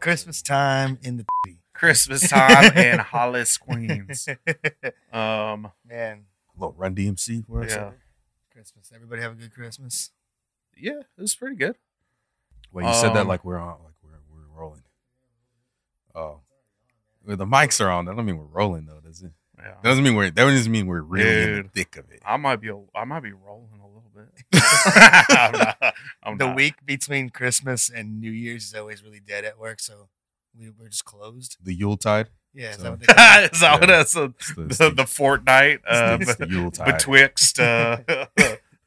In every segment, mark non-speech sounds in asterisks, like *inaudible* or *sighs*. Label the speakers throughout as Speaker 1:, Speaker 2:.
Speaker 1: Christmas time in the *laughs*
Speaker 2: Christmas time in Hollis, Queens. Um,
Speaker 1: man.
Speaker 3: Little Run DMC for us.
Speaker 2: yeah,
Speaker 1: Christmas. Everybody have a good Christmas.
Speaker 2: yeah, it was pretty good.
Speaker 3: Wait, you said that
Speaker 2: Um,
Speaker 3: like we're on, like we're we're rolling. Oh, Well, the mics are on. That don't mean we're rolling though, does it?
Speaker 2: Yeah.
Speaker 3: That doesn't mean we're. That doesn't mean we're really in the
Speaker 2: Dude. *laughs*
Speaker 3: thick of it.
Speaker 2: I might be a- I might be rolling a little bit.
Speaker 1: *laughs*
Speaker 3: *laughs*
Speaker 2: I'm not, I'm
Speaker 1: the
Speaker 2: not.
Speaker 1: week between Christmas and New Year's is always really dead at work, so we we're just closed.
Speaker 3: The Yuletide.
Speaker 1: Yeah, is
Speaker 3: So-
Speaker 1: that what they call it?
Speaker 2: *laughs*
Speaker 3: *laughs*
Speaker 2: Is that what
Speaker 3: Yeah.
Speaker 2: that's the,
Speaker 3: It's it's
Speaker 2: the, the fortnight uh,
Speaker 3: it's the
Speaker 2: *laughs*
Speaker 3: Yuletide.
Speaker 2: betwixt uh, *laughs*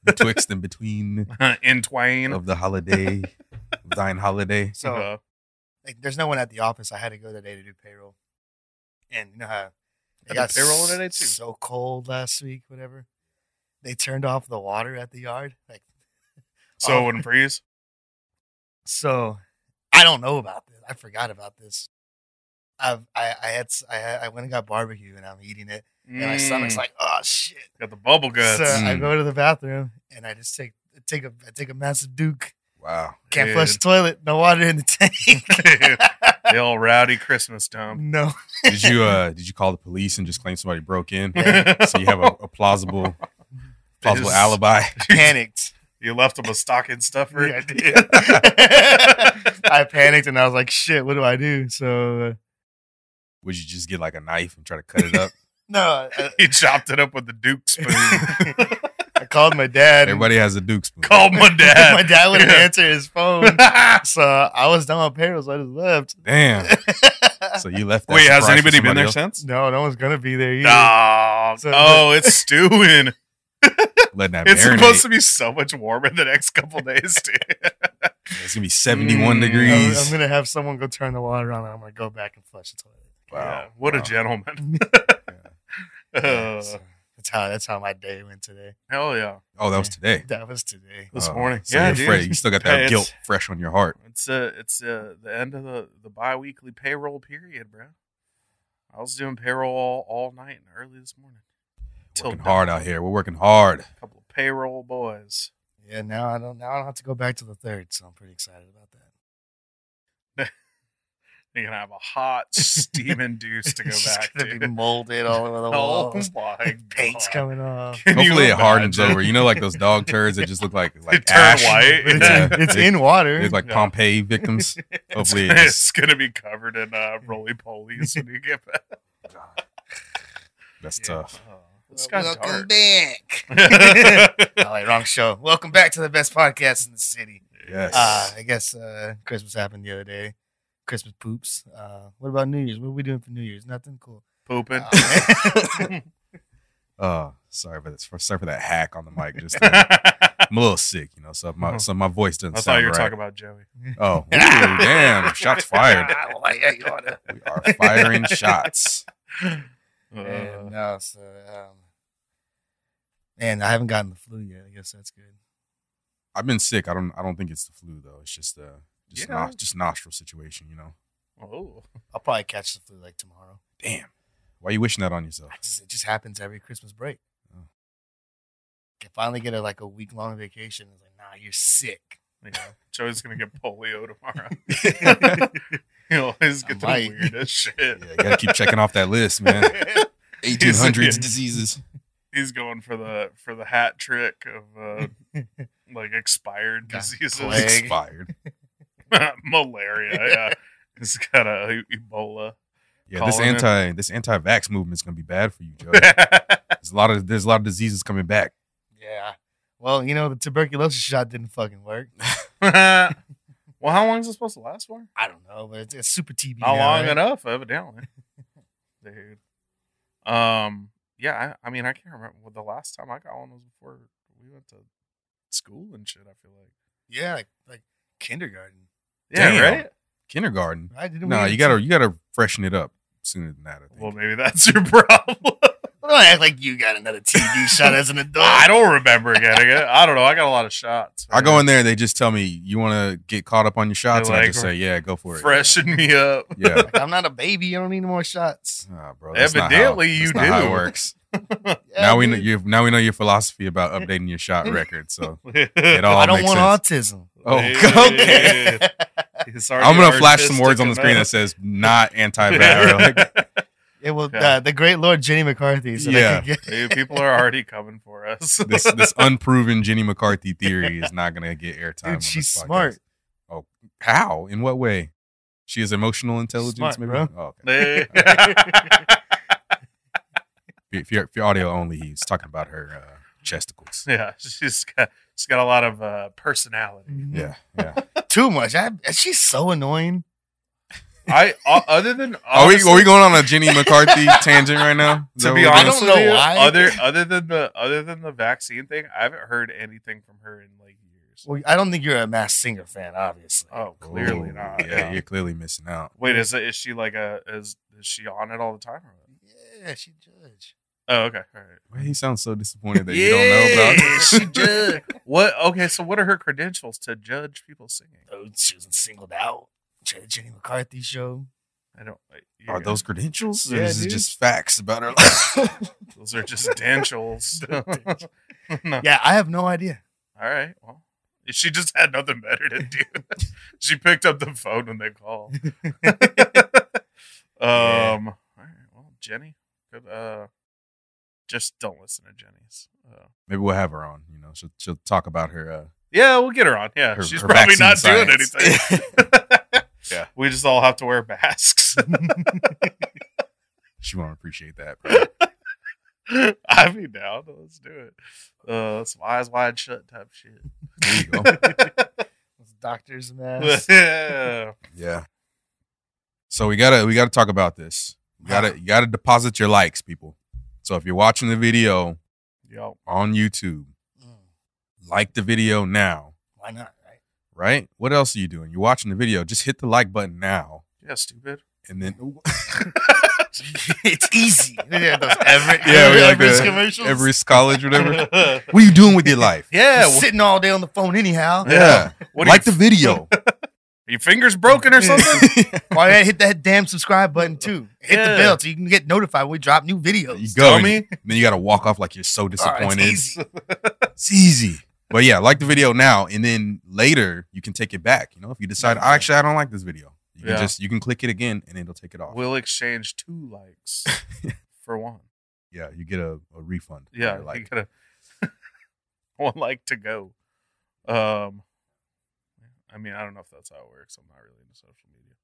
Speaker 3: Betwixt and between
Speaker 2: in twain.
Speaker 3: of the holiday, of thine holiday.
Speaker 1: So
Speaker 2: Uh,
Speaker 1: like, there's no one at the office. I had to go today to do payroll, and you know how
Speaker 2: Had to payroll today,
Speaker 1: s-
Speaker 2: too?
Speaker 1: So cold last week, whatever. They turned off the water at the yard. Like
Speaker 2: so
Speaker 1: Oh.
Speaker 2: it wouldn't
Speaker 1: *laughs*
Speaker 2: freeze.
Speaker 1: so, I don't know about this. I forgot about this. I've I, I had s- I had- I went and got barbecue and I'm eating it and my stomach's
Speaker 2: Mm,
Speaker 1: like oh shit.
Speaker 2: got
Speaker 1: *laughs*
Speaker 2: the bubble guts.
Speaker 1: So I
Speaker 3: Mm.
Speaker 1: go to the bathroom and I just take take a I take a massive Duke.
Speaker 3: Wow.
Speaker 1: Can't
Speaker 2: Dude.
Speaker 1: flush the toilet. No water in the
Speaker 2: *laughs*
Speaker 1: tank.
Speaker 2: the old rowdy Christmas dump.
Speaker 1: *laughs*
Speaker 2: *laughs*
Speaker 1: no.
Speaker 3: Did you uh did you call the police and just claim somebody broke in?
Speaker 2: Yeah.
Speaker 3: So you have a,
Speaker 2: *laughs*
Speaker 3: a plausible plausible
Speaker 2: Just-
Speaker 3: alibi.
Speaker 1: Panicked.
Speaker 2: *laughs*
Speaker 1: *laughs*
Speaker 2: You left them a stocking stuffer.
Speaker 1: Yeah, I
Speaker 2: *laughs*
Speaker 1: did. *laughs* I panicked and I was like, shit, what do I do? So uh,
Speaker 3: Would you just get like a knife and try to cut it
Speaker 2: *laughs*
Speaker 3: up?
Speaker 1: no, I,
Speaker 2: he chopped it up with the
Speaker 1: *laughs*
Speaker 2: Duke spoon.
Speaker 1: I called my dad. and-
Speaker 3: Everybody has a Duke spoon.
Speaker 1: *laughs*
Speaker 2: Called my dad.
Speaker 1: my dad
Speaker 2: *laughs*
Speaker 1: wouldn't
Speaker 2: Yeah.
Speaker 1: answer his phone.
Speaker 2: *laughs*
Speaker 1: so I was done with payroll, so I just left.
Speaker 3: Damn.
Speaker 1: *laughs*
Speaker 3: So you left that
Speaker 2: Wait, has
Speaker 3: surprise for
Speaker 2: anybody been
Speaker 3: somebody
Speaker 2: there
Speaker 3: else?
Speaker 2: since?
Speaker 1: no, no one's gonna be there either.
Speaker 2: No.
Speaker 1: So-
Speaker 2: oh, it's
Speaker 1: *laughs*
Speaker 2: stewing.
Speaker 3: Letting that
Speaker 2: It's
Speaker 3: marinate.
Speaker 2: supposed to be so much warmer the next couple days,
Speaker 1: *laughs*
Speaker 2: dude.
Speaker 3: It's gonna be 71
Speaker 2: Mm.
Speaker 1: I'm,
Speaker 3: degrees.
Speaker 1: I'm gonna have someone go turn the water on, and I'm gonna go back and flush the toilet.
Speaker 2: *laughs* Yeah,
Speaker 3: Wow.
Speaker 2: what a
Speaker 3: Wow.
Speaker 2: gentleman.
Speaker 1: *laughs* Yeah,
Speaker 2: *laughs* Uh,
Speaker 1: so that's how that's how my day went today.
Speaker 2: hell yeah.
Speaker 3: Oh, that was today.
Speaker 1: That was today.
Speaker 2: This
Speaker 3: Oh,
Speaker 2: morning.
Speaker 3: So
Speaker 2: yeah,
Speaker 3: you're
Speaker 2: dude.
Speaker 3: afraid- You still got
Speaker 2: Hey,
Speaker 3: that
Speaker 2: it's-
Speaker 3: guilt fresh on your heart.
Speaker 2: It's uh it's uh the end of the the bi-weekly payroll period, bro. I was doing payroll all, all night and early this morning. Till
Speaker 3: Working hard out here. We're
Speaker 2: *laughs*
Speaker 3: working hard.
Speaker 2: A couple of payroll boys.
Speaker 1: Yeah, now I don't now I don't have to go back to the third, so I'm pretty excited
Speaker 2: *laughs*
Speaker 1: about that.
Speaker 2: You're gonna have a hot
Speaker 1: *laughs*
Speaker 2: steam induced to go
Speaker 1: It's just
Speaker 2: back
Speaker 1: gonna
Speaker 2: to.
Speaker 1: be molded all over the
Speaker 2: *laughs* oh
Speaker 1: walls.
Speaker 2: my
Speaker 1: Paint's
Speaker 2: God.
Speaker 1: coming
Speaker 2: *laughs*
Speaker 1: off.
Speaker 2: Can you
Speaker 3: Hopefully it hardens
Speaker 2: imagine?
Speaker 3: over. You know, like those dog turds that just look
Speaker 2: *laughs*
Speaker 3: like
Speaker 2: They
Speaker 3: like
Speaker 2: turn
Speaker 3: ash.
Speaker 2: white.
Speaker 1: But it's,
Speaker 3: *laughs* Yeah.
Speaker 1: in, it's in water.
Speaker 3: They look like
Speaker 2: Yeah.
Speaker 3: Pompeii victims.
Speaker 2: *laughs* It's,
Speaker 3: Hopefully, it
Speaker 2: gonna-
Speaker 3: just,
Speaker 2: it's gonna be covered in uh, roly polies when you get back. Uh-huh.
Speaker 3: that's
Speaker 1: Yeah.
Speaker 3: tough.
Speaker 2: It's got dark.
Speaker 1: back.
Speaker 2: *laughs*
Speaker 1: *laughs* oh, wait, wrong show. Welcome back to the best podcast in the city.
Speaker 3: Yes.
Speaker 1: Uh, I guess uh, Christmas happened the other day. Christmas poops. Uh, what about New Year's? What are we doing for New Year's? Nothing cool. *laughs* Oh,
Speaker 2: Pooping.
Speaker 3: Uh, sorry for this. For, sorry for that hack on the mic. Just
Speaker 2: *laughs*
Speaker 3: uh, I'm a little sick, you know. So my so my voice doesn't
Speaker 2: Uh-huh. I thought
Speaker 3: sound
Speaker 2: you were
Speaker 3: right.
Speaker 2: talking about Joey.
Speaker 3: oh, ooh,
Speaker 2: *laughs*
Speaker 3: damn! Shots fired.
Speaker 1: Ah, well, yeah, you oughta.
Speaker 3: *laughs* We are firing shots.
Speaker 1: And
Speaker 2: Uh,
Speaker 1: no, so um, man, I haven't gotten the flu yet. I guess that's good.
Speaker 3: I've been sick. I don't. I don't think it's the flu though. It's just uh, just
Speaker 2: Yeah.
Speaker 3: nos- just nostril situation. You know.
Speaker 2: oh,
Speaker 1: I'll probably catch the flu like tomorrow.
Speaker 3: Damn. Why you wishing that on yourself?
Speaker 1: I just, it just happens every Christmas break.
Speaker 3: Oh.
Speaker 1: I finally get a, like a week long vacation. It's like, nah, you're sick.
Speaker 2: yeah. Joey's gonna get polio
Speaker 1: *laughs*
Speaker 2: tomorrow. *laughs* you always get the
Speaker 1: I might.
Speaker 2: weirdest shit.
Speaker 3: Yeah, you gotta
Speaker 2: *laughs*
Speaker 3: keep checking off that list, man. Eighteen hundreds
Speaker 2: Yeah.
Speaker 3: diseases.
Speaker 2: He's going for the for the hat trick of uh, like expired
Speaker 1: Got
Speaker 2: diseases,
Speaker 1: plague.
Speaker 3: Expired.
Speaker 2: *laughs* malaria. Yeah, he's got a Ebola.
Speaker 3: Yeah, this
Speaker 2: Calling it.
Speaker 3: anti this anti-vax movement is gonna be bad for you,
Speaker 2: *laughs*
Speaker 3: Joe.
Speaker 2: yeah,
Speaker 3: There's a lot of there's a lot of diseases coming back.
Speaker 1: *laughs* yeah. Well, you know, the tuberculosis shot didn't fucking work.
Speaker 2: well, how long is it supposed to last for?
Speaker 1: I don't know, but it's, it's super TB.
Speaker 2: Not
Speaker 1: now,
Speaker 2: long
Speaker 1: right?
Speaker 2: enough, *laughs* evidently. Dude. Um, yeah, I, I mean, I can't remember. Well, the last time I got one was before we went to school and shit, I feel like.
Speaker 1: Yeah, like, like kindergarten.
Speaker 2: Yeah,
Speaker 3: Damn.
Speaker 2: right?
Speaker 3: Kindergarten.
Speaker 1: Right? Didn't we
Speaker 3: No,
Speaker 1: get
Speaker 3: you
Speaker 1: it?
Speaker 3: gotta you gotta freshen it up sooner than that. I think.
Speaker 2: Well, maybe that's your *laughs* problem.
Speaker 1: Well, don't act like you got another
Speaker 3: *laughs*
Speaker 1: TB shot as an adult.
Speaker 2: I don't remember getting it. I don't know. I got a lot of shots.
Speaker 3: I go in there, they just tell me you want to get caught up on your shots, and I
Speaker 2: uh, like,
Speaker 3: just say, "Yeah, go for it."
Speaker 2: Freshen me up. *laughs*
Speaker 3: yeah,
Speaker 1: Like, I'm not a baby. I don't need more shots.
Speaker 3: Ah, bro. that's not how-
Speaker 2: Evidently, you
Speaker 3: that's not how
Speaker 2: do.
Speaker 3: it works.
Speaker 1: Yeah,
Speaker 3: now we know
Speaker 1: dude.
Speaker 3: you. Now we know your philosophy about
Speaker 2: *laughs*
Speaker 3: updating your shot record. So it all
Speaker 1: I don't
Speaker 3: makes
Speaker 1: want
Speaker 3: sense.
Speaker 1: autism.
Speaker 3: Oh,
Speaker 2: Yeah.
Speaker 3: *laughs* okay.
Speaker 2: *laughs* It's already
Speaker 3: I'm gonna flash some
Speaker 2: artistic
Speaker 3: words on the screen that
Speaker 2: enough.
Speaker 3: says
Speaker 2: *laughs*
Speaker 3: "not anti-battery." Like,
Speaker 1: *laughs* It will.
Speaker 2: Yeah.
Speaker 1: Uh, the great Lord Jenny McCarthy. said I
Speaker 3: Yeah.
Speaker 1: could get-
Speaker 2: Dude, people are already coming for
Speaker 3: *laughs*
Speaker 2: us.
Speaker 3: this this unproven Jenny McCarthy theory is not gonna get airtime. on
Speaker 1: Dude,
Speaker 3: this
Speaker 1: she's
Speaker 3: podcast.
Speaker 1: smart.
Speaker 3: Oh, How? In what way? She has emotional intelligence,
Speaker 1: Smart,
Speaker 3: maybe.
Speaker 1: bro.
Speaker 3: Oh, okay.
Speaker 2: They- *laughs*
Speaker 3: If you're, if you're audio only, he's talking about her uh,
Speaker 2: *laughs*
Speaker 3: chesticles.
Speaker 2: yeah, she's got she's got a lot of uh, personality.
Speaker 3: *laughs* Yeah, yeah.
Speaker 1: *laughs* Too much. I, she's so annoying.
Speaker 2: I o- other than
Speaker 3: *laughs* Are we
Speaker 2: honestly-
Speaker 3: are we going on a Jenny
Speaker 2: *laughs*
Speaker 3: McCarthy tangent right now? Is
Speaker 2: to
Speaker 3: that what
Speaker 2: be
Speaker 3: we're doing?
Speaker 2: honest
Speaker 1: I don't
Speaker 2: with
Speaker 1: know
Speaker 2: you,
Speaker 1: why.
Speaker 2: other other than the other than the vaccine thing, I haven't heard anything from her in like years.
Speaker 1: Well, I don't think you're a mass singer fan, obviously.
Speaker 2: Oh, clearly
Speaker 3: Ooh,
Speaker 2: not.
Speaker 3: Yeah, you're clearly missing out.
Speaker 2: Wait, is it, is she like a is is she on it all the time? Or what?
Speaker 1: Yeah, she judge.
Speaker 2: Oh, okay, all right.
Speaker 3: Why he sounds so disappointed that you don't know about?
Speaker 2: *laughs* Yeah,
Speaker 3: *laughs*
Speaker 2: she judge. What? Okay, so what are her credentials to judge people singing?
Speaker 1: Oh, she wasn't singled out. She had a Jenny McCarthy
Speaker 3: *laughs*
Speaker 1: show. *laughs*
Speaker 2: I don't. like, you're
Speaker 3: Are
Speaker 2: gonna-
Speaker 3: those credentials? Or
Speaker 2: Yeah,
Speaker 3: is it
Speaker 2: dude.
Speaker 3: just facts
Speaker 2: *laughs*
Speaker 3: about her life?
Speaker 2: Those are just
Speaker 3: *laughs*
Speaker 2: dentals. no.
Speaker 1: Yeah, I have no idea.
Speaker 2: All right. Well, she just had nothing better to
Speaker 3: *laughs*
Speaker 2: do. she picked up the phone when they called. um. All right. Well, Jenny. Good. Uh. Just don't listen to Jenny's. Uh,
Speaker 3: Maybe we'll have her on. You know, she'll she'll talk about her. Uh,
Speaker 2: yeah, we'll get her on. Yeah,
Speaker 3: Her-
Speaker 2: she's
Speaker 3: her
Speaker 2: probably
Speaker 3: vaccine
Speaker 2: not doing
Speaker 3: science.
Speaker 2: anything.
Speaker 3: *laughs* Yeah.
Speaker 2: we just all have to wear
Speaker 3: *laughs*
Speaker 2: masks. *laughs*
Speaker 3: she won't appreciate that. bro.
Speaker 2: I'd be down. Let's do it. Uh, some eyes wide shut type shit.
Speaker 3: There you go.
Speaker 1: With Doctor's mask.
Speaker 2: *laughs* yeah.
Speaker 3: Yeah. So we gotta we gotta talk about this. You gotta you gotta deposit your likes, people. So if you're watching the video
Speaker 2: Yo.
Speaker 3: on YouTube,
Speaker 1: Mm,
Speaker 3: like the video now.
Speaker 1: Why not? Right? *laughs*
Speaker 3: Right? What else are you doing? You're watching the video. Just hit the like button now,
Speaker 2: Yeah, stupid.
Speaker 1: *laughs*
Speaker 3: and then *laughs*
Speaker 1: it's easy. Yeah,
Speaker 3: *laughs*
Speaker 1: those Everett,
Speaker 3: Yeah, we like
Speaker 1: Everett's
Speaker 3: the-
Speaker 1: commercials.
Speaker 2: *laughs*
Speaker 3: every college, whatever.
Speaker 1: *laughs*
Speaker 3: what are you doing with your life?
Speaker 2: yeah.
Speaker 1: You're
Speaker 2: wh-
Speaker 1: *laughs* sitting all day on the phone
Speaker 3: *laughs*
Speaker 1: anyhow.
Speaker 2: Yeah.
Speaker 3: Yeah.
Speaker 2: What
Speaker 3: like
Speaker 2: are
Speaker 1: *laughs*
Speaker 3: the video.
Speaker 2: you, your fingers broken or something?
Speaker 3: *laughs*
Speaker 1: Why not hit that damn subscribe button too? Hit
Speaker 2: Yeah.
Speaker 1: the bell so you can get notified when we drop new videos.
Speaker 3: you go.
Speaker 2: Tell
Speaker 3: and
Speaker 2: me.
Speaker 3: Then you gotta walk off like you're so
Speaker 1: All right,
Speaker 3: disappointed.
Speaker 1: it's
Speaker 3: *laughs* it's,
Speaker 1: easy.
Speaker 3: easy. But yeah, like the video now, and then later you can take it back. You know, if you decide,
Speaker 1: Yeah.
Speaker 3: actually, I don't like this video. You
Speaker 2: Yeah.
Speaker 3: can just you can click it again, and it'll take it off.
Speaker 2: We'll exchange two
Speaker 3: *laughs*
Speaker 2: likes for one.
Speaker 3: yeah, you get a, a refund. on
Speaker 2: Yeah,
Speaker 3: your
Speaker 2: like you
Speaker 3: like
Speaker 2: gotta *laughs* one like to go. Um, I mean, I don't know if that's how it works. I'm not really into social media,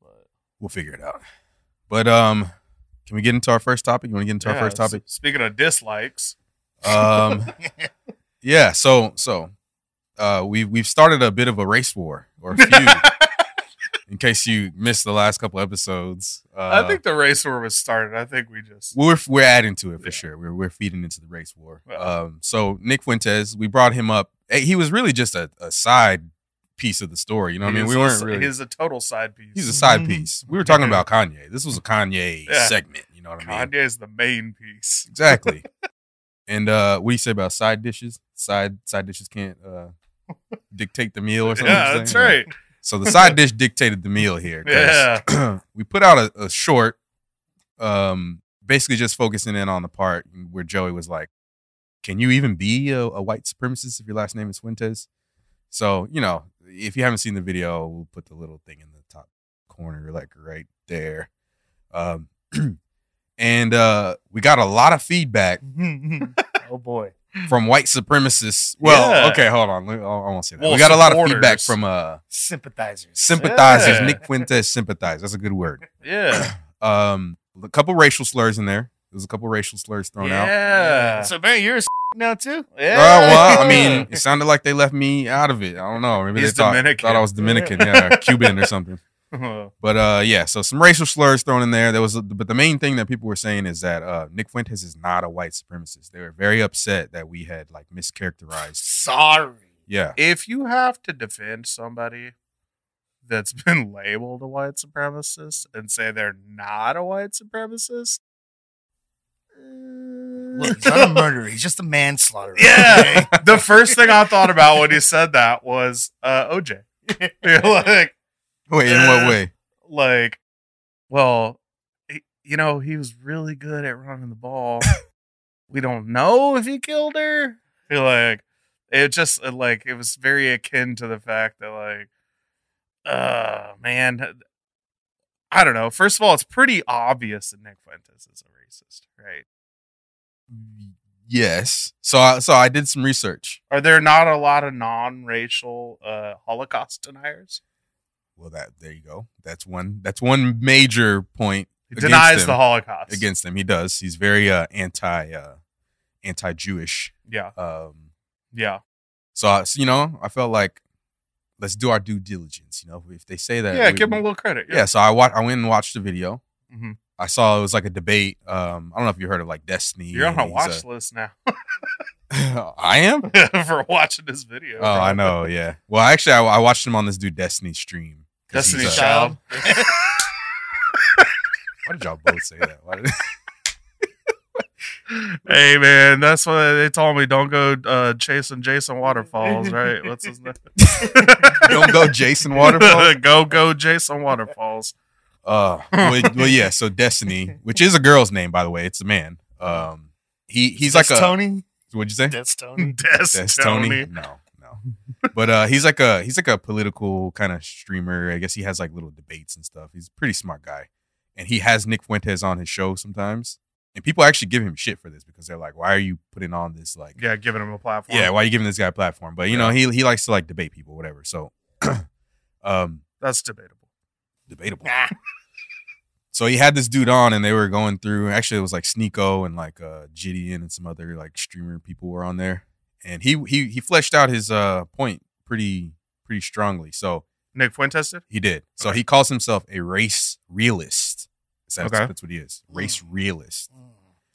Speaker 2: but
Speaker 3: we'll figure it out. But um, can we get into our first topic? You want to get into our
Speaker 2: Yeah,
Speaker 3: first
Speaker 2: s-
Speaker 3: topic?
Speaker 2: Speaking of dislikes,
Speaker 3: Um,
Speaker 2: *laughs*
Speaker 3: yeah. So so, uh, we've we've started a bit of a race war or
Speaker 2: *laughs*
Speaker 3: a feud. in case you missed the last couple episodes, uh,
Speaker 2: I think the race war was started. I think we just
Speaker 3: we're we're adding to it for
Speaker 2: Yeah.
Speaker 3: sure. We're we're feeding into the race war.
Speaker 2: Yeah.
Speaker 3: Um, so Nick Fuentes, we brought him up. Eh, He was really just a, a side piece of the story. You know what I mean?
Speaker 2: he's
Speaker 3: We
Speaker 2: a-
Speaker 3: weren't really.
Speaker 2: He's a total side piece.
Speaker 3: He's a side
Speaker 1: Mhm.
Speaker 3: piece. We were talking about Kanye. This was a Kanye
Speaker 2: Mm-hmm. Yeah.
Speaker 3: segment. You know what I mean?
Speaker 2: Kanye's the main piece.
Speaker 3: Exactly. *laughs* and uh, what do you say about side dishes? Side side dishes can't uh, dictate the meal or something. you
Speaker 2: Yeah,
Speaker 3: say?
Speaker 2: that's right.
Speaker 3: So the side dish dictated the meal here.
Speaker 2: *laughs*
Speaker 3: 'cause *clears throat* we put out a, a short, um, basically just focusing in on the part where Joey was like, "Can you even be a, a white supremacist if your last name is Fuentes?" So you know, if you haven't seen the video, we'll put the little thing in the top corner, like right there. Um, *clears throat* and uh, we got a lot of feedback
Speaker 1: *laughs* oh boy.
Speaker 3: from white supremacists. Well,
Speaker 2: Mm. Yeah.
Speaker 3: okay, hold on, Let- I I won't say that.
Speaker 2: Well,
Speaker 3: we got a lot of
Speaker 2: supporters.
Speaker 3: feedback from uh,
Speaker 1: Sympathizers.
Speaker 3: sympathizers.
Speaker 2: Yeah.
Speaker 3: Nick Fuentes sympathized. That's a good word
Speaker 2: *clears throat* Yeah.
Speaker 3: um a couple racial slurs in there. There was a couple racial slurs thrown out.
Speaker 2: yeah.
Speaker 1: So Barry, you're a now too?
Speaker 2: yeah.
Speaker 3: Oh, well, I mean, it sounded like they left me out of it. I don't know. Maybe
Speaker 2: He's
Speaker 3: they thought,
Speaker 2: Dominican.
Speaker 3: thought I was Dominican,
Speaker 2: *laughs*
Speaker 3: yeah, or Cuban or something. But uh, yeah, so some racial slurs thrown in there. There was, a, but the main thing that people were saying is that uh, Nick Fuentes is not a white supremacist. They were very upset that we had like mischaracterized.
Speaker 1: Sorry.
Speaker 3: Yeah,
Speaker 2: if you have to defend somebody that's *laughs* been labeled a white supremacist and say they're not a white supremacist, eh,
Speaker 1: Look, he's not a murderer. He's just a manslaughterer.
Speaker 2: yeah. *laughs* the first thing I thought about when he said that was uh, OJ. *laughs* You're like,
Speaker 3: wait, in what way?
Speaker 2: like, well, he- you know, he was really good at running the
Speaker 3: *laughs*
Speaker 2: ball. we don't know if he killed her. You're like, it just uh, like it was very akin to the fact that like uh man i don't know first of all it's pretty obvious that nick fuentes is a racist right
Speaker 3: Yes. So I, so I did some research.
Speaker 2: are there not a lot of non-racial uh holocaust deniers
Speaker 3: Well, that there you go. That's one. That's one major point
Speaker 2: he
Speaker 3: Against
Speaker 2: denies
Speaker 3: him.
Speaker 2: the holocaust
Speaker 3: against him. He does. He's very uh, anti uh, anti Jewish.
Speaker 2: yeah
Speaker 3: Um,
Speaker 2: yeah
Speaker 3: so I, so, you know, I felt like let's do our due diligence. You know, if they say that,
Speaker 2: yeah
Speaker 3: we-
Speaker 2: give him a little credit
Speaker 3: yeah. So I wa- I went and watched the video.
Speaker 2: Mhm.
Speaker 3: I saw it was like a debate. Um, I don't know if you heard of like Destiny.
Speaker 2: you're on a
Speaker 3: He's
Speaker 2: watch list now
Speaker 3: *laughs* I am.
Speaker 2: *laughs* for watching this video
Speaker 3: Oh, I know. Yeah. Well, actually, I, I watched him on this dude Destiny stream. 'Cause
Speaker 2: Destiny
Speaker 3: he's, uh,
Speaker 2: Child.
Speaker 3: Why did y'all both say that? Why did-
Speaker 2: *laughs*
Speaker 3: *laughs*
Speaker 2: hey man that's what they told me don't go uh chasing jason waterfalls right what's his *laughs* name
Speaker 3: don't go Jason Waterfall.
Speaker 2: go go jason waterfalls *laughs*
Speaker 3: Uh, well, well, yeah. So Destiny, which is a girl's name, by the way, it's a man. Um, he *laughs* he's like a
Speaker 1: Tony.
Speaker 3: what'd you say?
Speaker 1: That's Tony.
Speaker 3: *laughs*
Speaker 2: Des
Speaker 3: That's
Speaker 2: Tony.
Speaker 3: Tony. No, no. But uh, he's like a he's like a political kind of streamer. I guess he has like little debates and stuff. He's a pretty smart guy, and he has Nick Fuentes on his show sometimes. And people actually give him shit for this because they're like, "Why are you putting on this like
Speaker 2: yeah giving him a platform
Speaker 3: yeah, why are you giving this guy a platform? But you know, he he likes to like debate people, whatever. So *clears throat* um
Speaker 2: that's debatable
Speaker 3: debatable. So he had this dude on and they were going through actually it was like Sneeko and like uh Gideon and some other like streamer people were on there. And he he he fleshed out his uh point pretty pretty strongly. So
Speaker 2: nick fuentes did
Speaker 3: he did. So he calls himself a race realist. So That's,
Speaker 2: Okay.
Speaker 3: that's what he is. Race realist.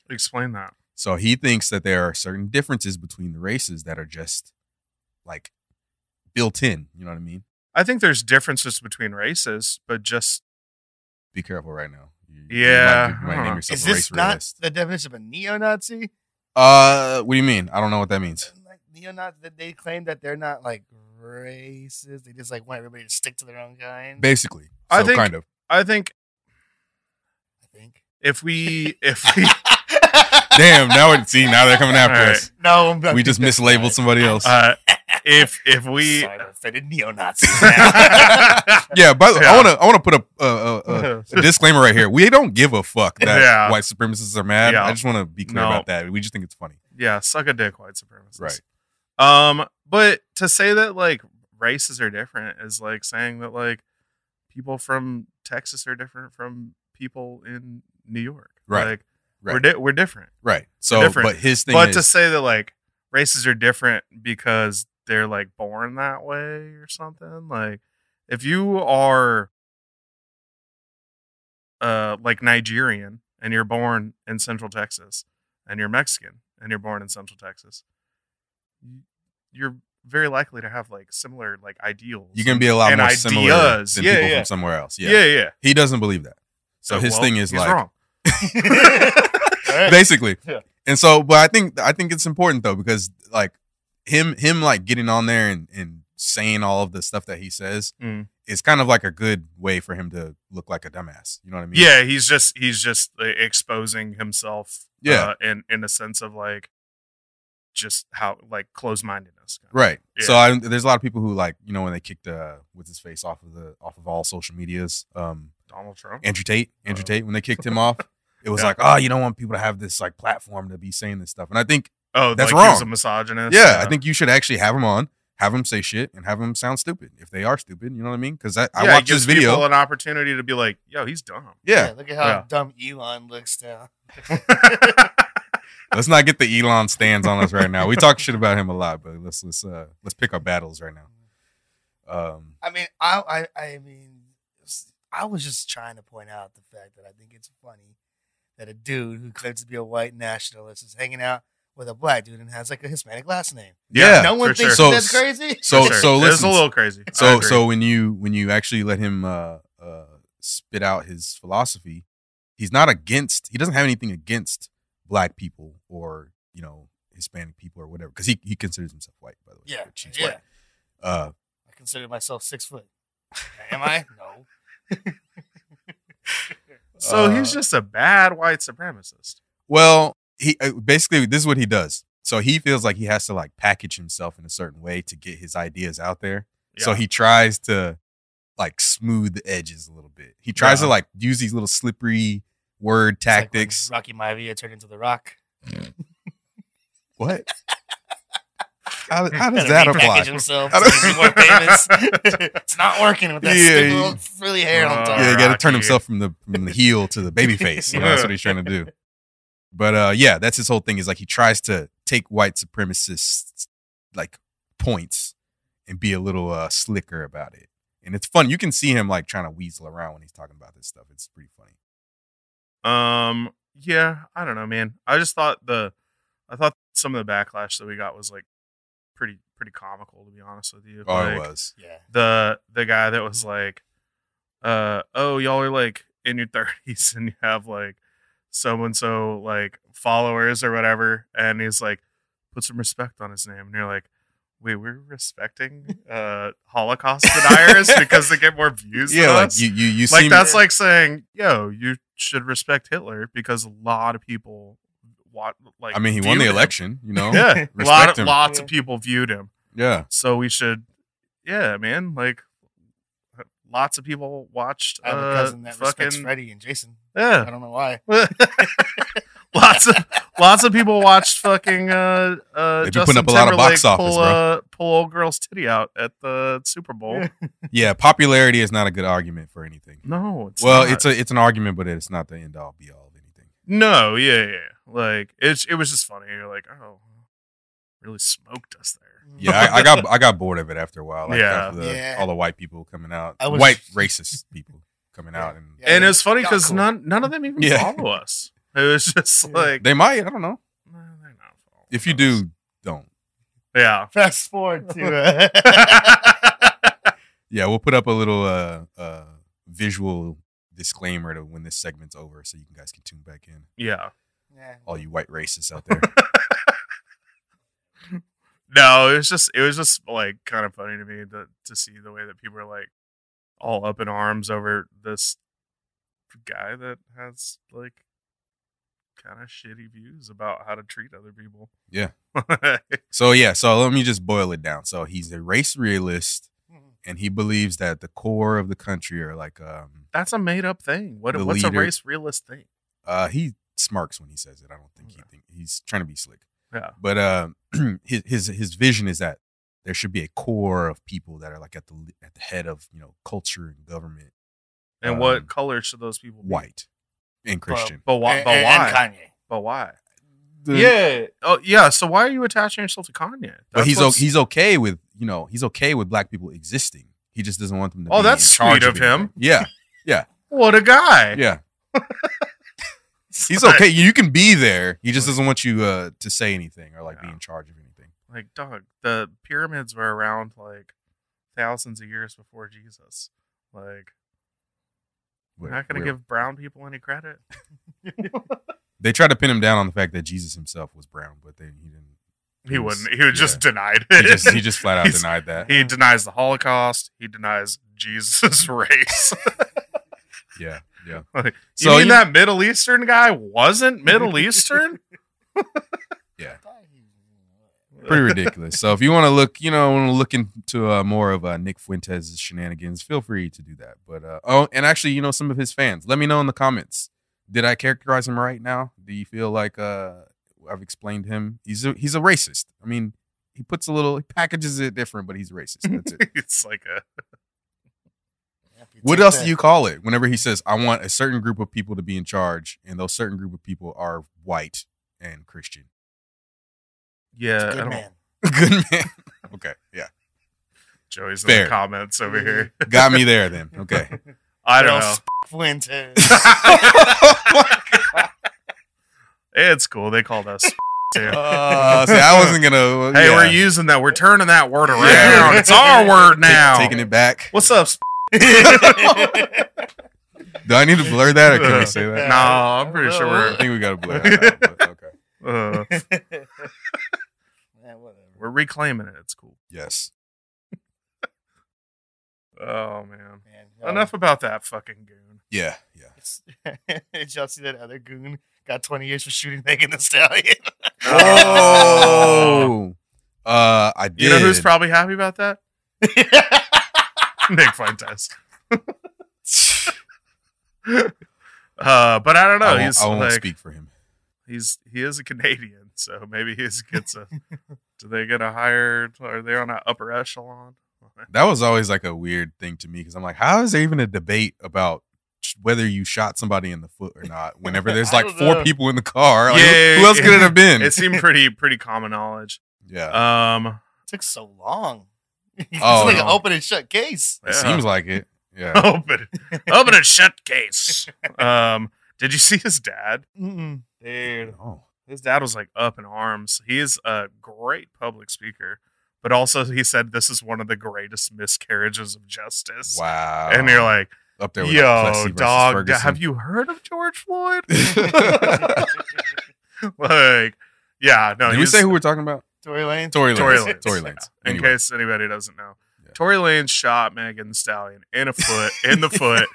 Speaker 2: explain that
Speaker 3: So he thinks that there are certain differences between the races that are just like built in. You know what I mean?
Speaker 2: i think there's differences between races but just
Speaker 3: Be careful right now. You-
Speaker 2: Yeah.
Speaker 3: You might, you might name
Speaker 2: Huh.
Speaker 3: yourself
Speaker 1: Is
Speaker 3: a
Speaker 1: this
Speaker 3: race
Speaker 1: not
Speaker 3: realist.
Speaker 1: the definition of a neo-Nazi?
Speaker 3: Uh, what do you mean? I don't know what that means.
Speaker 1: Like neo-Nazi, that they claim that they're not like racist. They just like want everybody to stick to their own kind.
Speaker 3: Basically, so
Speaker 2: I think-
Speaker 3: kind of.
Speaker 2: i think
Speaker 1: I think.
Speaker 2: if we if *laughs* we
Speaker 3: *laughs* Damn. Now we're see. Now
Speaker 1: *laughs*
Speaker 3: they're coming after
Speaker 2: All right.
Speaker 3: us.
Speaker 1: no, I'm not-
Speaker 3: We just mislabeled
Speaker 1: *laughs*
Speaker 3: somebody else.
Speaker 2: uh if if we
Speaker 1: Sorry, I offended neo-Nazis.
Speaker 3: *laughs*
Speaker 1: now.
Speaker 2: *laughs*
Speaker 3: yeah. By the way,
Speaker 2: yeah.
Speaker 3: I wanna I wanna put a, a, a, a,
Speaker 2: *laughs*
Speaker 3: a disclaimer right here. We don't give a fuck that
Speaker 2: Yeah.
Speaker 3: white supremacists are mad.
Speaker 2: Yeah.
Speaker 3: I just wanna be clear
Speaker 2: No.
Speaker 3: about that. We just think it's funny.
Speaker 2: yeah, suck a dick, white supremacists.
Speaker 3: Right.
Speaker 2: Um, but to say that like races are different is like saying that like people from Texas are different from people in New York.
Speaker 3: Right.
Speaker 2: Like
Speaker 3: Right.
Speaker 2: we're di- we're different.
Speaker 3: Right. So,
Speaker 2: different.
Speaker 3: but his thing
Speaker 2: But
Speaker 3: is
Speaker 2: to say that like races are different because they're like born that way or something, like if you are uh like Nigerian and you're born in Central Texas and you're Mexican and you're born in Central Texas, you're very likely to have like similar like ideals.
Speaker 3: you can be a lot
Speaker 2: and
Speaker 3: more
Speaker 2: ideas.
Speaker 3: similar than
Speaker 2: Yeah,
Speaker 3: people
Speaker 2: yeah.
Speaker 3: from somewhere else.
Speaker 2: yeah, yeah. yeah.
Speaker 3: He doesn't believe that. So his
Speaker 2: well,
Speaker 3: thing is
Speaker 2: he's
Speaker 3: like
Speaker 2: wrong.
Speaker 1: All right.
Speaker 3: *laughs* basically.
Speaker 1: Yeah.
Speaker 3: And so but I think I think it's important though because like him him like getting on there and, and saying all of the stuff that he says
Speaker 2: Mm.
Speaker 3: is kind of like a good way for him to look like a dumbass. You know what I mean?
Speaker 2: Yeah, he's just he's just uh, exposing himself.
Speaker 3: Yeah.
Speaker 2: uh, in in a sense of like just how like closed mindedness.
Speaker 3: Right.
Speaker 2: Yeah.
Speaker 3: So I, there's a lot of people who like, you know, when they kicked uh what's his face off of the off of all social medias, um,
Speaker 2: Donald Trump.
Speaker 3: Andrew Tate, Andrew
Speaker 2: Oh.
Speaker 3: Tate, when they kicked him off, it
Speaker 2: *laughs*
Speaker 3: was
Speaker 2: Yeah.
Speaker 3: like, oh, you don't want people to have this like platform to be saying this stuff. And I think,
Speaker 2: oh,
Speaker 3: that's
Speaker 2: like he was
Speaker 3: wrong.
Speaker 2: a misogynist.
Speaker 3: yeah, I think you should actually have him on, have him say shit, and have him sound stupid if they are stupid. You know what I mean? Because I,
Speaker 2: Yeah,
Speaker 3: I
Speaker 2: it
Speaker 3: watched
Speaker 2: gives
Speaker 3: this
Speaker 2: people
Speaker 3: video.
Speaker 2: an opportunity to be like, yo, he's dumb. *laughs*
Speaker 3: yeah,
Speaker 1: Look at how
Speaker 2: Yeah.
Speaker 1: dumb Elon looks now.
Speaker 3: let's not get the Elon stands on us right now. We talk shit about him a lot, but let's let's uh, let's pick our battles right now. Um,
Speaker 1: I mean, I, I, I mean, s- I was just trying to point out the fact that I think it's funny that a dude who claims to be a white nationalist is hanging out with a black dude and has like a Hispanic last name.
Speaker 3: Yeah,
Speaker 1: no one
Speaker 2: for
Speaker 1: thinks
Speaker 3: sure.
Speaker 1: that's
Speaker 3: So-
Speaker 1: crazy.
Speaker 3: so
Speaker 2: Sure.
Speaker 3: so
Speaker 2: it's a
Speaker 3: listen.
Speaker 2: little crazy. I
Speaker 3: so
Speaker 2: agree.
Speaker 3: so when you when you actually let him uh, uh, spit out his philosophy, he's not against. He doesn't have anything against black people or you know Hispanic people or whatever because he he considers himself white by the way.
Speaker 1: yeah,
Speaker 3: which he's
Speaker 1: yeah.
Speaker 3: white. Uh,
Speaker 1: I consider myself six foot. Am
Speaker 3: *laughs*
Speaker 1: I? No.
Speaker 2: so he's
Speaker 3: uh,
Speaker 2: just a bad white supremacist.
Speaker 3: Well, he uh, basically this is what he does. So he feels like he has to like package himself in a certain way to get his ideas out there. So
Speaker 2: Yeah.
Speaker 3: he tries to like smooth the edges a little bit. He tries
Speaker 2: No.
Speaker 3: to like use these little slippery word tactics.
Speaker 1: It's like when Rocky Maivia turned into the Rock. *laughs*
Speaker 3: what? How, how does
Speaker 1: Gotta
Speaker 3: that
Speaker 1: repackage
Speaker 3: apply?
Speaker 1: Himself
Speaker 3: *laughs* I
Speaker 1: to
Speaker 3: don't-
Speaker 1: be more famous. it's not working with that
Speaker 3: Yeah,
Speaker 1: stupid
Speaker 3: you-
Speaker 1: little frilly hair on top.
Speaker 3: Yeah, he got to turn
Speaker 2: Rocky.
Speaker 3: himself from the from the heel to the baby face. You know, that's what he's
Speaker 2: *laughs*
Speaker 3: trying to do. But uh, yeah, that's his whole thing. Is like he tries to take white supremacists like points and be a little uh, slicker about it, and it's fun. You can see him like trying to weasel around when he's talking about this stuff. It's pretty funny.
Speaker 2: Um, yeah, I don't know, man. I just thought the, I thought some of the backlash that we got was like pretty pretty comical, to be honest with you.
Speaker 3: Oh,
Speaker 2: like,
Speaker 3: it was.
Speaker 1: Yeah.
Speaker 2: the the guy that was like, uh, oh, y'all are like in your *laughs* thirties and you have like so and so like followers or whatever, and he's like, put some respect on his name, and you're like. Wait, we're respecting uh Holocaust deniers because they get more views.
Speaker 3: Yeah,
Speaker 2: than
Speaker 3: like
Speaker 2: us?
Speaker 3: you, you, you
Speaker 2: like
Speaker 3: seem,
Speaker 2: that's like saying, "Yo, you should respect Hitler because a lot of people wa- like."
Speaker 3: I mean, he won
Speaker 2: viewed
Speaker 3: the
Speaker 2: him.
Speaker 3: election. You know.
Speaker 2: Yeah, a
Speaker 3: Respect
Speaker 2: lot,
Speaker 3: him.
Speaker 2: lots
Speaker 1: Yeah.
Speaker 2: of people viewed him,
Speaker 3: Yeah.
Speaker 2: so we should. Yeah, man, like lots of people watched.
Speaker 1: I have
Speaker 2: uh,
Speaker 1: a cousin that respects
Speaker 2: fucking,
Speaker 1: Freddy and Jason. *laughs* I
Speaker 2: yeah, *laughs*
Speaker 1: don't know why.
Speaker 2: lots of lots of people watched fucking. Uh, uh,
Speaker 3: They be
Speaker 2: Justin
Speaker 3: putting up a lot of box
Speaker 2: Timberlake
Speaker 3: office,
Speaker 2: pull,
Speaker 3: bro.
Speaker 2: uh, pull old girl's titty out at the Super Bowl.
Speaker 3: Yeah. Popularity is not a good argument for anything.
Speaker 2: No, it's
Speaker 3: well,
Speaker 2: not.
Speaker 3: it's a it's an argument, but it's not the end all be all of anything.
Speaker 2: No, yeah, yeah. Like it's it was just funny. You're like, oh, really smoked us there.
Speaker 3: Yeah, I, I got I got bored of it after a while. Like
Speaker 2: Yeah.
Speaker 3: after the-
Speaker 1: Yeah.
Speaker 3: all the white people coming out,
Speaker 1: I was-
Speaker 3: white racist people coming out, and
Speaker 1: Yeah.
Speaker 2: and it's funny
Speaker 1: Y'all
Speaker 2: because
Speaker 1: cool.
Speaker 2: none none of them even
Speaker 3: Yeah.
Speaker 2: follow us. It was just
Speaker 1: Yeah.
Speaker 2: like
Speaker 3: they might. I don't know.
Speaker 2: "Nah, they're not following
Speaker 3: If you
Speaker 2: us."
Speaker 3: do, don't.
Speaker 1: *laughs*
Speaker 2: yeah. *laughs*
Speaker 1: Fast forward
Speaker 3: *laughs*
Speaker 1: to uh,
Speaker 3: Yeah, we'll put up a little uh, uh, visual disclaimer to when this segment's over, so you guys can tune back in.
Speaker 2: yeah.
Speaker 1: yeah. *laughs*
Speaker 3: All you white racists out there.
Speaker 2: No, it was just it was just like kind of funny to me to to see the way that people are like all up in arms over this guy that has like kind of shitty views about how to treat other people.
Speaker 3: Yeah.
Speaker 2: yeah.
Speaker 3: so yeah, so let me just boil it down. So he's a race realist, and he believes that the core of the country are like um,
Speaker 2: *laughs* that's a made up thing. What,
Speaker 3: The
Speaker 2: what's a
Speaker 3: leader-
Speaker 2: race realist thing?
Speaker 3: uh, he smirks when he says it. I don't think he think he's trying to be slick.
Speaker 2: Yeah.
Speaker 3: but uh, *clears throat* his his his vision is that there should be a core of people that are like at the at the head of you know culture and government,
Speaker 2: And
Speaker 3: Um,
Speaker 2: what color should those people be?
Speaker 3: white and Christian.
Speaker 2: But why?
Speaker 1: And-
Speaker 2: but
Speaker 1: and-
Speaker 2: why?
Speaker 1: and Kanye.
Speaker 2: but why?
Speaker 3: The-
Speaker 2: yeah. Oh, yeah. So why are you attaching yourself to Kanye?
Speaker 3: but
Speaker 2: That's
Speaker 3: he's o-
Speaker 2: what's-
Speaker 3: he's okay with you know he's okay with black people existing. He just doesn't want them to.
Speaker 2: Oh,
Speaker 3: be
Speaker 2: that's
Speaker 3: in charge
Speaker 2: sweet of him.
Speaker 3: anything. Yeah,
Speaker 2: what a *laughs* guy.
Speaker 3: yeah. He's okay. You can be there. He just doesn't want you uh, to say anything or like be
Speaker 2: Yeah.
Speaker 3: in charge of anything.
Speaker 2: Like, dog, the pyramids were around like thousands of years before Jesus. Like, we're not going to
Speaker 3: We're-
Speaker 2: give brown people any credit.
Speaker 3: They tried to pin him down on the fact that Jesus himself was brown, but then he didn't.
Speaker 2: He
Speaker 3: Yes.
Speaker 2: wouldn't. He would just denied it.
Speaker 3: He just he just flat out
Speaker 2: He's-
Speaker 3: denied
Speaker 2: *laughs*
Speaker 3: that.
Speaker 2: he denies the Holocaust. He denies Jesus' *laughs*
Speaker 3: *laughs*
Speaker 2: race.
Speaker 3: Yeah, yeah.
Speaker 2: *laughs* Like,
Speaker 3: so
Speaker 2: you mean
Speaker 3: you-
Speaker 2: that Middle Eastern guy
Speaker 3: *laughs*
Speaker 2: wasn't Middle Eastern? *laughs*
Speaker 3: pretty ridiculous. So if you want to look, you know, want to look into uh, more of uh, Nick Fuentes' shenanigans, feel free to do that. But uh, oh, and actually, you know, some of his fans, let me know in the comments. Did I characterize him right now? Do you feel like uh, I've explained him? He's a, he's a racist. I mean, he puts a little, he packages it different, but he's racist. That's
Speaker 1: *laughs*
Speaker 3: it.
Speaker 2: it's like a
Speaker 1: Yeah, if you
Speaker 3: what
Speaker 1: take
Speaker 3: else
Speaker 1: that-
Speaker 3: do you call it? Whenever he says, "I want a certain group of people to be in charge," and those certain group of people are white and Christian. *laughs*
Speaker 2: yeah. I
Speaker 1: Good
Speaker 2: don't-
Speaker 1: man.
Speaker 3: Good man. okay, yeah,
Speaker 2: Joey's in
Speaker 3: Fair.
Speaker 2: the comments over here.
Speaker 3: got me there then. Okay.
Speaker 2: I don't
Speaker 1: What
Speaker 2: know.
Speaker 3: *laughs*
Speaker 2: *laughs*
Speaker 1: else? *laughs* Fuentes.
Speaker 2: It's cool. They called us *laughs* too.
Speaker 3: Uh, see, I
Speaker 2: *laughs*
Speaker 3: wasn't gonna.
Speaker 2: hey,
Speaker 3: yeah.
Speaker 2: we're using that. We're turning that word around.
Speaker 3: Yeah.
Speaker 2: It's
Speaker 3: *laughs*
Speaker 2: our word
Speaker 3: Ta-
Speaker 2: now.
Speaker 3: taking it back.
Speaker 2: What's up?
Speaker 3: Do I need to blur that, or
Speaker 2: *laughs*
Speaker 3: can we say
Speaker 2: No,
Speaker 3: that?
Speaker 2: I'm pretty sure
Speaker 3: I
Speaker 2: we're
Speaker 3: think we gotta blur that. Out,
Speaker 2: *laughs*
Speaker 3: but okay. *laughs*
Speaker 2: uh,
Speaker 1: Yeah, whatever.
Speaker 2: we're reclaiming it. It's cool.
Speaker 3: Yes.
Speaker 2: Oh man.
Speaker 1: Man,
Speaker 2: Enough about that fucking goon.
Speaker 3: Yeah.
Speaker 2: *laughs*
Speaker 3: Yeah.
Speaker 1: y'all- *laughs* Did y'all see that other goon got 20 years for shooting Megan Thee Stallion? *laughs*
Speaker 3: Oh. Uh, I did.
Speaker 2: You know who's probably happy about that? *laughs* Nick Fuentes. Uh, but I don't know.
Speaker 3: I won't,
Speaker 2: he's
Speaker 3: I won't
Speaker 2: like,
Speaker 3: speak for him.
Speaker 2: he's he is a Canadian, so maybe he is- gets a. do they get a higher? Are they on an upper
Speaker 3: *laughs*
Speaker 2: echelon?
Speaker 3: That was always like a weird thing to me because I'm like, how is there even a debate about sh- whether you shot somebody in the foot or not? Whenever there's
Speaker 2: *laughs* I
Speaker 3: like
Speaker 2: don't
Speaker 3: four
Speaker 2: know.
Speaker 3: people in the car, Like,
Speaker 2: Yeah,
Speaker 3: who else could it have been?
Speaker 2: It seemed pretty pretty common knowledge.
Speaker 3: yeah,
Speaker 2: Um, *laughs*
Speaker 1: took so long. *laughs* it's
Speaker 3: Oh,
Speaker 1: like
Speaker 3: no.
Speaker 1: an open and shut case.
Speaker 3: it
Speaker 2: yeah.
Speaker 3: seems like it.
Speaker 2: *laughs*
Speaker 3: Yeah,
Speaker 2: open
Speaker 3: Oh.
Speaker 2: open and shut
Speaker 3: *laughs*
Speaker 2: case. Um, did you see his dad?
Speaker 1: Mm-mm.
Speaker 2: Dude,
Speaker 3: oh,
Speaker 2: his dad was like up in arms. He is a great public speaker, but also he said this is one of the greatest miscarriages of justice.
Speaker 3: wow.
Speaker 2: And you're like,
Speaker 3: up there with like,
Speaker 2: yo,
Speaker 3: Plessy versus
Speaker 2: dog,
Speaker 3: Ferguson. *laughs*
Speaker 2: have you *laughs* heard of George Floyd? *laughs* like, yeah, no.
Speaker 3: Did we
Speaker 2: he's-
Speaker 3: say who we're talking about?
Speaker 1: *laughs* Tory Lane.
Speaker 3: Tory Lanez.
Speaker 2: Tory Lanez.
Speaker 3: Tory
Speaker 2: yeah.
Speaker 3: Lanez.
Speaker 2: In
Speaker 3: Anyway.
Speaker 2: case anybody doesn't know,
Speaker 3: Yeah.
Speaker 2: Tory Lanez shot Megan Thee Stallion in a foot, in the
Speaker 3: *laughs*
Speaker 2: foot,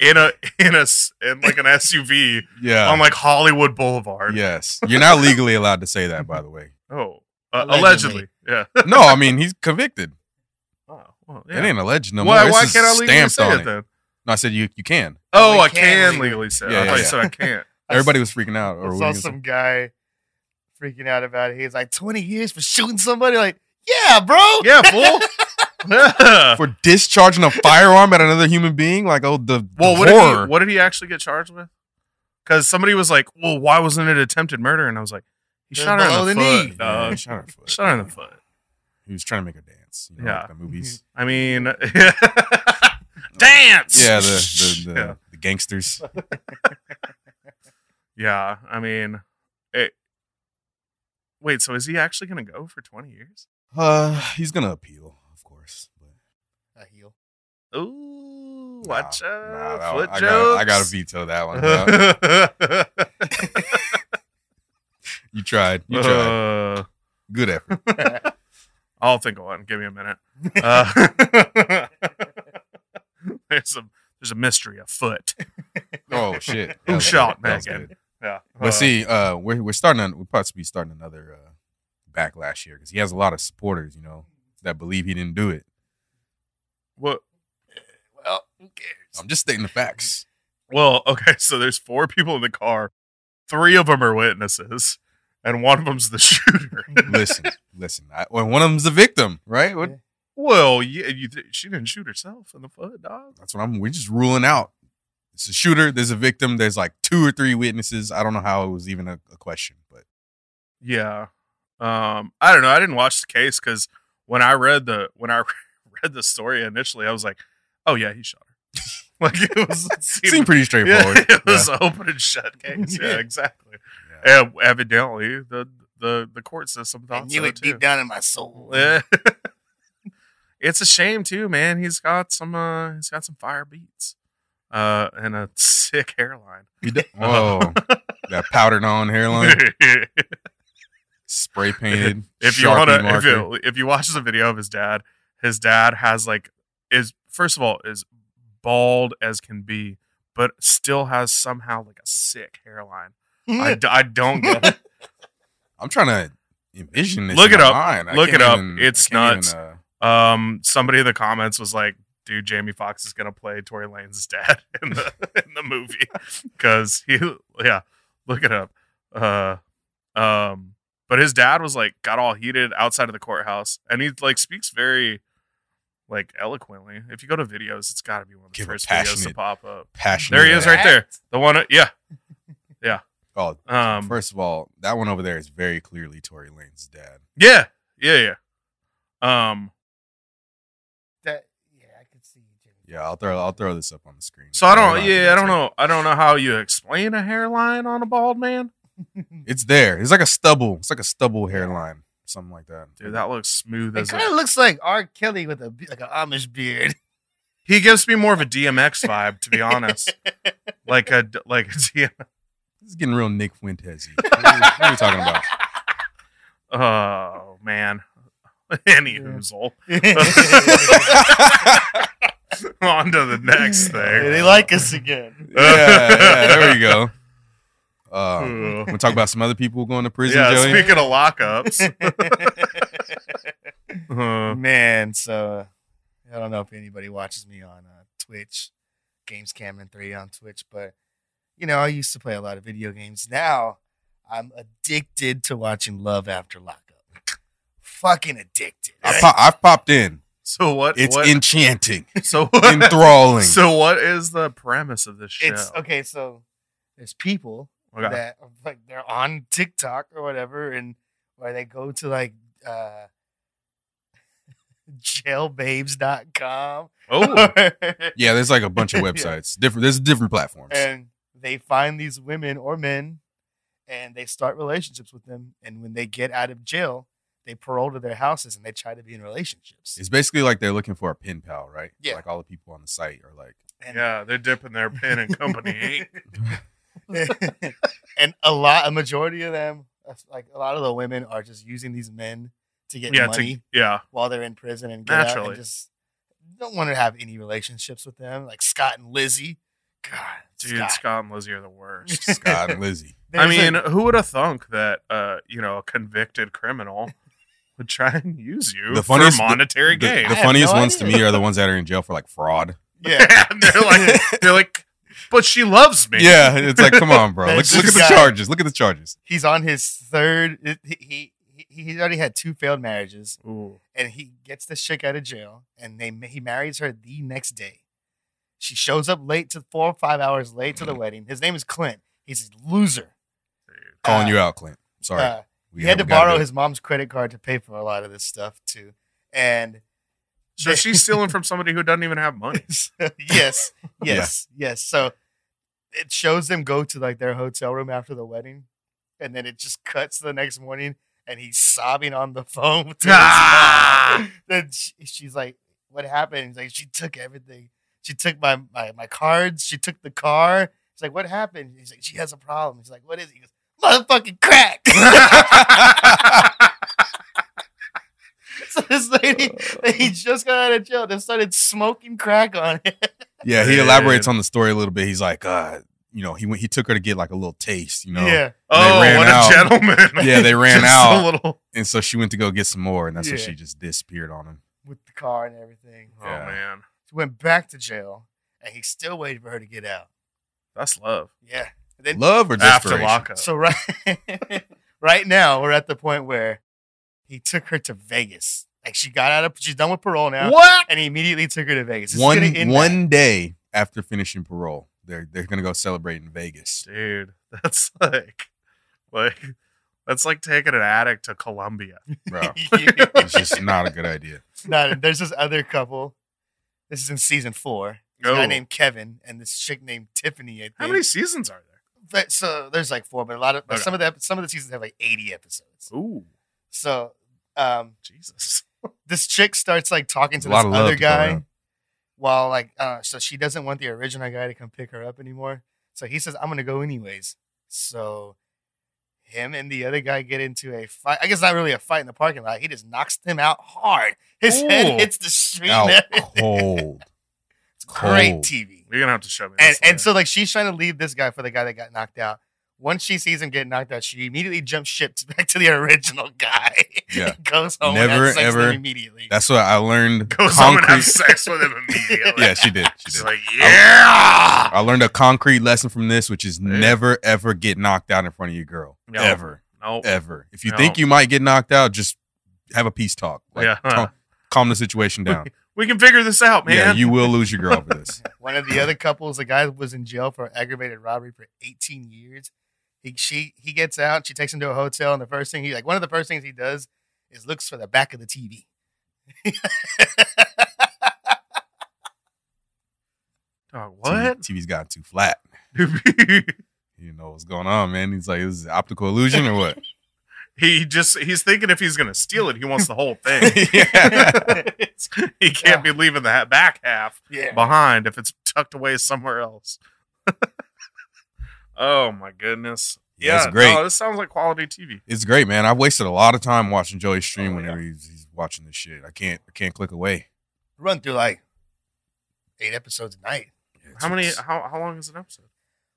Speaker 2: in a in a s- in like an SUV
Speaker 3: Yeah.
Speaker 2: on like Hollywood Boulevard.
Speaker 3: yes. You're not legally allowed to say that, by the way.
Speaker 2: Oh, uh,
Speaker 1: Allegedly.
Speaker 2: allegedly. Yeah. *laughs*
Speaker 3: No, I mean he's convicted.
Speaker 2: Oh, well,
Speaker 3: It ain't alleged no
Speaker 2: why?
Speaker 3: more.
Speaker 2: Why
Speaker 3: It's
Speaker 2: can't I
Speaker 3: just
Speaker 2: legally
Speaker 3: stamped
Speaker 2: say
Speaker 3: on
Speaker 2: it then?
Speaker 3: No, I said you you can.
Speaker 2: Oh,
Speaker 1: we
Speaker 2: I
Speaker 1: can
Speaker 2: can
Speaker 1: legally-
Speaker 2: legally say. it.
Speaker 3: Yeah,
Speaker 2: I thought
Speaker 3: yeah,
Speaker 2: you said I can't.
Speaker 3: Everybody was freaking out. Or
Speaker 1: I
Speaker 3: what
Speaker 1: saw
Speaker 3: were you gonna
Speaker 1: some guy freaking out about it. He's like, 20 years for shooting somebody? Like, yeah, bro.
Speaker 2: yeah, fool. *laughs*
Speaker 3: say? for discharging a firearm at another human being, like oh the, the
Speaker 2: well, what did,
Speaker 3: horror.
Speaker 2: he, what did he actually get charged with? Because somebody was like, "Well, why wasn't it attempted murder?" And I was like, "He
Speaker 1: They're
Speaker 2: shot her
Speaker 1: below
Speaker 2: in
Speaker 1: the
Speaker 2: the, foot.
Speaker 1: knee.
Speaker 3: Yeah, he
Speaker 2: dog.
Speaker 3: shot her foot.
Speaker 2: shot her in the foot."
Speaker 3: He was trying to make her dance. You know,
Speaker 2: Yeah.
Speaker 3: like
Speaker 2: *laughs*
Speaker 3: the movies.
Speaker 2: I mean, dance.
Speaker 3: Yeah, the the, the,
Speaker 2: Yeah.
Speaker 3: the gangsters.
Speaker 2: Yeah, I mean, it, wait. So is he actually going to go for twenty years?
Speaker 3: Uh, he's gonna appeal, of course. But
Speaker 1: A heel.
Speaker 2: Ooh,
Speaker 3: nah,
Speaker 2: watch
Speaker 3: nah,
Speaker 2: out!
Speaker 3: that one-
Speaker 2: foot
Speaker 3: I gotta,
Speaker 2: jokes.
Speaker 3: I gotta veto that one.
Speaker 2: *laughs*
Speaker 3: Yeah. you tried. You tried.
Speaker 2: Uh, *laughs*
Speaker 3: Good effort.
Speaker 2: I'll think of one. Give me a minute. Uh, *laughs* there's a there's a mystery afoot.
Speaker 3: Oh shit. That
Speaker 2: Who
Speaker 3: was
Speaker 2: shot
Speaker 3: good. That was
Speaker 2: Megan?
Speaker 3: good.
Speaker 2: Yeah,
Speaker 3: But
Speaker 2: uh,
Speaker 3: see, uh, we're we're starting. On, we're supposed to be starting another uh, backlash here because he has a lot of supporters, you know, that believe he didn't do it.
Speaker 2: what?
Speaker 1: Well, who cares?
Speaker 2: *laughs*
Speaker 3: I'm just stating the facts.
Speaker 2: Well, okay. So there's four people in the car. Three of them are witnesses, and one of them's the *laughs* shooter.
Speaker 3: *laughs*
Speaker 2: *laughs*
Speaker 3: listen, listen. I, well, one of them's the victim, right? What,
Speaker 1: Yeah.
Speaker 2: well, yeah, you th- she didn't shoot herself in the foot, dog.
Speaker 3: That's what I'm. We're just ruling out. It's a shooter. There's a victim. There's like two or three witnesses. I don't know how it was even a, a question, but
Speaker 2: Yeah. Um, I don't know. I didn't watch the case because when I read the when I *laughs* read the story initially, I was like, oh yeah, he shot her. *laughs* like it was
Speaker 3: *laughs*
Speaker 2: it
Speaker 3: it
Speaker 2: seemed,
Speaker 3: seemed pretty straightforward.
Speaker 2: Yeah, *laughs* it
Speaker 3: Yeah.
Speaker 2: was open and
Speaker 3: *laughs*
Speaker 2: shut case. Yeah,
Speaker 1: Yeah.
Speaker 2: exactly.
Speaker 3: Yeah.
Speaker 2: And evidently, the the the court system
Speaker 1: I
Speaker 2: thought
Speaker 1: knew
Speaker 2: so
Speaker 1: it
Speaker 2: too.
Speaker 1: deep down in my soul.
Speaker 2: *laughs* Yeah. it's a shame too, man. He's got some uh he's got some fire beats. Uh and a *laughs* sick hairline.
Speaker 3: You d-
Speaker 1: *laughs*
Speaker 3: Whoa, *laughs* that powdered on hairline,
Speaker 2: *laughs* if *laughs*
Speaker 3: spray painted.
Speaker 2: you
Speaker 3: Sharpie
Speaker 2: wanna if
Speaker 3: marker.
Speaker 2: you, if you watch the video of his dad, his dad has like is first of all is bald as can be, but still has somehow like a sick hairline.
Speaker 3: *laughs*
Speaker 2: I, d- I don't get it.
Speaker 3: I'm trying to envision this.
Speaker 2: Look
Speaker 3: in
Speaker 2: it
Speaker 3: my
Speaker 2: up.
Speaker 3: mind. I
Speaker 2: Look it
Speaker 3: can't
Speaker 2: up.
Speaker 3: even- I
Speaker 2: It's
Speaker 3: can't
Speaker 2: nuts.
Speaker 3: even, uh,
Speaker 2: Um somebody in the comments was like Dude, Jamie Foxx is gonna play Tory Lane's dad *laughs* in the in the
Speaker 3: *laughs*
Speaker 2: movie because he, yeah, look it up. Uh, um, but his dad was like got all heated outside of the courthouse, and he like speaks very like eloquently. If you go to videos, it's got to be one of the
Speaker 3: Give a
Speaker 2: first videos to
Speaker 3: passionate-
Speaker 2: pop up.
Speaker 3: passionate.
Speaker 2: There he is,
Speaker 3: ass.
Speaker 2: right there. The one, uh, yeah,
Speaker 3: Oh,
Speaker 2: um,
Speaker 3: first of all, that one over there is very clearly Tory Lane's dad.
Speaker 2: yeah, yeah, yeah. Um,
Speaker 1: That, yeah, I could see Jimmy. *laughs*
Speaker 3: Yeah, I'll throw I'll throw this up on the screen.
Speaker 2: so I
Speaker 3: Hold
Speaker 2: don't,
Speaker 3: on,
Speaker 2: yeah, I
Speaker 3: that's
Speaker 2: don't
Speaker 3: it.
Speaker 2: know, I don't know how you explain a hairline on a bald man.
Speaker 3: It's there. It's like a stubble. It's like a stubble hairline, something like that.
Speaker 2: Dude, that looks smooth
Speaker 1: It
Speaker 2: as a-
Speaker 1: kind of looks like R. Kelly with a be- like an Amish
Speaker 2: *laughs*
Speaker 1: beard. *laughs*
Speaker 2: He gives me more of a DMX vibe, to be honest. like a like a DM,
Speaker 3: this is getting real Nick Fuentes.
Speaker 2: *laughs*
Speaker 3: what, are we- what are we talking about? *laughs*
Speaker 2: Oh man. *laughs* Any
Speaker 1: Yeah.
Speaker 2: oozle.
Speaker 1: Yeah,
Speaker 2: On to the
Speaker 1: *laughs*
Speaker 2: next thing.
Speaker 1: they like us again.
Speaker 3: *laughs*
Speaker 1: *laughs*
Speaker 3: yeah, yeah, there
Speaker 2: *laughs*
Speaker 3: we go. Um,
Speaker 2: Ooh.
Speaker 3: we'll talk about some other people going to prison,
Speaker 2: Yeah,
Speaker 3: Joey.
Speaker 2: speaking of lockups.
Speaker 1: *laughs*
Speaker 2: uh,
Speaker 1: Man, so uh, I don't know if anybody watches me on uh, Twitch, Games Cameron Three on Twitch. But you know, I used to play a lot of video games. Now I'm addicted to watching Love After Lockup. Fucking addicted.
Speaker 3: I pop, I've popped in.
Speaker 2: So what?
Speaker 3: It's
Speaker 2: what,
Speaker 1: *laughs*
Speaker 3: enchanting,
Speaker 2: so *laughs* what,
Speaker 3: enthralling.
Speaker 2: so what is the premise of this show? Oh
Speaker 1: it's okay. So there's people
Speaker 2: Okay.
Speaker 1: that are, like they're on TikTok or whatever, and or they go to like uh *laughs* jailbabes.com
Speaker 2: Oh,
Speaker 1: *laughs*
Speaker 3: yeah, there's like a bunch of
Speaker 1: Yeah.
Speaker 3: websites. Different. There's different platforms.
Speaker 1: and they find these women or men and they start relationships with them and when they get out of jail they parole to their houses and they try to be in relationships
Speaker 3: It's basically like they're looking for a pen pal, right?
Speaker 1: Yeah.
Speaker 3: Like all the people on the site are
Speaker 1: *laughs*
Speaker 3: like,
Speaker 1: and,
Speaker 2: yeah, they're dipping their pen in
Speaker 1: *laughs*
Speaker 2: company eight.
Speaker 1: and a lot a majority of them uh, like a lot of the women are just using these men to get
Speaker 2: Yeah, to-
Speaker 1: money
Speaker 2: yeah.
Speaker 1: while they're in prison and get out
Speaker 2: Naturally.
Speaker 1: and just don't want to have any relationships with them, like Scott and Lizzie. God,
Speaker 2: Dude, Scott. and Lizzie are
Speaker 1: *laughs*
Speaker 2: the worst.
Speaker 3: Scott and Lizzie.
Speaker 1: There's
Speaker 2: I
Speaker 1: a-
Speaker 2: mean, who would have thunk that uh, you know, a convicted criminal would try and use you
Speaker 3: The funniest-
Speaker 2: for monetary
Speaker 3: The-
Speaker 2: gain?
Speaker 3: The,
Speaker 1: I have
Speaker 3: funniest
Speaker 1: no
Speaker 3: ones to
Speaker 1: idea.
Speaker 3: me are the ones that are in jail for like fraud.
Speaker 1: *laughs* yeah,
Speaker 2: *laughs* and they're like
Speaker 3: *laughs*
Speaker 2: they're like, but she loves me.
Speaker 3: Yeah, it's like, come
Speaker 1: *laughs*
Speaker 3: on, bro. Look,
Speaker 1: That's
Speaker 3: look at
Speaker 1: just
Speaker 3: the
Speaker 1: got-
Speaker 3: charges. Look at the charges.
Speaker 1: he's on his third. it- He he he- he's already had two failed marriages,
Speaker 2: Ooh.
Speaker 1: and he gets this chick out of jail, and they ma- he marries her the next day. She shows up late to four or five hours late
Speaker 3: Mm.
Speaker 1: to the wedding. His name is Clint. He's a loser.
Speaker 2: dude.
Speaker 3: Calling
Speaker 1: Uh,
Speaker 3: you out, Clint. Sorry.
Speaker 1: Uh,
Speaker 3: We-
Speaker 1: he had to
Speaker 3: we gotta
Speaker 1: borrow
Speaker 3: do it.
Speaker 1: his mom's credit card to pay for a lot of this stuff too, and
Speaker 2: So she's stealing from somebody who doesn't even have
Speaker 1: *laughs*
Speaker 3: *laughs*
Speaker 2: money.
Speaker 1: yes,
Speaker 3: Yeah.
Speaker 1: yes, yes. So it shows them go to like their hotel room after the wedding, and then it just cuts to the next morning, and he's sobbing on the *laughs* phone. To his
Speaker 2: Ah!
Speaker 1: mom. *laughs* Then she, she's like, "What happened?" He's like, "She took everything. She took my my my cards. She took the car." He's like, "What happened?" He's like, "She has a problem." He's like, "What is it?" He goes, "Motherfucking crack." *laughs* so this lady,
Speaker 3: Uh.
Speaker 1: he just got out of jail, just started smoking crack on it. *laughs*
Speaker 3: *laughs* Yeah, he
Speaker 2: Man.
Speaker 3: elaborates on the story a little bit. He's like, uh, you know, he went, he took her to get like a little taste, you know.
Speaker 1: *laughs* Yeah.
Speaker 2: Oh,
Speaker 3: ran
Speaker 2: what
Speaker 3: out.
Speaker 2: a gentleman.
Speaker 3: *laughs* Yeah, they
Speaker 2: *laughs*
Speaker 3: ran
Speaker 2: Just
Speaker 3: out.
Speaker 2: a little.
Speaker 3: and so she went to go get some more, and that's when
Speaker 1: Yeah.
Speaker 3: she just disappeared on him.
Speaker 1: with the car and everything.
Speaker 2: Oh
Speaker 3: Yeah.
Speaker 2: man,
Speaker 1: She went back to jail, and he still waited for her to get out.
Speaker 2: that's love.
Speaker 1: Yeah. And then,
Speaker 3: Love or
Speaker 2: After
Speaker 3: desperation?
Speaker 2: lockup.
Speaker 1: so right, *laughs* right now we're at the point where he took her to Vegas. Like she got out of, she's done with parole now,
Speaker 2: what?
Speaker 1: and he immediately took her to Vegas. It's gonna
Speaker 3: one
Speaker 1: end
Speaker 3: one
Speaker 1: *laughs* that.
Speaker 3: day after finishing parole, they're they're gonna go celebrate in Vegas.
Speaker 2: Dude, *laughs* that's like, like, that's like taking an addict to Colombia. *laughs*
Speaker 3: Bro,
Speaker 1: Yeah.
Speaker 3: it's just not a good idea.
Speaker 1: No, there's this other couple. This is in season four. This
Speaker 2: Oh.
Speaker 1: guy named Kevin and this chick named Tiffany. I think.
Speaker 2: How many seasons are there?
Speaker 1: But- so there's like four, but a lot of but
Speaker 2: Okay.
Speaker 1: some of the ep- some of the seasons have like 80 episodes.
Speaker 2: Ooh,
Speaker 1: So um,
Speaker 2: Jesus.
Speaker 1: this chick starts like talking to
Speaker 3: A lot
Speaker 1: this
Speaker 3: of love
Speaker 1: other
Speaker 3: to go
Speaker 1: guy
Speaker 3: around.
Speaker 1: while like uh, so she doesn't want the original guy to come pick her up anymore so he says i'm gonna go anyways so him and the other guy get into a fight i guess not really a fight in the parking lot he just knocks him out hard his
Speaker 2: Ooh.
Speaker 1: head hits the street
Speaker 3: Out
Speaker 1: and everything.
Speaker 3: cold.
Speaker 1: it's great
Speaker 3: cold.
Speaker 1: tv
Speaker 2: You're gonna have to show me.
Speaker 1: and
Speaker 2: this
Speaker 1: and
Speaker 2: later.
Speaker 1: so like she's trying to leave this guy for the guy that got knocked out. Once she sees him get knocked out, she immediately jumps ship *laughs* to- back to the original guy.
Speaker 3: Yeah.
Speaker 1: *laughs* goes home. and has
Speaker 3: Never,
Speaker 1: sex with him
Speaker 3: ever-
Speaker 1: immediately.
Speaker 3: That's what
Speaker 2: *laughs*
Speaker 3: I learned.
Speaker 2: goes home and has sex with him immediately.
Speaker 3: *laughs* yeah, she did. She
Speaker 2: She's
Speaker 3: did.
Speaker 2: like, yeah.
Speaker 3: I learned a concrete lesson from this, which is
Speaker 2: Yeah.
Speaker 3: never ever get knocked out in front of your girl.
Speaker 2: No.
Speaker 3: Ever.
Speaker 2: No.
Speaker 3: Ever. If you
Speaker 2: No.
Speaker 3: think you might get knocked out, just have a peace talk. Like,
Speaker 2: Yeah.
Speaker 3: cal- calm
Speaker 2: *laughs*
Speaker 3: the situation down.
Speaker 2: We can figure this out, man.
Speaker 3: Yeah, you will lose your girl for this.
Speaker 1: One of the other couples, the guy was in jail for aggravated robbery for 18 years. He she he gets out, she takes him to a hotel, and the first thing he like one of the first things he does is looks for the back of the
Speaker 2: *laughs*
Speaker 1: TV.
Speaker 2: Dog, what?
Speaker 3: TV, has gotten too flat. You know what's going on, man. He's like, is this optical illusion
Speaker 1: *laughs*
Speaker 3: or what?
Speaker 2: *laughs* he just he's thinking if he's gonna steal it, he wants the whole
Speaker 3: *laughs*
Speaker 2: thing.
Speaker 3: yeah.
Speaker 2: he can't be leaving the ha- back half
Speaker 1: *laughs* Yeah.
Speaker 2: behind if it's tucked away somewhere else. *laughs* oh my goodness.
Speaker 3: Yeah, it's great.
Speaker 2: no, this sounds like quality TV.
Speaker 3: It's great, man. I've wasted a lot of time watching Joey stream
Speaker 2: Oh,
Speaker 3: whenever he's, he's watching this shit. I can't I can't click away.
Speaker 1: Run through like eight episodes a night.
Speaker 3: It's-
Speaker 2: How many
Speaker 3: it's-
Speaker 2: how, how long is an episode?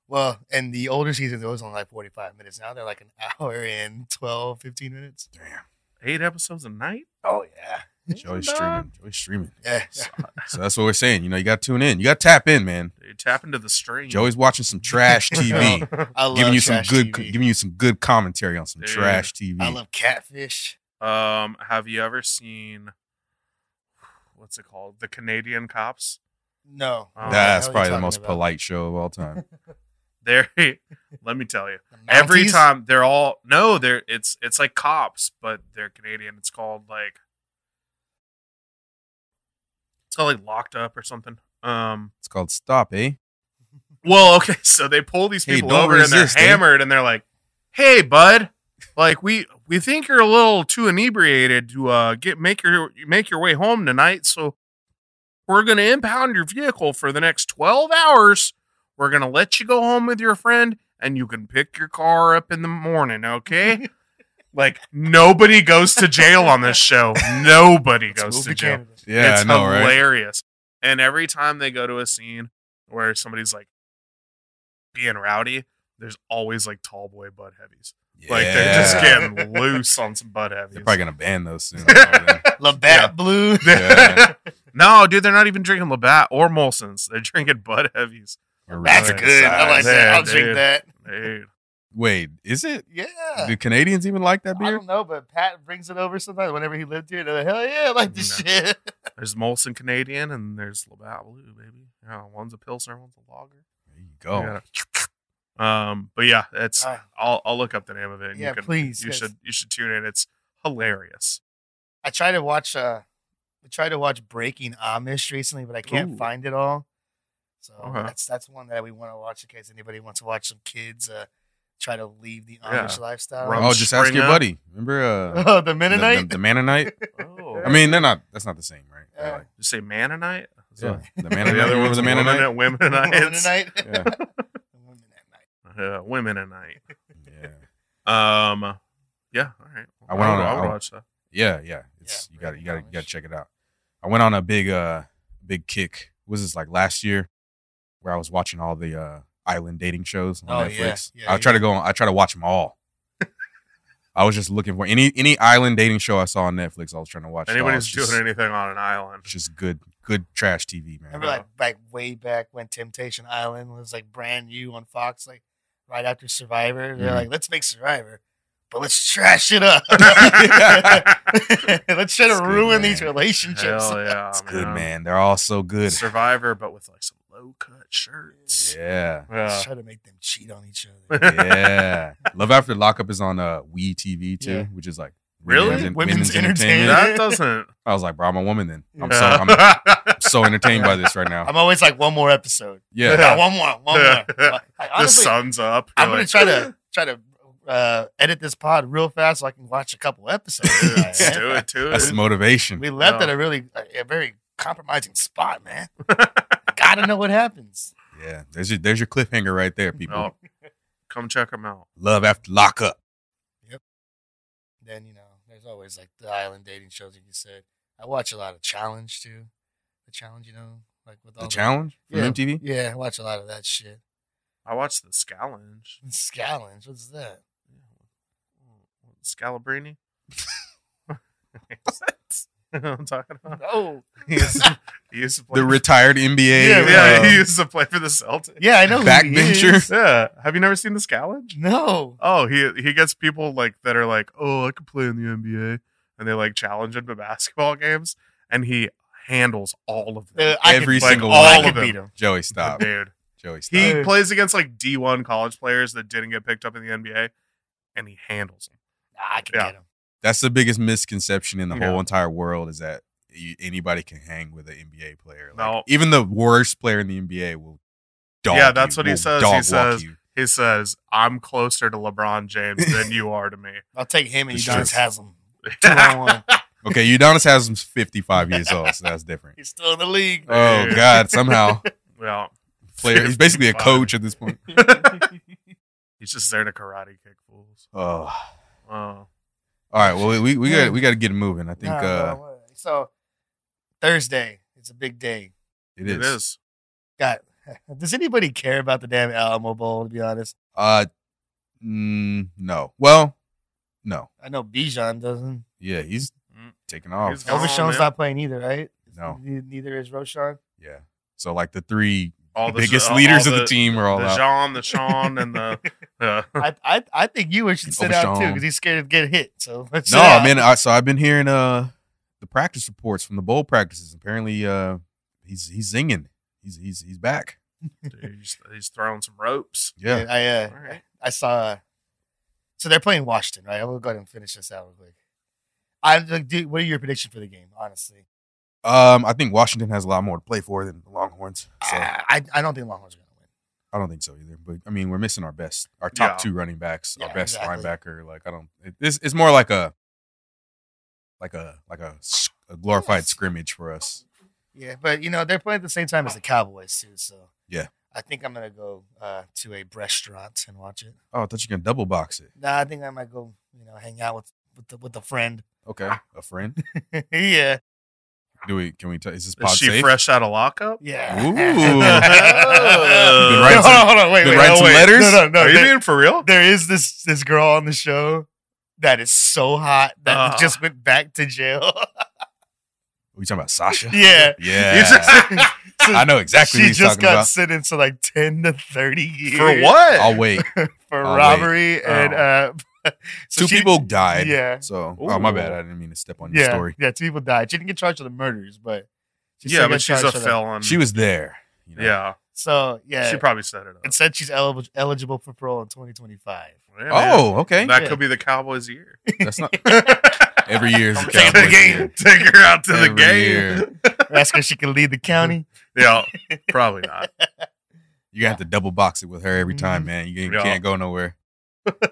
Speaker 1: Well, and the older seasons, it was only like 45 minutes. Now they're *laughs* like an hour and 12, 15 minutes.
Speaker 3: Damn.
Speaker 2: Eight episodes a night?
Speaker 1: Oh, yeah.
Speaker 3: Joey's streaming. Joey's streaming.
Speaker 1: Yeah.
Speaker 2: *laughs*
Speaker 3: So that's what we're saying. You know, you got to tune in. You got to tap in, man.
Speaker 2: Dude, tap into the stream.
Speaker 3: Joey's watching
Speaker 1: *laughs*
Speaker 3: some trash TV,
Speaker 1: I love
Speaker 3: giving you some
Speaker 1: trash
Speaker 3: good,
Speaker 1: TV.
Speaker 3: giving you some good commentary on some
Speaker 2: Dude.
Speaker 3: trash TV.
Speaker 1: I love catfish.
Speaker 2: Um, have you ever seen what's it called? The Canadian Cops. *laughs*
Speaker 1: No.
Speaker 2: Oh.
Speaker 1: What
Speaker 3: That's
Speaker 1: hell are you
Speaker 3: probably the
Speaker 1: talking
Speaker 3: most
Speaker 1: about?
Speaker 3: polite show of
Speaker 1: *laughs*
Speaker 3: all time.
Speaker 2: They're let me tell you.
Speaker 1: The
Speaker 2: Every
Speaker 1: Mounties?
Speaker 2: time they're all no, they're it's it's like cops, but they're Canadian. It's called like it's called like locked up or something. Um.
Speaker 3: It's called Stop, eh?
Speaker 2: Well, okay, *laughs* so they pull these
Speaker 3: Hey,
Speaker 2: people
Speaker 3: don't
Speaker 2: over
Speaker 3: resist,
Speaker 2: and
Speaker 3: eh?
Speaker 2: they're hammered, and they're like, "Hey, bud, like we we think you're a little too inebriated to uh get make your make your way home tonight, so we're gonna impound your vehicle for the next twelve hours. We're gonna let you go home with your friend, and you can pick your car up in the morning,
Speaker 3: *laughs*
Speaker 2: okay?" like nobody goes to jail on this
Speaker 3: *laughs*
Speaker 2: show. Nobody
Speaker 1: Let's
Speaker 2: goes
Speaker 1: move
Speaker 2: to jail
Speaker 1: Canada.
Speaker 3: Yeah,
Speaker 2: it's
Speaker 3: I know, right?
Speaker 2: hilarious. And every time they go to a scene where somebody's like being rowdy, there's always like tall boy butt heavies. Like they're just
Speaker 3: Yeah.
Speaker 2: getting loose on some butt heavies.
Speaker 3: They're probably gonna ban
Speaker 1: *laughs*
Speaker 3: those soon. I don't know, man.
Speaker 1: Labatt
Speaker 2: Yeah.
Speaker 1: Blue.
Speaker 3: Yeah.
Speaker 2: no, dude, they're not even drinking Labatt or Molson's. They're drinking butt heavies.
Speaker 3: Or
Speaker 1: That's
Speaker 3: Red
Speaker 1: good. I like
Speaker 3: Sides.
Speaker 1: that.
Speaker 2: Yeah,
Speaker 1: I'll drink
Speaker 2: dude.
Speaker 1: that.
Speaker 2: Dude.
Speaker 3: Wait, is it?
Speaker 1: Yeah.
Speaker 3: Do Canadians even like that
Speaker 1: I
Speaker 3: beer?
Speaker 1: don't know, but Pat brings it over sometimes whenever he lived here. They're like, hell yeah, I like this
Speaker 2: No.
Speaker 1: shit.
Speaker 2: There's Molson Canadian and there's Labatt Blue, baby. Yeah, one's a Pilsner, one's a lager.
Speaker 3: There you go.
Speaker 2: Yeah. Um, but yeah, it's
Speaker 1: Ah.
Speaker 2: I'll I'll look up the name of it. and
Speaker 1: yeah,
Speaker 2: you can,
Speaker 1: please.
Speaker 2: You
Speaker 1: yes.
Speaker 2: should you should tune in. It's hilarious.
Speaker 1: I tried to watch uh I tried to watch Breaking Amish recently, but I can't
Speaker 2: Ooh.
Speaker 1: find it all. So
Speaker 2: Okay.
Speaker 1: that's that's one that we want to watch in case anybody wants to watch some kids uh try to leave the
Speaker 2: Yeah.
Speaker 1: Amish lifestyle.
Speaker 2: Rum
Speaker 3: Oh, just ask your
Speaker 2: Springer.
Speaker 3: buddy. Remember
Speaker 1: *laughs*
Speaker 3: uh,
Speaker 1: Oh, the
Speaker 3: the, the,
Speaker 1: Mennonite?
Speaker 3: the Mennonite?
Speaker 2: Oh,
Speaker 3: I mean, they're not. That's not the same, right? They're
Speaker 1: Yeah.
Speaker 3: like-
Speaker 2: you say Mannonite? Is
Speaker 3: yeah.
Speaker 2: that-
Speaker 3: The Mennonite.
Speaker 2: The other
Speaker 3: Remember
Speaker 2: one's
Speaker 3: the
Speaker 2: the women
Speaker 3: Mennonite.
Speaker 2: and women and *laughs* nights.
Speaker 1: Mennonite?
Speaker 3: Yeah.
Speaker 1: The Mennonite.
Speaker 2: Uh, women and night.
Speaker 3: Yeah.
Speaker 2: Um, yeah. All right.
Speaker 3: I went on
Speaker 2: would-
Speaker 3: a-
Speaker 2: I would
Speaker 3: I-
Speaker 2: watch that.
Speaker 3: Yeah, yeah. It's
Speaker 1: Yeah,
Speaker 3: you got to
Speaker 1: really
Speaker 3: you got to you got
Speaker 1: knowledge.
Speaker 3: to check it out. I went on a big uh big kick. Was this like last year where I was watching all the uh island dating shows on
Speaker 1: Oh, yeah.
Speaker 3: Netflix?
Speaker 1: Yeah,
Speaker 3: I
Speaker 1: yeah.
Speaker 3: try to go on, I try to watch them all. I was just looking for any any island dating show I saw on Netflix. I was trying to watch. it all.
Speaker 2: Anybody's
Speaker 3: It's just,
Speaker 2: doing anything on an island.
Speaker 3: it's just good good trash TV, man.
Speaker 1: Remember like back way back when Temptation Island was like brand new on Fox, like right after Survivor. They're
Speaker 2: Mm-hmm.
Speaker 3: Mhm.
Speaker 1: like, let's make Survivor, but let's trash it
Speaker 2: *laughs*
Speaker 1: up. *laughs* let's try to
Speaker 3: It's good,
Speaker 1: ruin these
Speaker 3: man.
Speaker 1: relationships.
Speaker 2: Hell yeah.
Speaker 3: it's good, man. They're all so good.
Speaker 2: Survivor, but with like some low cut shirts.
Speaker 3: *laughs* Yeah.
Speaker 1: *laughs* Let's
Speaker 2: Yeah. *laughs*
Speaker 1: try to make them cheat on each other.
Speaker 3: Yeah. Love After Lockup is on uh We TV too,
Speaker 1: Yeah.
Speaker 3: which is like
Speaker 2: Really?
Speaker 1: Women's entertainment.
Speaker 2: That doesn't.
Speaker 3: I was like, bro, I'm a woman then. I'm so
Speaker 2: *laughs* Yeah.
Speaker 3: I'm so entertained by this
Speaker 2: *laughs*
Speaker 3: right now.
Speaker 1: I'm always like one more episode.
Speaker 3: Yeah.
Speaker 1: Yeah, one more, one
Speaker 2: Yeah.
Speaker 1: more. Like,
Speaker 2: the
Speaker 1: honestly,
Speaker 2: sun's up.
Speaker 1: I'm
Speaker 2: You're
Speaker 1: gonna
Speaker 2: like,
Speaker 1: try
Speaker 2: *laughs*
Speaker 1: to try to uh, edit this pod real fast so I can watch a couple
Speaker 2: *laughs*
Speaker 1: episodes.
Speaker 2: Let's
Speaker 1: man.
Speaker 2: do it too.
Speaker 3: That's
Speaker 2: *laughs*
Speaker 3: the motivation.
Speaker 1: we left
Speaker 2: No.
Speaker 1: at a really a very compromising spot, man. Gotta know what happens.
Speaker 3: Yeah. There's your there's your cliffhanger right there, people.
Speaker 2: Oh, come check them out.
Speaker 3: Love after lockup.
Speaker 1: Then you know, there's always like the island dating shows, like you said. I watch a lot of Challenge too. The Challenge, you know, like with all
Speaker 3: The
Speaker 2: Oh.
Speaker 3: challenge from
Speaker 1: Yeah.
Speaker 3: MTV.
Speaker 1: Yeah, I watch a lot of that shit. *laughs*
Speaker 2: I watched the Scallenge.
Speaker 1: Scallons, what's that?
Speaker 2: Scalabrini. *laughs* I'm talking about.
Speaker 1: Oh,
Speaker 2: He used to, he used to play.
Speaker 3: The retired
Speaker 2: *laughs*
Speaker 3: NBA.
Speaker 2: yeah, yeah,
Speaker 3: um,
Speaker 2: he used to play for the Celtics.
Speaker 1: yeah, I know. who he
Speaker 3: Backbencher?
Speaker 1: is.
Speaker 2: Yeah. Have you never seen the Scallenge?
Speaker 1: No.
Speaker 2: Oh, he he gets people like that are like, oh, I could play in the NBA, and they like challenge him to basketball games, and he handles all of
Speaker 1: Uh,
Speaker 2: them.
Speaker 1: I
Speaker 3: Every
Speaker 1: could,
Speaker 2: like,
Speaker 3: single
Speaker 2: all
Speaker 1: I
Speaker 2: of
Speaker 1: could
Speaker 2: them.
Speaker 1: beat him.
Speaker 3: Joey, stop.
Speaker 2: Dude,
Speaker 3: Joey, stop.
Speaker 2: he
Speaker 1: Dude.
Speaker 2: plays against like D1 college players that didn't get picked up in the NBA, and he handles them.
Speaker 1: Nah, I could
Speaker 2: Yeah.
Speaker 1: get him.
Speaker 3: That's the biggest misconception in the
Speaker 2: Yeah.
Speaker 3: whole entire world is that you, anybody can hang with an NBA player. Like,
Speaker 2: No.
Speaker 3: Even the worst player in the NBA will dog
Speaker 2: Yeah, that's
Speaker 3: you,
Speaker 2: what he
Speaker 3: will
Speaker 2: says.
Speaker 3: dog
Speaker 2: He
Speaker 3: walk
Speaker 2: says-
Speaker 3: you.
Speaker 2: He says, "I'm closer to LeBron James than you are to me." *laughs*
Speaker 1: I'll take him and
Speaker 3: It's
Speaker 1: Udonis
Speaker 3: true.
Speaker 1: Haslam. Two on one.
Speaker 3: Okay, Udonis has him 55 years old, so
Speaker 2: *laughs*
Speaker 3: that's different.
Speaker 1: He's still in the league.
Speaker 3: *laughs* Oh,
Speaker 2: Dude.
Speaker 3: God, somehow.
Speaker 2: well,
Speaker 3: Player, he's basically a
Speaker 2: 55.
Speaker 3: coach at this point.
Speaker 1: *laughs*
Speaker 2: He's just there to karate kick fools.
Speaker 3: Oh.
Speaker 2: *sighs* Oh,
Speaker 3: All right. Well, we we
Speaker 1: Yeah.
Speaker 3: got we got to get it moving. I think
Speaker 1: Nah,
Speaker 3: uh,
Speaker 1: bro, what- so Thursday, it's a big day.
Speaker 3: it, is.
Speaker 2: it is.
Speaker 1: God, *laughs* does anybody care about the damn Alamo Bowl? To be honest,
Speaker 3: Uh, mm, no. Well, no.
Speaker 1: I know Bijan doesn't.
Speaker 3: Yeah, he's
Speaker 2: Mm.
Speaker 3: taken off.
Speaker 2: He's gone.
Speaker 1: Elvis
Speaker 2: Oh,
Speaker 1: Sean's
Speaker 2: man.
Speaker 1: not playing either, right?
Speaker 3: No.
Speaker 1: Ne- Neither is
Speaker 3: *laughs*
Speaker 1: Roshan.
Speaker 3: Yeah. So like the three
Speaker 2: All
Speaker 3: biggest
Speaker 2: all-
Speaker 3: leaders
Speaker 2: all
Speaker 3: of the team are all
Speaker 2: the
Speaker 3: out.
Speaker 2: Jean, the Sean, and
Speaker 3: *laughs*
Speaker 2: the. Uh,
Speaker 1: I, I I think you should sit out too
Speaker 3: Sean.
Speaker 1: because he's scared to get hit. So *laughs* let's
Speaker 3: no,
Speaker 1: sit out.
Speaker 3: man. I, so I've been hearing uh the practice reports from the bowl practices. Apparently, uh he's he's zinging. He's he's he's back.
Speaker 2: dude, *laughs* he's, he's throwing some ropes.
Speaker 3: Yeah.
Speaker 1: I uh,
Speaker 2: All right.
Speaker 1: I saw. Uh, so they're playing Washington, right? I will go ahead and finish this out real quick. I'm like, dude, what are your prediction for the game? Honestly,
Speaker 3: Um, I think Washington has a lot more to play for than the Longhorns. So
Speaker 1: Ah, I I don't think Longhorns are gonna win.
Speaker 3: I don't think so either. But I mean, we're missing our best, our top
Speaker 2: Yeah.
Speaker 3: two running backs,
Speaker 1: Yeah,
Speaker 3: our best
Speaker 1: exactly.
Speaker 3: linebacker. Like I don't. It, it's, it's more like a like a like a, s- a glorified
Speaker 1: Yes.
Speaker 3: scrimmage for us.
Speaker 1: Yeah, but you know they're playing at the same time as the Cowboys too. So
Speaker 3: Yeah.
Speaker 1: I think I'm gonna go uh, to a restaurant and watch it.
Speaker 3: Oh, I thought you were gonna double box it.
Speaker 1: Nah, I think I might go, you know, hang out with with the, with a friend. *laughs*
Speaker 3: Okay, a friend.
Speaker 1: yeah,
Speaker 3: Do we? Can we? T- is this
Speaker 2: Is
Speaker 3: pod
Speaker 2: she
Speaker 3: safe?
Speaker 2: fresh out of lockup?
Speaker 1: yeah.
Speaker 3: Ooh.
Speaker 1: No,
Speaker 3: writing
Speaker 1: hold
Speaker 3: some-
Speaker 1: on, hold on, wait,
Speaker 3: been
Speaker 1: wait,
Speaker 3: writing
Speaker 1: no,
Speaker 3: some
Speaker 1: wait.
Speaker 3: letters?
Speaker 1: No, no, no.
Speaker 2: Are you
Speaker 1: there-
Speaker 2: being for real?
Speaker 1: there is this this girl on the show that is so hot that
Speaker 3: Uh-huh.
Speaker 2: Uh.
Speaker 1: just went back to
Speaker 3: *laughs*
Speaker 1: jail.
Speaker 3: Are we talking about Sasha?
Speaker 1: *laughs* yeah.
Speaker 3: Yeah.
Speaker 1: So
Speaker 3: I know exactly what
Speaker 1: she
Speaker 3: he's
Speaker 1: just
Speaker 3: talking
Speaker 1: got
Speaker 3: about.
Speaker 1: sentenced to like 10 to 30 *laughs* years.
Speaker 2: *laughs* For what?
Speaker 3: I'll wait.
Speaker 1: For
Speaker 3: Oh, wait.
Speaker 1: robbery and uh *laughs* so
Speaker 3: Two
Speaker 1: she-
Speaker 3: people died.
Speaker 1: Yeah.
Speaker 3: So, oh my
Speaker 2: Ooh.
Speaker 3: bad. I didn't mean to step on your
Speaker 1: Yeah.
Speaker 3: story.
Speaker 1: Yeah, two people died. She didn't get charged for the murders, but she still
Speaker 2: yeah,
Speaker 1: got
Speaker 2: but she's
Speaker 1: charged
Speaker 2: a
Speaker 1: for the-
Speaker 2: felon.
Speaker 3: She was there. you know?
Speaker 2: Yeah,
Speaker 1: So, yeah.
Speaker 2: she probably set it up.
Speaker 1: it said she's eligible eligible for parole in
Speaker 3: *laughs*
Speaker 1: 2025.
Speaker 2: Yeah, man.
Speaker 3: Oh, okay.
Speaker 2: that
Speaker 1: Yeah.
Speaker 2: could be the Cowboys' year. *laughs*
Speaker 3: That's
Speaker 1: *laughs*
Speaker 3: not
Speaker 2: Every
Speaker 3: every year. Is the
Speaker 1: Take the
Speaker 3: Cowboys
Speaker 1: game.
Speaker 3: year.
Speaker 2: Take her out to the
Speaker 3: Every
Speaker 2: game.
Speaker 3: year.
Speaker 1: Ask her if she can lead the
Speaker 2: *laughs*
Speaker 1: county.
Speaker 2: Yeah, probably not.
Speaker 3: You're gonna have to double box it with her every time, man. You
Speaker 2: Mm-hmm.
Speaker 3: ain't-
Speaker 2: Yeah.
Speaker 3: can't go nowhere.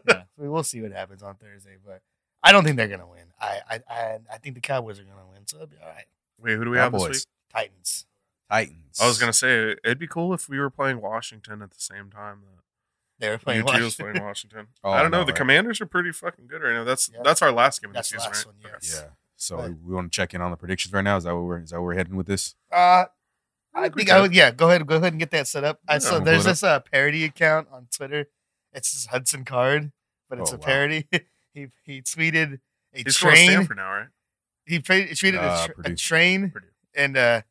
Speaker 1: yeah, *laughs* we- we'll see what happens on Thursday, but I don't think they're gonna win. I I I, I think the Cowboys are gonna win, so it'll be all right.
Speaker 2: Wait, who do we have this week?
Speaker 3: Cowboys,
Speaker 1: Titans.
Speaker 3: Titans.
Speaker 2: I was gonna say it'd be cool if we were playing Washington at the same time
Speaker 1: They were
Speaker 2: that
Speaker 1: playing.
Speaker 2: UT was
Speaker 1: Washington.
Speaker 2: playing
Speaker 1: *laughs*
Speaker 2: Washington.
Speaker 3: Oh,
Speaker 2: I don't know.
Speaker 3: no,
Speaker 2: The
Speaker 3: right.
Speaker 2: Commanders are pretty fucking good right now. That's
Speaker 1: Yeah.
Speaker 2: that's our last game of
Speaker 1: That's
Speaker 2: the season,
Speaker 1: last
Speaker 2: right?
Speaker 1: one, yes.
Speaker 3: Yeah. So
Speaker 1: But-
Speaker 3: we want to check in on the predictions right now. Is that where we're, is that where we're heading with this?
Speaker 1: Uh, I
Speaker 2: think we
Speaker 1: think I
Speaker 2: did.
Speaker 1: would. Yeah, go ahead. Go ahead and get that set up. I
Speaker 2: Yeah.
Speaker 1: saw
Speaker 3: We'll
Speaker 1: there's
Speaker 3: put it
Speaker 1: this uh, parody account on Twitter. It's just Hudson Card, but it's
Speaker 3: Oh,
Speaker 1: a
Speaker 3: wow.
Speaker 1: parody. *laughs* he he tweeted a
Speaker 2: He's going to
Speaker 1: train.
Speaker 2: Stanford now,
Speaker 1: *laughs*
Speaker 2: right?
Speaker 1: He tra- tweeted
Speaker 3: Nah,
Speaker 1: a, tr- a
Speaker 3: Uh, Purdue.
Speaker 1: train
Speaker 2: Purdue.
Speaker 1: and uh.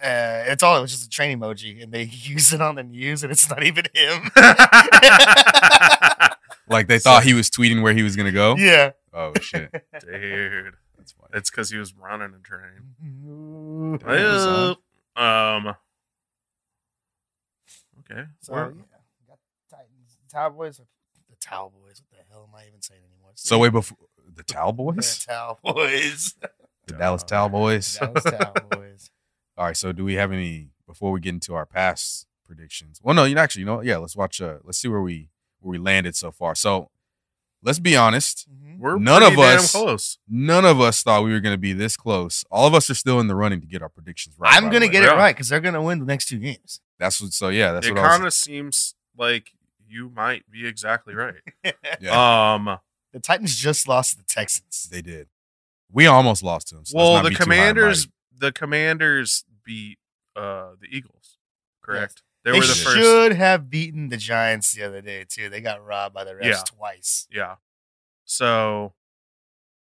Speaker 1: Uh, it's all it was just a train emoji, and they *laughs* use it on the news, and it's not even
Speaker 3: *laughs*
Speaker 1: him. *laughs*
Speaker 3: Like they thought he was tweeting where he was gonna go.
Speaker 1: yeah,
Speaker 3: Oh
Speaker 2: *laughs*
Speaker 3: shit.
Speaker 2: Dude,
Speaker 3: That's funny.
Speaker 2: it's because he was running a train.
Speaker 1: Ooh.
Speaker 3: Damn, son.
Speaker 2: um. Okay.
Speaker 1: So
Speaker 2: we're-
Speaker 1: yeah, got Titans, Cowboys, the Cowboys. What the hell am I even saying anymore?
Speaker 3: So wait before the
Speaker 1: *laughs* the
Speaker 3: Cowboys? *laughs*
Speaker 1: Cowboys,
Speaker 3: The
Speaker 1: Uh,
Speaker 3: Dallas Cowboys.
Speaker 1: Dallas Cowboys.
Speaker 3: All right. So, do we have any before we get into our past predictions? Well, no. You know, actually, you know, what? yeah. Let's watch. Uh, let's see where we where we landed so far. So, let's be honest.
Speaker 1: Mhm.
Speaker 2: We're
Speaker 3: None
Speaker 2: pretty
Speaker 3: of
Speaker 2: damn
Speaker 3: us-
Speaker 2: close.
Speaker 3: None of us thought we were going to be this close. All of us are still in the running to get our predictions right.
Speaker 1: I'm
Speaker 3: by
Speaker 1: gonna
Speaker 3: the way.
Speaker 1: get it
Speaker 2: Yeah.
Speaker 1: right because they're gonna win the next two games. *laughs*
Speaker 3: That's what. So yeah, that's
Speaker 2: it
Speaker 3: what I
Speaker 2: kind
Speaker 3: was.
Speaker 2: of seems like you might be exactly right.
Speaker 3: *laughs* Yeah,
Speaker 2: Um.
Speaker 1: The Titans just lost to the Texans.
Speaker 3: *laughs* they did. We almost lost to them. So let's
Speaker 2: well,
Speaker 3: not
Speaker 2: the
Speaker 3: be too high and
Speaker 2: Commanders,
Speaker 3: mighty.
Speaker 2: the Commanders beat uh the Eagles, correct? They,
Speaker 1: They,
Speaker 2: were the
Speaker 1: should
Speaker 2: first.
Speaker 1: have beaten the Giants the other day too. They got robbed by the refs
Speaker 2: Yeah.
Speaker 1: twice.
Speaker 2: Yeah. So,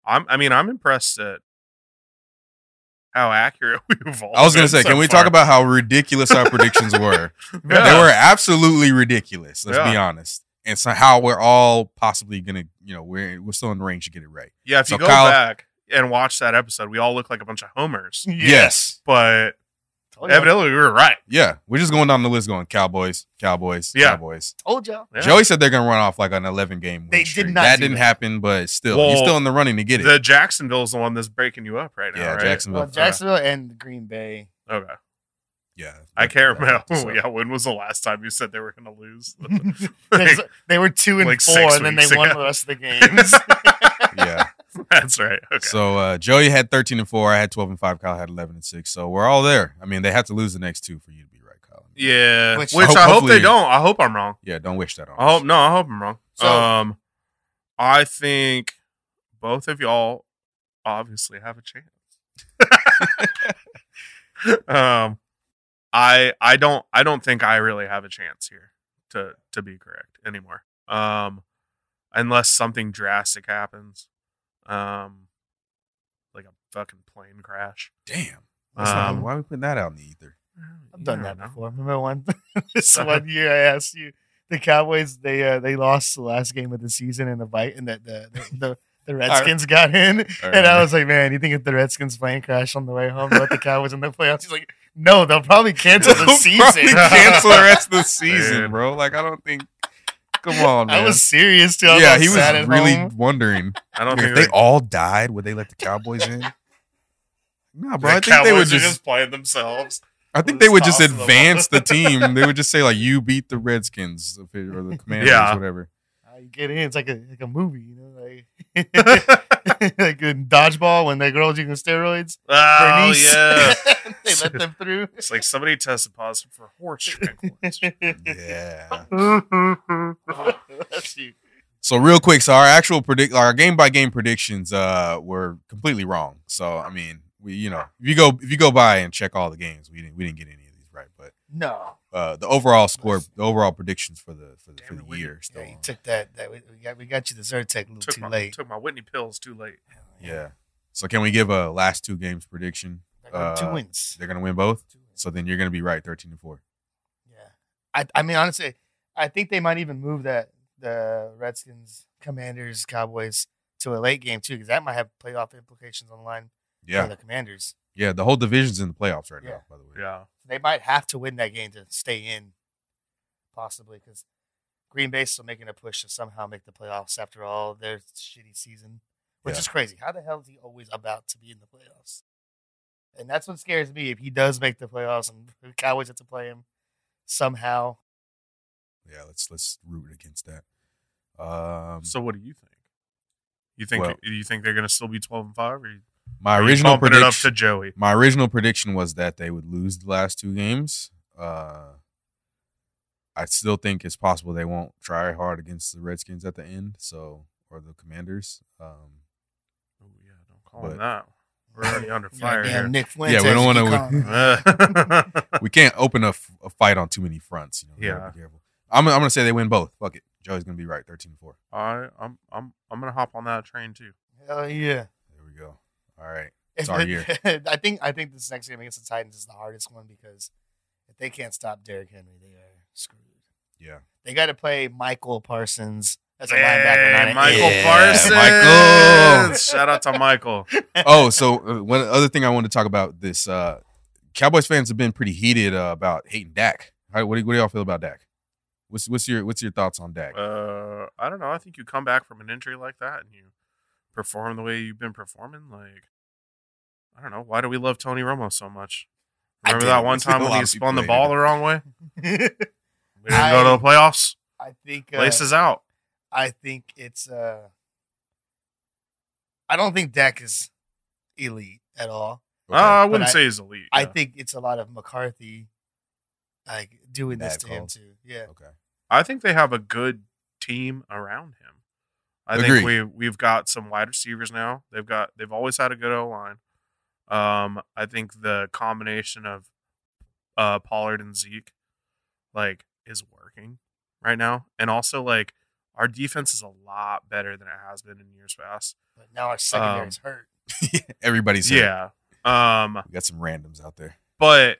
Speaker 2: I'm. I mean, I'm impressed at how accurate *laughs* we've all.
Speaker 3: I was gonna
Speaker 2: been
Speaker 3: say,
Speaker 2: so
Speaker 3: can we
Speaker 2: far.
Speaker 3: talk about how ridiculous our
Speaker 2: *laughs*
Speaker 3: predictions were?
Speaker 2: Yeah.
Speaker 3: They were absolutely ridiculous. Let's be
Speaker 2: Yeah.
Speaker 3: honest. And so, how we're all possibly gonna, you know, we're we're still in range to get it right.
Speaker 2: Yeah, if
Speaker 3: So
Speaker 2: you go
Speaker 3: Kyle-
Speaker 2: back and watch that episode, we all look like a bunch of homers.
Speaker 3: Yes.
Speaker 2: But
Speaker 1: told y'all.
Speaker 2: evidently, we were right.
Speaker 3: Yeah, we're just going down the list, going Cowboys, Cowboys,
Speaker 2: Yeah.
Speaker 3: Cowboys.
Speaker 1: Told y'all.
Speaker 2: Yeah.
Speaker 3: Joey said they're gonna run off like an eleven game. Win
Speaker 1: They did
Speaker 3: streak.
Speaker 1: not
Speaker 3: That
Speaker 1: do
Speaker 3: didn't
Speaker 1: that.
Speaker 3: happen, but still,
Speaker 2: Well,
Speaker 3: you're still in the running to get it.
Speaker 2: the Jacksonville's the one that's breaking you up right now.
Speaker 3: yeah,
Speaker 2: right?
Speaker 3: Jacksonville.
Speaker 1: Well, Jacksonville and Green
Speaker 2: *laughs*
Speaker 1: Bay. *laughs*
Speaker 2: Okay,
Speaker 3: yeah,
Speaker 2: I can't
Speaker 3: that-
Speaker 2: remember. *laughs*
Speaker 3: that- that-
Speaker 2: yeah, when was the last time you said they were going to
Speaker 3: *laughs*
Speaker 2: lose? *laughs*
Speaker 1: There's- they were two and
Speaker 2: like
Speaker 1: four,
Speaker 2: six
Speaker 1: and then they
Speaker 2: weeks
Speaker 1: won
Speaker 2: ago.
Speaker 1: the rest
Speaker 2: *laughs*
Speaker 1: of the games.
Speaker 3: yeah.
Speaker 2: that's right. Okay.
Speaker 3: So uh, Joey had thirteen and four. I had twelve and five. Kyle had eleven and six. So we're all there. I mean, they have to lose the next two for you to be right, Kyle.
Speaker 2: Yeah,
Speaker 1: Which-
Speaker 2: which,
Speaker 3: Ho-
Speaker 2: I hope
Speaker 3: hopefully-
Speaker 2: they don't. I hope I'm wrong.
Speaker 3: Yeah, don't wish that on.
Speaker 2: I hope
Speaker 3: us.
Speaker 2: no. I hope I'm wrong.
Speaker 1: So-
Speaker 2: um, I think both of y'all obviously have a chance. um, I I don't I don't think I really have a chance here to to be correct anymore. Um, unless something drastic happens. Um, fucking plane crash.
Speaker 3: Damn. That's not-
Speaker 2: Um,
Speaker 3: why are we putting that out in the ether?
Speaker 1: I've done
Speaker 2: You
Speaker 1: that
Speaker 2: don't know. Uh-huh.
Speaker 1: before. Remember one *laughs* this one year I asked you the Cowboys they uh, they lost the last game of the season and the bite and the the the, the,
Speaker 2: *laughs*
Speaker 1: the Redskins got in and I was like, man, you think if the Redskins plane crash on the way home, let the Cowboys in the playoffs? He's like, no, they'll probably
Speaker 3: *laughs*
Speaker 1: cancel the
Speaker 2: *laughs*
Speaker 3: They'll
Speaker 1: season.
Speaker 3: probably cancel the rest of the season,
Speaker 2: Man.
Speaker 3: bro. Like I don't think. Come on, Oh, man.
Speaker 1: I was serious too. I was
Speaker 3: yeah,
Speaker 1: all
Speaker 3: he was
Speaker 1: sad at
Speaker 3: really
Speaker 1: home.
Speaker 3: wondering
Speaker 2: I don't
Speaker 3: if
Speaker 2: think
Speaker 3: they
Speaker 2: like-
Speaker 3: all died. Would they let the Cowboys in? No, bro. I
Speaker 2: the
Speaker 3: think they would
Speaker 2: Cowboys are
Speaker 3: just.
Speaker 2: just playing themselves.
Speaker 3: I think
Speaker 2: we'll
Speaker 3: they would
Speaker 2: just
Speaker 3: just
Speaker 2: toss them.
Speaker 3: advance the team. They would just say like, "You beat the Redskins if it- or the Commanders,
Speaker 2: Yeah.
Speaker 3: whatever."
Speaker 1: How you get in, it's like a like a movie, you know, like *laughs* like in dodgeball when that girl's using steroids.
Speaker 2: Oh
Speaker 1: Bernice.
Speaker 2: yeah,
Speaker 1: *laughs* they let them through.
Speaker 2: *laughs*
Speaker 1: *laughs*
Speaker 2: it's like somebody tested positive for horse tranquilizers.
Speaker 3: Yeah.
Speaker 1: That's you.
Speaker 3: So real quick, so our actual predict, our game by game predictions, uh, were completely wrong. So I mean, we you know, if you go if you go by and check all the games, we didn't we didn't get any of these right, but
Speaker 1: No.
Speaker 3: uh, the overall score, the overall predictions for the for the, for
Speaker 2: Damn it,
Speaker 3: the
Speaker 2: Whitney.
Speaker 3: year. Still,
Speaker 1: Yeah, you took that. that we, we got we got you the Zyrtec a little
Speaker 2: took
Speaker 1: too
Speaker 2: my
Speaker 1: late.
Speaker 2: took my Whitney pills too late.
Speaker 3: yeah. So can we give a last two games prediction?
Speaker 1: I got two
Speaker 3: Uh,
Speaker 1: wins.
Speaker 3: They're gonna win both.
Speaker 1: Two wins.
Speaker 3: So then you're gonna be right, thirteen to four.
Speaker 1: Yeah. I I mean honestly, I think they might even move that the Redskins, Commanders, Cowboys to a late game too, because that might have playoff implications on the line for
Speaker 3: Yeah,
Speaker 1: the Commanders.
Speaker 3: yeah. The whole division's in the playoffs right
Speaker 1: Yeah.
Speaker 3: now. By the way,
Speaker 2: Yeah,
Speaker 1: They might have to win that game to stay in, possibly because Green Bay's still making a push to somehow make the playoffs after all their shitty season, which
Speaker 3: Yeah.
Speaker 1: is crazy. How the hell is he always about to be in the playoffs? And that's what scares me. If he does make the playoffs and the Cowboys have to play him somehow,
Speaker 3: yeah. Let's let's root against that. Um,
Speaker 2: So what do you think? You think
Speaker 3: Well-
Speaker 2: you think they're gonna still be twelve and five? Or you-
Speaker 3: my
Speaker 2: are you
Speaker 3: original
Speaker 2: bumping
Speaker 3: prediction
Speaker 2: it up to
Speaker 3: *laughs*
Speaker 2: Joey.
Speaker 3: My original prediction was that they would lose the last two games. Uh, I still think it's possible they won't try hard against the Redskins at the end, so or the Commanders. Um,
Speaker 2: Oh yeah, don't call him
Speaker 3: But-
Speaker 2: that.
Speaker 3: *laughs*
Speaker 2: We're already under
Speaker 1: Yeah,
Speaker 2: fire.
Speaker 1: damn,
Speaker 2: here.
Speaker 1: Nick Flynn.
Speaker 3: Yeah, we don't wanna-
Speaker 2: *laughs* Uh,
Speaker 3: we can't open a, f- a fight on too many fronts. You know, We
Speaker 2: Yeah.
Speaker 3: gotta be careful. I'm, I'm gonna say they win both. Fuck it, Joey's gonna be right, 13-4.
Speaker 2: I, I'm I'm I'm gonna hop on that train too.
Speaker 1: Hell yeah!
Speaker 3: There we go. All right, It's our year.
Speaker 1: *laughs* I think I think this next game against the Titans is the hardest one because if they can't stop Derrick Henry, they are screwed.
Speaker 3: yeah,
Speaker 1: They got to play Michael Parsons as a linebacker. not
Speaker 2: Hey,
Speaker 1: an
Speaker 2: Michael
Speaker 1: end.
Speaker 3: Yeah,
Speaker 2: Parsons.
Speaker 3: Michael.
Speaker 2: Shout out to Michael.
Speaker 3: oh, so uh, one other thing I wanted to talk about this uh, Cowboys fans have been pretty heated uh, about hating Dak. All right, what do, what do y'all feel about Dak? What's what's your what's your thoughts on Dak?
Speaker 2: Uh, I don't know. I think you come back from an injury like that and you perform the way you've been performing. Like, I don't know. Why do we love Tony Romo so much?
Speaker 3: I
Speaker 2: Remember that
Speaker 3: didn't.
Speaker 2: one time
Speaker 3: A
Speaker 2: when
Speaker 3: lot
Speaker 2: he
Speaker 3: of
Speaker 2: spun the
Speaker 3: people
Speaker 2: ball
Speaker 3: hated
Speaker 2: the wrong way? We didn't
Speaker 1: I-
Speaker 2: go to the playoffs.
Speaker 1: *laughs* I think uh,
Speaker 2: Laces out.
Speaker 1: I think it's. Uh, I don't think Dak is elite at all.
Speaker 2: Uh, I
Speaker 1: But
Speaker 2: wouldn't
Speaker 1: I-
Speaker 2: say he's elite.
Speaker 1: I
Speaker 2: yeah.
Speaker 1: think it's a lot of McCarthy, like doing this
Speaker 3: Bad
Speaker 1: to him
Speaker 3: calls.
Speaker 1: too. Yeah,
Speaker 3: okay.
Speaker 2: I think they have a good team around him. I
Speaker 3: Agreed.
Speaker 2: think we we've got some wide receivers now. They've got they've always had a good O line. Um, I think the combination of uh, Pollard and Zeke like is working right now, and also like our defense is a lot better than it has been in years past.
Speaker 1: but now our
Speaker 2: Um,
Speaker 1: secondary's hurt.
Speaker 3: *laughs* Everybody's here.
Speaker 2: Yeah. Um,
Speaker 3: We got some randoms out there.
Speaker 2: but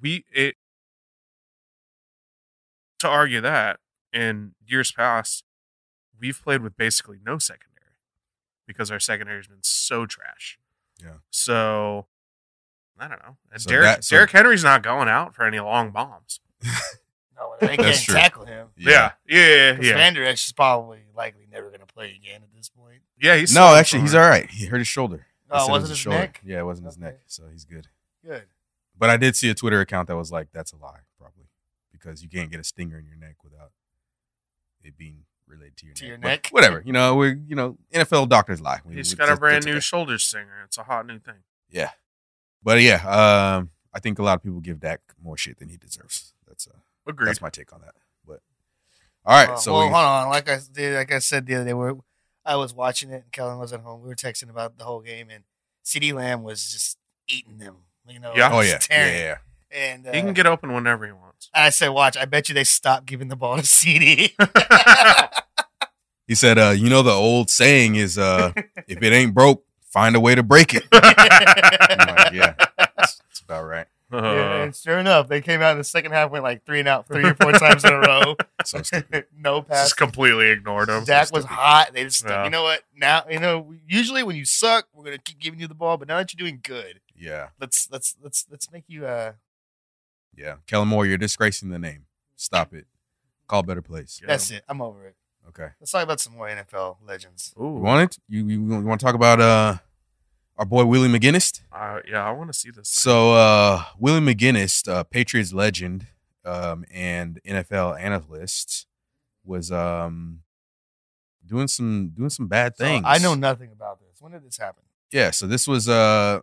Speaker 2: we it to argue that in years past we've played with basically no secondary because our secondary has been so trash
Speaker 3: Yeah.
Speaker 2: so i don't know and
Speaker 3: So
Speaker 2: derek,
Speaker 3: that- so-
Speaker 2: derek henry's not going out for any long bombs
Speaker 1: No, they
Speaker 3: That's
Speaker 1: can't
Speaker 3: true.
Speaker 1: tackle him.
Speaker 2: yeah yeah yeah,
Speaker 1: Because
Speaker 2: yeah.
Speaker 1: Van Der Esch is probably likely never going to play again at this point.
Speaker 2: Yeah, he's
Speaker 3: No,
Speaker 2: still
Speaker 3: actually, he's all
Speaker 2: fine.
Speaker 3: right. He hurt his shoulder. They
Speaker 1: Oh,
Speaker 3: said it
Speaker 1: was it
Speaker 3: a
Speaker 1: his
Speaker 3: shoulder.
Speaker 1: neck?
Speaker 3: Yeah, it wasn't his
Speaker 1: Okay.
Speaker 3: neck, so he's good.
Speaker 1: Good.
Speaker 3: But I did see a Twitter account that was like, "That's a lie, probably," because you can't get a stinger in your neck without it being related to your
Speaker 1: To
Speaker 3: neck.
Speaker 1: your
Speaker 3: But
Speaker 1: neck?
Speaker 3: whatever. You know, we're you know NFL doctors lie. We-
Speaker 2: he's
Speaker 3: we-
Speaker 2: got a
Speaker 3: that's-
Speaker 2: brand
Speaker 3: that's
Speaker 2: new
Speaker 3: okay.
Speaker 2: shoulder stinger it's a hot new thing
Speaker 3: Yeah. But yeah, um, I think a lot of people give Dak more shit than he deserves. That's uh,
Speaker 2: agreed
Speaker 3: that's my take on that. But all right,
Speaker 1: Uh,
Speaker 3: so
Speaker 1: well,
Speaker 3: we-
Speaker 1: hold on. Like I did, like I said the other day, we're, I was watching it, and Kellen was at home. We were texting about the whole game, and CD Lamb was just eating them. You know,
Speaker 2: Yeah.
Speaker 3: oh
Speaker 1: just
Speaker 3: yeah, yeah,
Speaker 1: tearing.
Speaker 3: yeah, yeah.
Speaker 1: And uh,
Speaker 2: he can get open whenever he wants
Speaker 1: I said, watch. I bet you they stopped giving the ball to
Speaker 3: *laughs*
Speaker 1: CD.
Speaker 3: *laughs* He said, uh, you know, the old saying is, uh, if it ain't broke, find a way to break it. like, yeah. That's, that's about right.
Speaker 1: Yeah,
Speaker 2: *laughs*
Speaker 1: *laughs*
Speaker 2: Uh,
Speaker 1: and sure enough, they came out in the second half, went like three and out, three or four times in a row.
Speaker 3: *laughs* So stupid.
Speaker 1: *laughs* no pass.
Speaker 2: just completely ignored him.
Speaker 1: Dak was hot. They just,
Speaker 2: Yeah.
Speaker 1: you know what? Now, you know, usually when you suck, we're gonna keep giving you the ball. But now that you're doing good,
Speaker 3: Yeah,
Speaker 1: let's let's let's let's make you. uh
Speaker 3: yeah. Kellen Moore, you're disgracing the name. Stop it. Call better plays.
Speaker 2: Yeah.
Speaker 1: That's it. I'm over it.
Speaker 3: Okay.
Speaker 1: Let's talk about some more NFL legends.
Speaker 3: You
Speaker 2: Ooh,
Speaker 3: want it? You you, you want to talk about uh our boy Willie McGinnis?
Speaker 2: uh, yeah, I want to see this.
Speaker 3: So uh Willie McGinnis, uh, Patriots legend um and NFL analyst, was um doing some doing some bad
Speaker 1: So,
Speaker 3: things.
Speaker 1: I know nothing about this. When did this happen?
Speaker 3: yeah so this was uh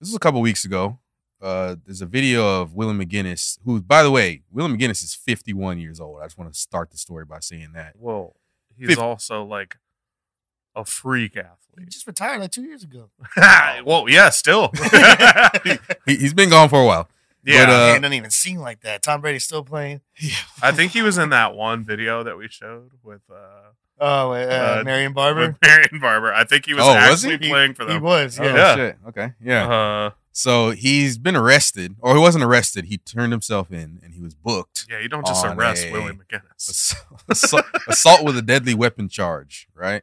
Speaker 3: this was a couple weeks ago uh there's a video of william mcginnis who by the way william mcginnis is 51 years old i just want to start the story by saying that
Speaker 2: well, he's
Speaker 3: Fif-
Speaker 2: also like a freak
Speaker 1: He *laughs*
Speaker 2: athlete. *laughs*
Speaker 1: just retired like two years ago. *laughs*
Speaker 2: well, yeah, still. *laughs* yeah,
Speaker 3: he, he's been gone for a while But, uh,
Speaker 1: Man, it doesn't even seem like that. Tom Brady's still playing.
Speaker 3: *laughs*
Speaker 2: I think he was in that one video that we showed with uh,
Speaker 1: Oh, uh,
Speaker 2: Uh,
Speaker 1: Marion
Speaker 2: with
Speaker 1: Barber.
Speaker 2: Marion Barber. I think he was
Speaker 3: Oh, was
Speaker 2: actually
Speaker 1: he?
Speaker 2: playing for
Speaker 1: He
Speaker 2: them.
Speaker 1: was.
Speaker 3: Oh,
Speaker 1: Yeah.
Speaker 2: Yeah.
Speaker 3: shit. okay yeah
Speaker 2: Uh,
Speaker 3: so he's been arrested or he wasn't arrested he turned himself in and he was *laughs* booked
Speaker 2: yeah, you don't just
Speaker 3: On
Speaker 2: arrest
Speaker 3: a-
Speaker 2: Willie McGinnis.
Speaker 3: Ass- assault, assault with a deadly weapon charge right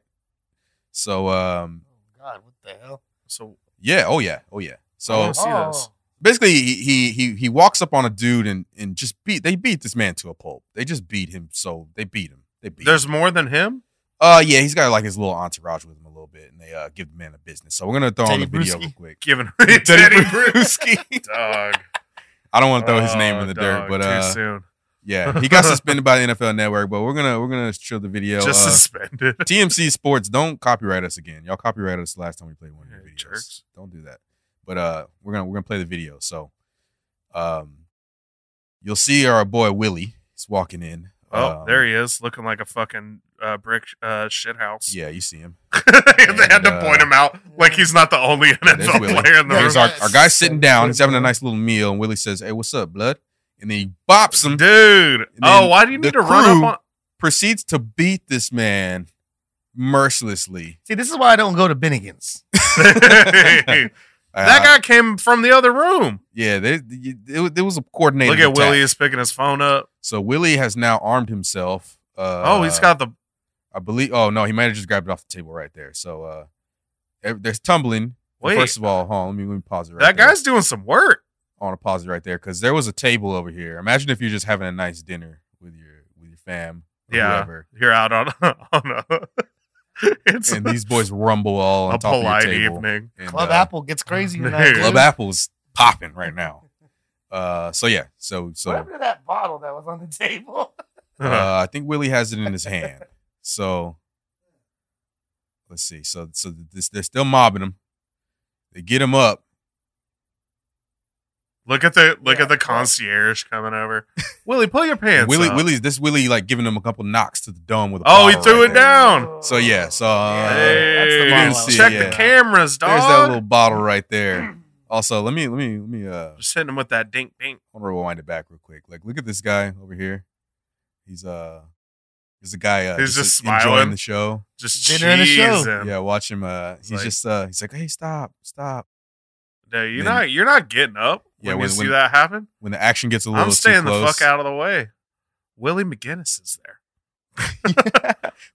Speaker 3: so um
Speaker 1: Oh God, what the hell?
Speaker 2: So
Speaker 3: yeah oh yeah oh yeah so
Speaker 2: Oh, see this.
Speaker 3: basically he he he, he walks up on a dude and and just beat they beat this man to a pulp. They just beat him so they beat him. They beat him.
Speaker 2: there's more than him.
Speaker 3: uh yeah, he's got like his little entourage with him a little bit and they uh give the man a business. So we're gonna throw
Speaker 1: Teddy
Speaker 3: on the video
Speaker 1: Bruschi.
Speaker 2: *laughs*
Speaker 3: real quick.
Speaker 2: Giving Teddy,
Speaker 3: *laughs* Bruschi.
Speaker 2: Dog.
Speaker 3: I don't want to throw his name
Speaker 2: Oh,
Speaker 3: in the
Speaker 2: dog,
Speaker 3: dirt, but
Speaker 2: too
Speaker 3: uh
Speaker 2: soon.
Speaker 3: yeah, he got suspended by
Speaker 2: *laughs*
Speaker 3: the NFL network, but we're gonna we're gonna show the video.
Speaker 2: just
Speaker 3: uh, *laughs*
Speaker 2: suspended.
Speaker 3: TMC Sports, don't copyright us again. Y'all copyrighted us last time we played one of your
Speaker 2: Yeah,
Speaker 3: videos.
Speaker 2: jerks.
Speaker 3: Don't do that. But uh, we're gonna we're gonna play the video. So, um, you'll see our boy Willie. He's walking in.
Speaker 2: Oh,
Speaker 3: Um,
Speaker 2: there he is, looking like a fucking uh, brick uh, shit house.
Speaker 3: Yeah, you see him.
Speaker 2: *laughs* they had to
Speaker 3: And,
Speaker 2: point
Speaker 3: uh,
Speaker 2: him out like he's not the only *laughs* NFL
Speaker 3: Willie.
Speaker 2: player in the
Speaker 1: Yeah,
Speaker 2: room.
Speaker 3: There's our, our guy
Speaker 1: Yes.
Speaker 3: sitting down. He's having a nice little meal, and Willie says, "Hey, what's up, blood?" And then he bops him.
Speaker 2: Dude.
Speaker 3: And
Speaker 2: Oh,
Speaker 3: then
Speaker 2: why do you
Speaker 3: the
Speaker 2: need to run
Speaker 3: crew-
Speaker 2: up
Speaker 3: Proceeds to beat this man mercilessly.
Speaker 1: See, this is why I don't go to Bennigan's.
Speaker 2: on
Speaker 3: *laughs*
Speaker 2: *laughs* That
Speaker 3: Uh,
Speaker 2: guy came from the other room.
Speaker 3: yeah, they, it, it was a coordinated.
Speaker 2: Look at
Speaker 3: attack.
Speaker 2: Willie is picking his phone up.
Speaker 3: So Willie has now armed himself. Uh,
Speaker 2: oh, he's got the
Speaker 3: I believe. Oh no, he might have just grabbed it off the table right there. So uh, ev- there's tumbling. Well,
Speaker 2: wait.
Speaker 3: First of all, hold on, let me, let me pause it. Right
Speaker 2: that
Speaker 3: there.
Speaker 2: guy's doing some work.
Speaker 3: I want to pause it right there because there was a table over here. Imagine if you're just having a nice dinner with your with your fam, or
Speaker 2: Yeah.
Speaker 3: whoever,
Speaker 2: You're out on *laughs* on a it's
Speaker 3: and these boys rumble all
Speaker 2: *laughs*
Speaker 3: on
Speaker 2: a
Speaker 3: top
Speaker 2: polite
Speaker 3: of your table.
Speaker 2: evening.
Speaker 3: And,
Speaker 1: Club
Speaker 3: uh,
Speaker 1: Apple gets crazy
Speaker 2: *laughs*
Speaker 1: tonight.
Speaker 2: Dude.
Speaker 3: Club
Speaker 1: dude.
Speaker 3: Apple's popping right now. Uh, so yeah, so so
Speaker 2: *laughs*
Speaker 1: What
Speaker 3: uh,
Speaker 1: happened to that bottle that was on the *laughs* table?
Speaker 2: Uh-huh.
Speaker 3: I think Willie has it in his hand. So let's see. So so this, they're still mobbing him. They get him up.
Speaker 2: look at the look
Speaker 1: Yeah,
Speaker 2: at the
Speaker 1: yeah.
Speaker 2: concierge coming over. Willie, pull your pants.
Speaker 3: Willie,
Speaker 2: up.
Speaker 3: Willie's this Willie like giving him a couple knocks to the dome with. A
Speaker 2: Oh, he
Speaker 3: bottle
Speaker 2: threw
Speaker 3: right
Speaker 2: it
Speaker 3: there.
Speaker 2: down.
Speaker 3: So, yeah, so,
Speaker 2: Hey,
Speaker 3: uh,
Speaker 1: Oh. that's the bottle.
Speaker 3: you didn't
Speaker 1: I was
Speaker 3: see it,
Speaker 2: check
Speaker 1: thinking
Speaker 2: the
Speaker 3: yeah.
Speaker 1: about.
Speaker 2: cameras, dog.
Speaker 3: There's that little bottle right there. Also, let me let me let me uh,
Speaker 2: Just hitting him with that dink dink.
Speaker 3: I want to rewind it back real quick. Like, look at this guy over here. He's uh, he's a guy. Uh,
Speaker 2: He's just smiling.
Speaker 3: enjoying the show.
Speaker 2: Just
Speaker 1: Dinner and a show.
Speaker 2: cheesing.
Speaker 3: Yeah, watch him. Uh, he's
Speaker 2: Like-
Speaker 3: just uh, he's like, hey, stop, stop.
Speaker 2: No, you're
Speaker 3: Then-
Speaker 2: not. You're not getting up
Speaker 3: Yeah,
Speaker 2: when,
Speaker 3: when-
Speaker 2: you see
Speaker 3: when-
Speaker 2: that happen.
Speaker 3: When the action gets a little,
Speaker 2: I'm staying
Speaker 3: too
Speaker 2: the
Speaker 3: close,
Speaker 2: fuck out of the way. Willie McGinnis is there.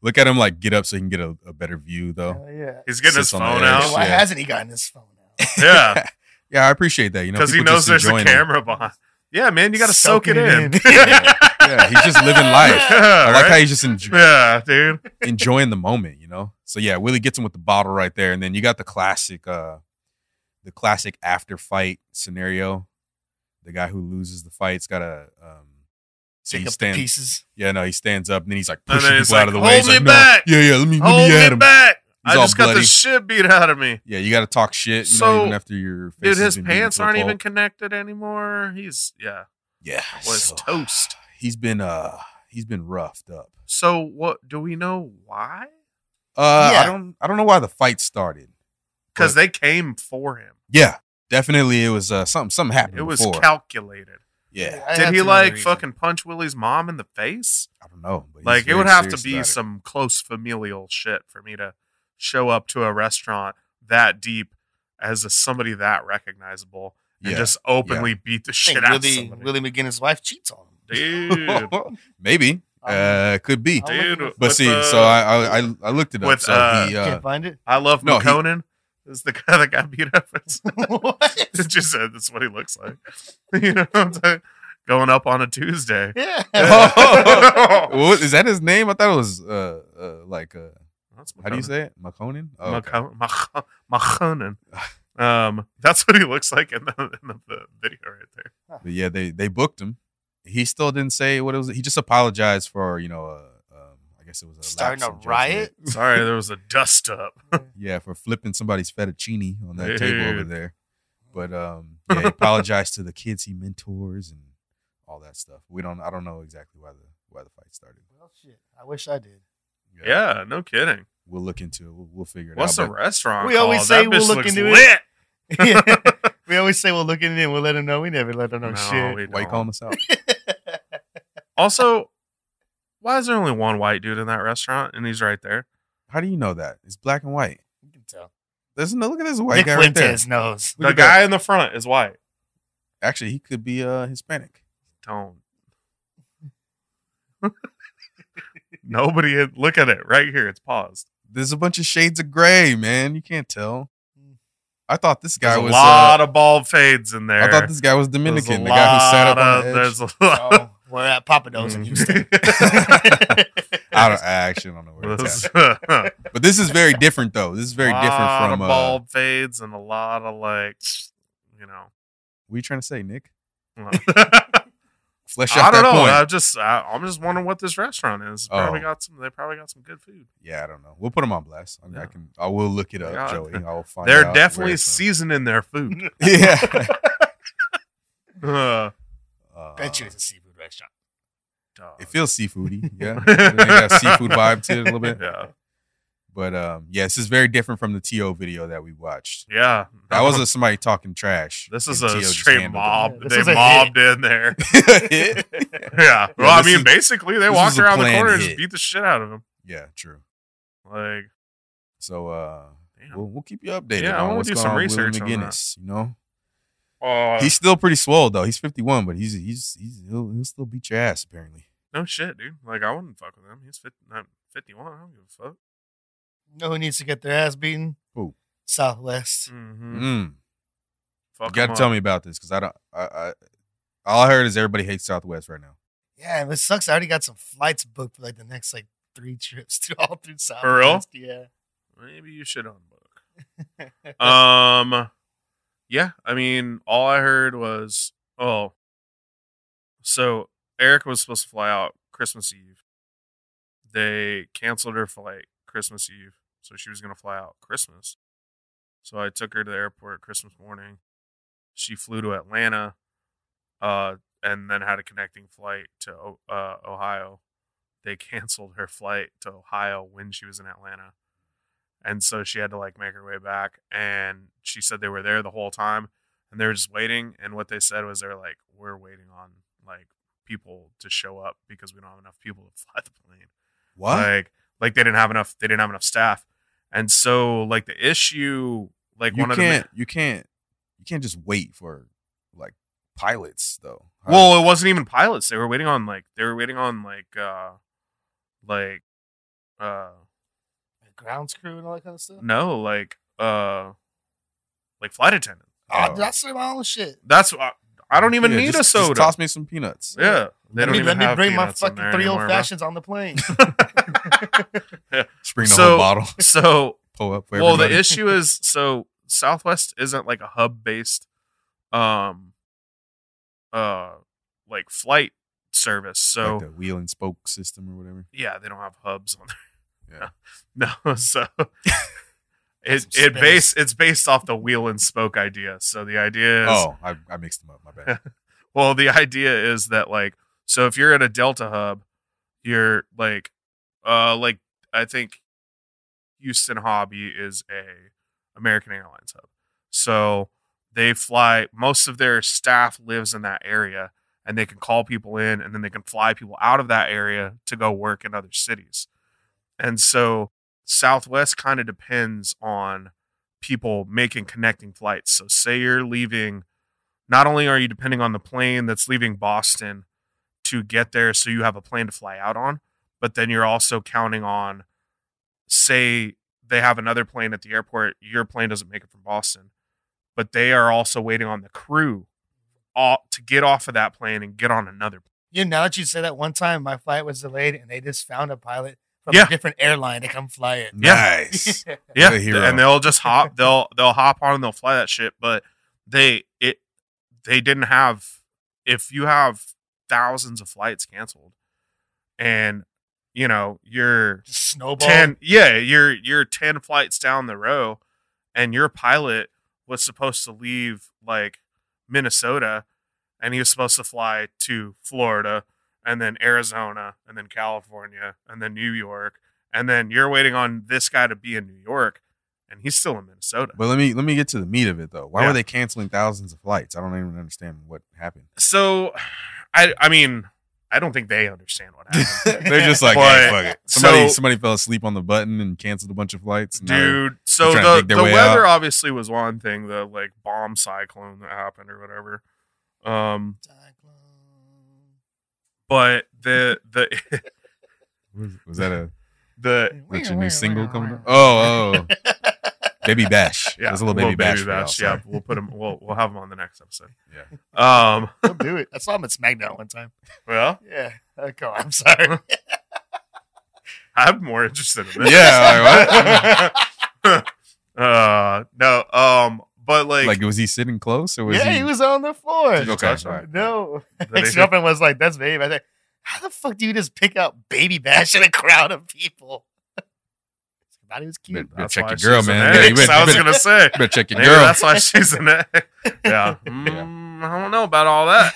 Speaker 3: Look at him like get up so he can get a, a better view though.
Speaker 1: Hell yeah.
Speaker 2: He's getting his
Speaker 3: Sits on
Speaker 2: phone
Speaker 3: the edge.
Speaker 1: Yeah,
Speaker 3: *laughs*
Speaker 2: out.
Speaker 1: why
Speaker 3: yeah.
Speaker 1: hasn't he gotten his phone
Speaker 3: *laughs*
Speaker 1: out?
Speaker 2: Yeah,
Speaker 3: yeah, I appreciate that. You know,
Speaker 2: because he
Speaker 3: people
Speaker 2: knows
Speaker 3: just
Speaker 2: there's a
Speaker 3: enjoying it.
Speaker 2: camera behind. Yeah, man, you got to soak it
Speaker 1: Soaking
Speaker 2: in.
Speaker 1: it in.
Speaker 2: *laughs* yeah,
Speaker 3: Yeah, he's just
Speaker 2: *laughs*
Speaker 3: living life. I like
Speaker 2: right?
Speaker 3: how he's just enjoying.
Speaker 2: yeah, dude.
Speaker 3: enjoying the moment, you know. So yeah, Willie gets him with the bottle right there, and then you got the classic, uh the classic after fight scenario. The guy who loses the fight's got to um, so
Speaker 1: Pick
Speaker 3: he
Speaker 1: up the
Speaker 3: stands.
Speaker 1: pieces.
Speaker 3: Yeah, no, he stands up, and then he's like
Speaker 2: And then
Speaker 3: pushing
Speaker 2: he's
Speaker 3: people out of the
Speaker 2: like,
Speaker 3: way.
Speaker 2: "Hold
Speaker 3: He's
Speaker 2: me
Speaker 3: like,
Speaker 2: back!
Speaker 3: Yeah, yeah, let me, let
Speaker 2: Hold
Speaker 3: me
Speaker 2: me
Speaker 3: at him.
Speaker 2: back.
Speaker 3: He's
Speaker 2: I
Speaker 3: all
Speaker 2: just got the
Speaker 3: bloody.
Speaker 2: shit beat out of me,
Speaker 3: Yeah, you got to talk shit. You
Speaker 2: So,
Speaker 3: know, even after your face
Speaker 2: dude.
Speaker 3: has
Speaker 2: His
Speaker 3: been beaten
Speaker 2: pants
Speaker 3: to a
Speaker 2: aren't
Speaker 3: pulp.
Speaker 2: even connected anymore. He's yeah,
Speaker 3: Yeah,
Speaker 2: was
Speaker 3: so
Speaker 2: toast.
Speaker 3: he's been uh he's been roughed up.
Speaker 2: So what do we know why?
Speaker 3: Uh,
Speaker 1: Yeah.
Speaker 3: I don't I don't know why the fight started.
Speaker 2: Because they came for him.
Speaker 3: Yeah, definitely it was uh something something happened.
Speaker 2: It was
Speaker 3: before.
Speaker 2: calculated.
Speaker 3: yeah,
Speaker 1: I have
Speaker 2: Did he
Speaker 1: to know the
Speaker 2: like
Speaker 1: reason.
Speaker 2: fucking punch Willie's mom in the face?
Speaker 3: I don't know. But he's
Speaker 2: Like it
Speaker 3: very
Speaker 2: would have to
Speaker 3: serious
Speaker 2: be
Speaker 3: about it.
Speaker 2: some close familial shit for me to show up to a restaurant that deep as a, somebody that recognizable and
Speaker 3: Yeah. *laughs*
Speaker 2: just openly beat the shit out of
Speaker 1: Willie,
Speaker 2: somebody.
Speaker 1: Willie McGinnis' wife cheats on him. *laughs*
Speaker 2: Dude,
Speaker 3: Maybe.
Speaker 1: I'm-
Speaker 3: Uh, could be.
Speaker 1: I'll
Speaker 2: dude.
Speaker 1: look at-
Speaker 3: But
Speaker 2: with,
Speaker 3: see,
Speaker 2: uh,
Speaker 3: so I I, I looked it up.
Speaker 2: with,
Speaker 3: so he,
Speaker 1: can't
Speaker 3: uh,
Speaker 1: find
Speaker 2: *laughs*
Speaker 1: it.
Speaker 2: I love
Speaker 3: No, he-
Speaker 2: McConan. Is the *laughs* guy that got beat up?
Speaker 3: *laughs*
Speaker 2: It's, *laughs*
Speaker 1: what?
Speaker 2: it just said that's what he looks like. *laughs* you know what I'm saying? Going up on a Tuesday.
Speaker 3: *laughs*
Speaker 1: Yeah. *laughs*
Speaker 2: *laughs* That's
Speaker 3: what- is that his name? I thought it was uh, uh like uh, how do you
Speaker 2: McConan.
Speaker 3: say it? Maconin? Oh, okay.
Speaker 2: Maco- Mac- Maconan. Um, that's what he looks like in the, in the, the video right there.
Speaker 3: But yeah, they they booked him. He still didn't say what it was. He just apologized for you know, uh, um, I guess it was a lapse
Speaker 1: Starting
Speaker 3: in
Speaker 1: a
Speaker 3: judgment.
Speaker 1: riot?
Speaker 2: Sorry, there was a dust up.
Speaker 3: *laughs* Yeah, for flipping somebody's fettuccine on that table over
Speaker 2: Dude.
Speaker 3: there. But um,
Speaker 2: *laughs*
Speaker 3: yeah, he apologized to the kids he mentors and all that stuff. We don't. I don't know exactly why the why the fight started.
Speaker 1: Well, shit. I wish I did. *laughs*
Speaker 2: Yeah, no kidding.
Speaker 3: we'll look into it. We'll, we'll figure it
Speaker 2: What's the
Speaker 3: out. but-
Speaker 2: restaurant?
Speaker 1: We always
Speaker 2: called?
Speaker 1: say
Speaker 2: that
Speaker 1: we'll
Speaker 2: bitch
Speaker 1: look
Speaker 2: looks
Speaker 1: into it.
Speaker 2: lit.
Speaker 1: we always say we'll look in and we'll let them know. We never let them know
Speaker 2: No,
Speaker 1: Oh, shit.
Speaker 2: we
Speaker 3: why you
Speaker 2: don't.
Speaker 3: calling us out?
Speaker 2: Also, why is there only one white dude in that restaurant and he's right there?
Speaker 3: How do you know that? It's black and white.
Speaker 1: *laughs* You can tell.
Speaker 3: There's no look at this white
Speaker 1: Nick
Speaker 3: guy right
Speaker 1: Fuentes knows.
Speaker 3: Look
Speaker 2: the
Speaker 3: at that.
Speaker 2: guy in the front is white.
Speaker 3: there. Actually, he could be uh Hispanic.
Speaker 2: Don't. Nobody had- look at it right here. It's paused.
Speaker 3: There's a bunch of shades of gray, man. You can't tell. I thought this guy
Speaker 2: There's a
Speaker 3: was.
Speaker 2: lot
Speaker 3: uh,
Speaker 2: of bald fades in there.
Speaker 3: I thought this guy was
Speaker 2: There's a
Speaker 3: Dominican. The guy who sat up
Speaker 2: lot
Speaker 3: on
Speaker 2: of-
Speaker 3: the edge.
Speaker 2: There's a *laughs* lot.
Speaker 1: Oh, we're at Papa Do's in
Speaker 2: Mm.
Speaker 1: Houston.
Speaker 2: *laughs*
Speaker 3: I, don't, I actually don't know where it's *laughs*
Speaker 2: There's
Speaker 3: at.
Speaker 2: a
Speaker 3: But this is very different, though. This is Oh,
Speaker 2: *laughs*
Speaker 3: very
Speaker 2: lot
Speaker 3: different
Speaker 2: of
Speaker 3: from. Uh,
Speaker 2: bald fades and a lot of like, you
Speaker 3: *laughs*
Speaker 2: know.
Speaker 3: what are you trying to say, Nick?
Speaker 2: I
Speaker 3: Flesh out
Speaker 2: don't
Speaker 3: that
Speaker 2: know.
Speaker 3: point.
Speaker 2: I just I, I'm just wondering what this restaurant is. Probably
Speaker 3: Oh.
Speaker 2: got some. They probably got some good food.
Speaker 3: yeah, I don't know. We'll put him on blast. I, I
Speaker 2: Yeah.
Speaker 3: can. I will look it up,
Speaker 2: Yeah.
Speaker 3: Joey. I will find. out
Speaker 2: They're
Speaker 3: where
Speaker 2: definitely
Speaker 3: it's from.
Speaker 2: seasoning their food. *laughs*
Speaker 3: Yeah.
Speaker 2: Uh,
Speaker 3: Uh,
Speaker 1: *laughs* Bet you it's a seafood restaurant.
Speaker 2: dog.
Speaker 3: It feels seafoody, yeah. it got a seafood vibe to it a little bit.
Speaker 2: *laughs* yeah,
Speaker 3: But um, yeah, this is very different from the To video that
Speaker 2: *laughs*
Speaker 3: we watched.
Speaker 2: yeah.
Speaker 3: That was a somebody talking trash.
Speaker 2: This
Speaker 3: and
Speaker 2: is
Speaker 3: T.O.
Speaker 2: a
Speaker 3: just
Speaker 2: straight
Speaker 3: handled
Speaker 2: mob.
Speaker 1: Yeah, this
Speaker 2: They
Speaker 1: was a hit.
Speaker 2: mobbed in
Speaker 3: *laughs*
Speaker 2: there. *laughs*
Speaker 3: it.
Speaker 2: Yeah. Well, I
Speaker 3: this
Speaker 2: mean,
Speaker 3: is-
Speaker 2: basically, they
Speaker 3: this
Speaker 2: walked
Speaker 3: was a
Speaker 2: around the
Speaker 3: planned
Speaker 2: corner and just
Speaker 3: hit.
Speaker 2: beat the shit out of him.
Speaker 3: *laughs* yeah, true.
Speaker 2: Like,
Speaker 3: So uh,
Speaker 2: damn.
Speaker 3: we'll, we'll keep you updated.
Speaker 2: Yeah, I
Speaker 3: on
Speaker 2: wanna
Speaker 3: what's
Speaker 2: do
Speaker 3: going
Speaker 2: some
Speaker 3: on with Willie
Speaker 2: research on that.
Speaker 3: McGinnis. You know,
Speaker 2: Uh,
Speaker 3: he's still pretty swole though. He's fifty one, but he's he's, he's he'll, he'll still beat your ass apparently.
Speaker 2: no shit, dude. Like, I wouldn't fuck with him. He's 50, not 51. I don't give a fuck.
Speaker 1: *laughs* You know who needs to get their ass beaten?
Speaker 3: Who?
Speaker 1: Southwest.
Speaker 2: Mm-hmm.
Speaker 3: Mm. You
Speaker 2: Fuck
Speaker 3: got to
Speaker 2: him
Speaker 3: tell
Speaker 2: up.
Speaker 3: me about this because I don't. I, I all I heard is everybody hates Southwest right now.
Speaker 1: Yeah, and it sucks. I already got some flights booked for like the next like three trips *laughs* to all through Southwest.
Speaker 2: For real?
Speaker 1: Yeah.
Speaker 2: Maybe you should unbook.
Speaker 1: *laughs*
Speaker 2: um yeah i mean all i heard was oh so eric was supposed to fly out christmas eve they canceled her flight christmas eve so she was going to fly out christmas so i took her to the airport christmas morning she flew to atlanta uh and then had a connecting flight to O- uh, ohio they canceled her flight to ohio when she was in atlanta and so she had to like make her way back and she said they were there the whole time and they were just waiting and what they said was they're like we're waiting on like people to show up because we don't have enough people to *laughs* fly the plane
Speaker 3: What?
Speaker 2: like like they didn't have enough they didn't have enough staff and so like the issue like
Speaker 3: you
Speaker 2: one of
Speaker 3: can't
Speaker 2: the
Speaker 3: you can't you can't just wait for like pilots though. How-
Speaker 2: well it wasn't even pilots they were waiting on like they were waiting on like uh like uh
Speaker 1: Grounds crew and all that kind of stuff.
Speaker 2: no like uh like flight attendant
Speaker 1: Oh,
Speaker 3: Oh.
Speaker 1: dude, I serve my own shit.
Speaker 2: that's I, I don't even
Speaker 3: Yeah,
Speaker 2: need
Speaker 3: just-
Speaker 2: a
Speaker 3: just
Speaker 2: soda
Speaker 3: toss me some peanuts.
Speaker 2: Yeah. They
Speaker 1: Let
Speaker 2: don't
Speaker 1: me,
Speaker 2: even
Speaker 1: let me
Speaker 2: have
Speaker 1: bring my
Speaker 2: peanuts in
Speaker 1: fucking
Speaker 2: there
Speaker 1: three old
Speaker 2: anymore, bro.
Speaker 1: fashions on the plane.
Speaker 2: *laughs*
Speaker 1: *laughs*
Speaker 3: Just bring the
Speaker 2: So-
Speaker 3: whole bottle.
Speaker 2: *laughs*
Speaker 3: *laughs*
Speaker 2: so,
Speaker 3: Pull up for
Speaker 2: well,
Speaker 3: everybody.
Speaker 2: the issue is so Southwest isn't like a hub based, um, uh, like flight service. So,
Speaker 3: like the wheel and spoke system or whatever.
Speaker 2: yeah, they don't have hubs on there.
Speaker 3: Yeah.
Speaker 2: *laughs* No,
Speaker 3: *laughs*
Speaker 2: so it
Speaker 1: Some
Speaker 2: it
Speaker 1: space.
Speaker 2: base it's based off the wheel and spoke idea. So the idea is
Speaker 3: Oh, I, I mixed them up. My
Speaker 2: *laughs*
Speaker 3: bad.
Speaker 2: Well, the idea is that like so if you're at a Delta hub, you're like uh like I think Houston Hobby is a American Airlines hub. So they fly most of their staff lives in that area and they can call people in and then they can fly people out of that area to go work in other cities. And so Southwest kind of depends on people making connecting flights. So say you're leaving, not only are you depending on the plane that's leaving Boston to get there, so you have a plane to fly out on, but then you're also counting on, say they have another plane at the airport, your plane doesn't make it from Boston, but they are also waiting on the crew all, to get off of that plane and get on another. plane.
Speaker 1: You know, now that you say that one time my flight was delayed and they just found a pilot from
Speaker 2: Yeah.
Speaker 1: a different airline to come fly it. *laughs*
Speaker 2: *laughs*
Speaker 3: Nice.
Speaker 2: Yeah,
Speaker 3: What a hero.
Speaker 2: and they'll just hop. They'll they'll hop on and they'll fly that shit. But they it they didn't have. If you have thousands of flights canceled, and you know you're
Speaker 1: Just snowball.
Speaker 2: ten, yeah, you're you're ten flights down the row, and your pilot was supposed to leave like Minnesota, and he was supposed to fly to Florida, and then Arizona, and then California, and then New York, and then you're waiting on this guy to be in New York, and he's still in Minnesota.
Speaker 3: But let me let me get to the meat of it though. Why
Speaker 2: Yeah.
Speaker 3: were they canceling thousands of flights? I don't even understand what
Speaker 2: *laughs*
Speaker 3: happened.
Speaker 2: So, I I mean, I don't think they understand what happened.
Speaker 3: *laughs* They're just like,
Speaker 2: But-
Speaker 3: "Hey, fuck it. Somebody
Speaker 2: so-
Speaker 3: somebody fell asleep on the button and canceled a bunch of flights. and now they're-
Speaker 2: dude. So
Speaker 3: trying to
Speaker 2: the
Speaker 3: dig
Speaker 2: the
Speaker 3: their way
Speaker 2: weather
Speaker 3: out.
Speaker 2: obviously was one thing. The like bomb cyclone that happened or whatever. Um, but the the *laughs*
Speaker 3: was, was that a
Speaker 2: the
Speaker 3: was that your new single coming up? Oh, oh,
Speaker 1: *laughs*
Speaker 3: baby bash.
Speaker 2: yeah,
Speaker 3: it was a little baby bash. for y'all,
Speaker 2: yeah,
Speaker 3: sorry.
Speaker 2: we'll put
Speaker 3: *laughs*
Speaker 2: him. We'll we'll have him on the next episode.
Speaker 3: Yeah.
Speaker 2: Um.
Speaker 1: We'll do it. I saw him at SmackDown one time.
Speaker 2: Well,
Speaker 1: Yeah. Oh, come on. I'm sorry.
Speaker 2: I'm more interested in this.
Speaker 3: *laughs* yeah. Like,
Speaker 2: *laughs* uh. No. Um. But *laughs*
Speaker 3: what?
Speaker 2: like,
Speaker 3: like, was he sitting close or *laughs* was
Speaker 1: yeah,
Speaker 3: he?
Speaker 1: he was on the floor.
Speaker 2: Did you
Speaker 3: okay.
Speaker 2: touch
Speaker 3: all right.
Speaker 1: No.
Speaker 2: that
Speaker 1: His
Speaker 2: is-
Speaker 1: girlfriend was like, that's baby. I said, how the fuck do you just pick up baby bash in a crowd of people? *laughs* I thought he was
Speaker 3: Better,
Speaker 1: cute.
Speaker 3: better
Speaker 2: that's
Speaker 3: check
Speaker 2: why
Speaker 3: your
Speaker 2: she's
Speaker 3: girl,
Speaker 2: an
Speaker 3: man.
Speaker 2: ex,
Speaker 3: Yeah, you better,
Speaker 2: I was
Speaker 3: better- *laughs*
Speaker 2: gonna say.
Speaker 3: better check your
Speaker 2: Maybe
Speaker 3: girl.
Speaker 2: that's why she's an egg.
Speaker 3: *laughs*
Speaker 2: Yeah. Mm, I don't know about
Speaker 1: *laughs*
Speaker 2: all that.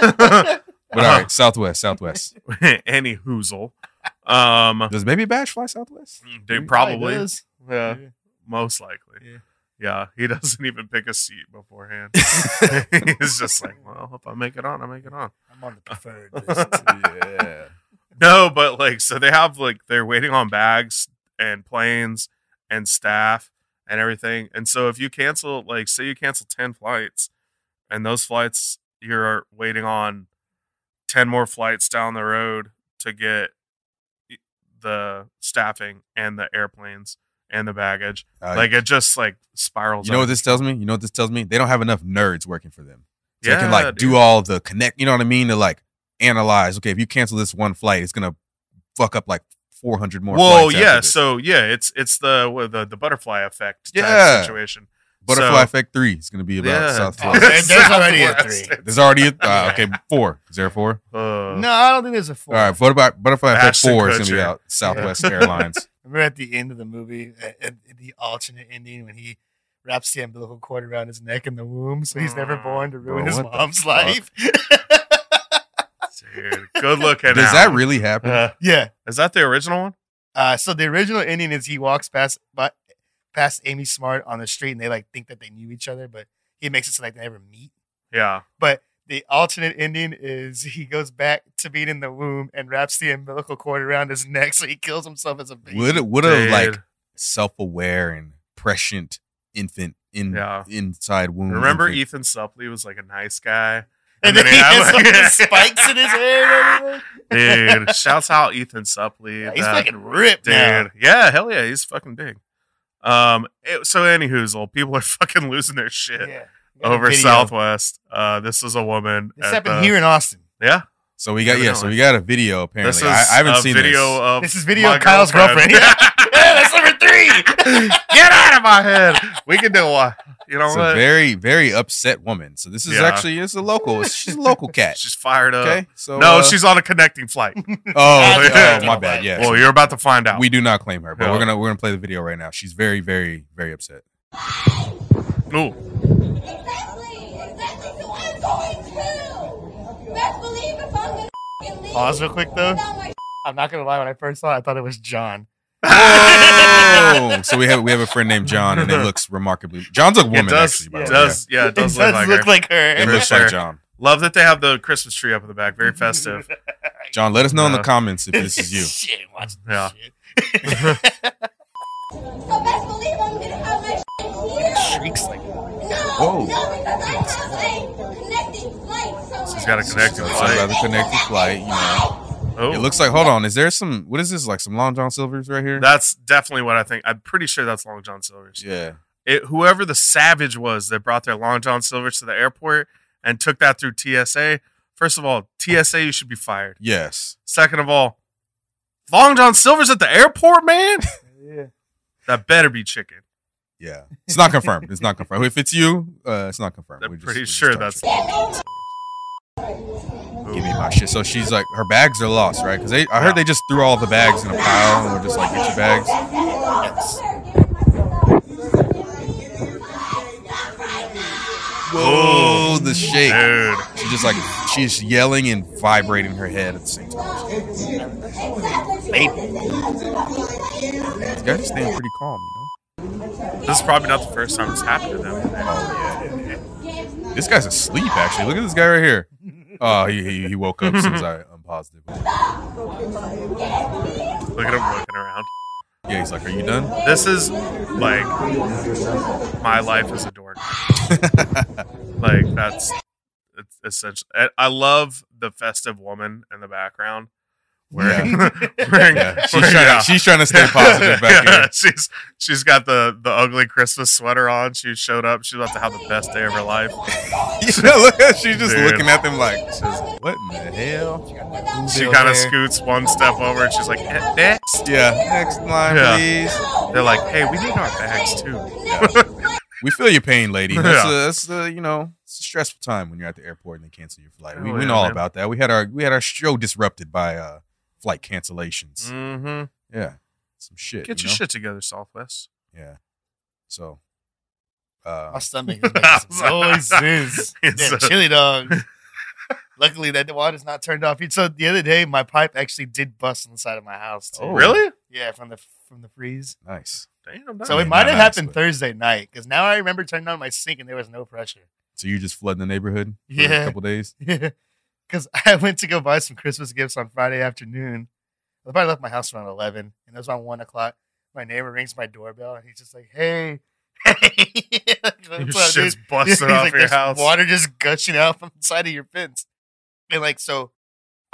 Speaker 3: But
Speaker 2: *laughs*
Speaker 3: all right, Southwest, Southwest.
Speaker 2: Any hoozle.
Speaker 3: *laughs*
Speaker 2: Um.
Speaker 3: Does Baby Bash
Speaker 2: *laughs*
Speaker 3: fly Southwest? *laughs*
Speaker 2: Dude,
Speaker 3: He probably
Speaker 2: probably.
Speaker 1: does.
Speaker 2: Yeah. Most likely.
Speaker 1: Yeah.
Speaker 2: Yeah, he *laughs* doesn't even pick a seat
Speaker 3: *laughs*
Speaker 2: beforehand. *laughs* He's just like, well, if I make it on, I make it on.
Speaker 1: I'm on the preferred
Speaker 3: *laughs* yeah.
Speaker 2: No, but like, so they have like, they're waiting on bags and planes and staff and everything. And so if you cancel, like, say you cancel 10 flights and those flights, you're waiting on 10 more flights down the road to get the staffing and the airplanes and the baggage.
Speaker 3: Uh,
Speaker 2: like, it just like spirals.
Speaker 3: you know
Speaker 2: out
Speaker 3: what
Speaker 2: of
Speaker 3: this tells me? You know what this tells me? They don't have enough nerds working for them. So they can
Speaker 2: Yeah,
Speaker 3: like
Speaker 2: dude.
Speaker 3: do all the connect. You know what I mean? To like analyze. Okay, if you cancel this one flight, it's gonna fuck up like four hundred more.
Speaker 2: Well,
Speaker 3: flights after
Speaker 2: yeah.
Speaker 3: this.
Speaker 2: So yeah, it's it's the what, the the butterfly effect. type
Speaker 3: Yeah.
Speaker 2: situation.
Speaker 3: butterfly
Speaker 2: so-
Speaker 3: effect three is gonna be about
Speaker 2: Yeah,
Speaker 3: South.
Speaker 2: dude.
Speaker 1: Oh, there-
Speaker 3: *laughs*
Speaker 1: there's already a
Speaker 2: Southwest.
Speaker 1: three.
Speaker 3: There's already a, uh, okay four. Is there a four?
Speaker 2: Uh,
Speaker 1: No, I don't think there's a
Speaker 3: All
Speaker 1: four.
Speaker 3: right, what about butterfly effect
Speaker 2: Ashton
Speaker 3: four is gonna be
Speaker 2: Kutcher.
Speaker 3: about
Speaker 2: *laughs*
Speaker 3: Southwest Airlines.
Speaker 1: Remember at the end of the movie, at, at the alternate ending when he wraps the umbilical cord around his neck in the womb, so he's never
Speaker 2: Mm,
Speaker 1: born to
Speaker 3: bro,
Speaker 1: ruin his
Speaker 3: what the
Speaker 1: mom's
Speaker 3: fuck?
Speaker 1: life. *laughs*
Speaker 2: dude, good looking.
Speaker 3: Does that really happen?
Speaker 2: Uh,
Speaker 1: yeah.
Speaker 2: *laughs* is that the original one?
Speaker 1: Uh, so the original ending is he walks past by, past Amy Smart on the street, and they like think that they knew each other, but he makes it so like they never meet.
Speaker 2: Yeah.
Speaker 1: But the alternate ending is *laughs* he goes back to being in the womb and wraps the umbilical cord around his neck, so he kills himself as a baby.
Speaker 3: Would would a
Speaker 2: Dude.
Speaker 3: like self aware and prescient infant in
Speaker 2: Yeah.
Speaker 3: inside womb?
Speaker 2: Remember E
Speaker 3: infant-
Speaker 2: Ethan Suplee was like a nice guy.
Speaker 1: and, then,
Speaker 2: And then
Speaker 1: he
Speaker 2: he
Speaker 1: has
Speaker 2: had, like-
Speaker 1: like, the spikes in his hair. And
Speaker 3: *laughs*
Speaker 1: everything.
Speaker 2: Dude, shouts out Ethan Suplee.
Speaker 1: Yeah, he's
Speaker 2: that-
Speaker 1: fucking ripped,
Speaker 2: dude.
Speaker 1: now.
Speaker 2: Yeah, hell yeah, he's fucking big. Um. It, so anywhoozle, people are *laughs* fucking losing their shit
Speaker 1: Yeah.
Speaker 2: over
Speaker 1: Video.
Speaker 2: Southwest. Uh, this is a woman.
Speaker 1: This
Speaker 2: at
Speaker 1: happened
Speaker 2: the-
Speaker 1: here in Austin.
Speaker 2: Yeah.
Speaker 3: So we got
Speaker 2: Never
Speaker 3: yeah.
Speaker 2: know.
Speaker 3: So we got a video. Apparently,
Speaker 2: This is
Speaker 3: I, I haven't
Speaker 2: a
Speaker 3: seen
Speaker 2: video
Speaker 3: this.
Speaker 2: of
Speaker 1: This is video
Speaker 2: my
Speaker 1: of Kyle's girlfriend. *laughs*
Speaker 2: *laughs*
Speaker 3: *laughs*
Speaker 1: Yeah, that's number three.
Speaker 2: Get out of my head. We can do one. You know
Speaker 3: It's
Speaker 2: what?
Speaker 3: a very, very upset woman. So this is
Speaker 2: Yeah.
Speaker 3: actually it's a local. She's a local cat.
Speaker 2: *laughs* she's fired up.
Speaker 3: Okay. So
Speaker 2: no,
Speaker 3: uh,
Speaker 2: she's on a connecting
Speaker 3: *laughs*
Speaker 2: flight. *laughs*
Speaker 3: oh, oh,
Speaker 2: yeah.
Speaker 3: my bad. Yeah.
Speaker 2: well, you're about to find out.
Speaker 3: we do not claim her, but
Speaker 2: Yeah.
Speaker 3: we're gonna we're gonna play the video right now. She's very, very, very upset.
Speaker 2: *laughs* Ooh.
Speaker 4: Exactly, exactly. So I'm going too. Best believe if I'm gonna f***ing
Speaker 2: Uh-huh.
Speaker 4: leave.
Speaker 1: Pause real quick though.
Speaker 4: without my
Speaker 1: I'm not gonna lie. When I first saw, it, I thought it was John.
Speaker 3: Whoa! so we have we have a friend named John, and it looks remarkably. John's a woman,
Speaker 2: it does.
Speaker 3: actually. By
Speaker 2: it
Speaker 3: the way.
Speaker 2: does.
Speaker 1: *laughs*
Speaker 2: Yeah, it
Speaker 3: *laughs*
Speaker 2: does, look, like, her.
Speaker 3: Yeah. It
Speaker 2: For
Speaker 3: looks
Speaker 2: sure.
Speaker 3: like John.
Speaker 2: Love that they have the Christmas tree up in the back.
Speaker 3: *laughs*
Speaker 2: Very festive.
Speaker 3: John, let us know in the
Speaker 2: No.
Speaker 3: comments if this is you.
Speaker 1: *laughs* Shit, watch this
Speaker 2: Yeah.
Speaker 1: shit.
Speaker 4: so best believe I'm gonna have my shit
Speaker 1: It shrieks like
Speaker 4: No,
Speaker 3: Whoa.
Speaker 4: no, because I have a connecting flight somewhere.
Speaker 2: She's got a connecting
Speaker 3: She's
Speaker 2: flight.
Speaker 3: got a connecting flight, you know.
Speaker 2: Oh,
Speaker 3: It looks like. Hold on, is there some? What is this? Like some Long John Silver's right here?
Speaker 2: That's definitely what I think. I'm pretty sure that's Long John Silver's.
Speaker 3: yeah.
Speaker 2: It, whoever the savage was that brought their Long John Silver's to the airport and took that through TSA. First of all, TSA, you should be fired.
Speaker 3: Yes.
Speaker 2: Second of all, Long John Silver's at the airport,
Speaker 3: *laughs*
Speaker 2: man.
Speaker 1: yeah.
Speaker 2: That better be chicken.
Speaker 3: Yeah. It's not confirmed. It's not confirmed. If it's you, uh, it's not confirmed.
Speaker 2: I'm
Speaker 3: We're just-
Speaker 2: pretty
Speaker 3: we're just
Speaker 2: sure
Speaker 3: talking
Speaker 2: that's.
Speaker 3: shit. Give me my shit. So she's like, her bags are lost, right? Because I heard they just threw all the bags in a pile and were just like, get your bags. Whoa, the shake.
Speaker 2: Dude.
Speaker 3: She just like she's yelling and vibrating her head at the same time. This guy's staying pretty calm, you know.
Speaker 2: This is probably not the first time it's happened to them.
Speaker 3: This guy's asleep, actually. Look at this guy right here. Oh, he, he, he woke up since I unpaused it.
Speaker 2: Look at him looking around.
Speaker 3: Yeah, he's like, Are you done?
Speaker 2: This is like my life as a
Speaker 3: *laughs*
Speaker 2: dork. like that's it's essential. I, I love the festive woman in the background. Wearing, *laughs* wearing,
Speaker 3: Yeah, she's,
Speaker 2: wearing-
Speaker 3: trying,
Speaker 2: yeah.
Speaker 3: she's trying to stay
Speaker 2: *laughs*
Speaker 3: positive back
Speaker 2: Yeah,
Speaker 3: here. *laughs*
Speaker 2: she's she's got the the ugly Christmas sweater on. She showed up. She's about to have the best day of her life.
Speaker 3: Yeah, look at she's just
Speaker 2: Dude.
Speaker 3: looking at them like, she's, What in the hell?
Speaker 2: She
Speaker 3: Still
Speaker 2: kind
Speaker 3: there.
Speaker 2: of scoots one step over and she's like, "Eh, next.
Speaker 3: Yeah, next line,
Speaker 2: Yeah.
Speaker 3: please.
Speaker 2: They're like, hey, we need our bags too.
Speaker 3: We feel your pain, lady. That's,
Speaker 2: Yeah.
Speaker 3: a, that's a, you know, it's a stressful time when you're at the airport and they cancel your flight. We,
Speaker 2: Oh,
Speaker 3: we
Speaker 2: yeah,
Speaker 3: know all
Speaker 2: man.
Speaker 3: about that. We had our we had our show disrupted by uh, flight cancellations.
Speaker 2: Mm-hmm.
Speaker 3: Yeah, some shit.
Speaker 2: Get
Speaker 3: you
Speaker 2: your
Speaker 3: know?
Speaker 2: shit together, Southwest.
Speaker 3: Yeah. So, uh,
Speaker 1: My
Speaker 2: *laughs*
Speaker 1: stomach is making some noises.
Speaker 2: It's,
Speaker 1: Damn
Speaker 2: uh,
Speaker 1: chili
Speaker 2: *laughs*
Speaker 1: dog. Luckily, that water's not turned off. So the other day, my pipe actually did bust on the side of my house. Too.
Speaker 3: Oh.
Speaker 2: Really?
Speaker 1: Yeah, from the from the freeze.
Speaker 3: nice.
Speaker 2: Damn. That
Speaker 1: So
Speaker 3: I
Speaker 1: it
Speaker 3: mean,
Speaker 1: might
Speaker 3: not
Speaker 1: have
Speaker 3: nice,
Speaker 1: happened
Speaker 3: but-
Speaker 1: Thursday night because now I remember turning on my sink and there was no pressure. *laughs*
Speaker 3: So you just flood the neighborhood for a
Speaker 1: Yeah.
Speaker 3: couple days.
Speaker 1: Because I went to go buy some Christmas gifts on Friday afternoon. I probably left my house around 11, and it was around 1 o'clock. My neighbor rings my doorbell, and he's just like, hey, *laughs* hey.
Speaker 2: *laughs* your
Speaker 1: What's up, dude?
Speaker 2: shit's busted
Speaker 1: He's *laughs*
Speaker 2: off
Speaker 1: like,
Speaker 2: your
Speaker 1: "There's
Speaker 2: house. *laughs*
Speaker 1: Water just gushing out from the side of your fence. And like, so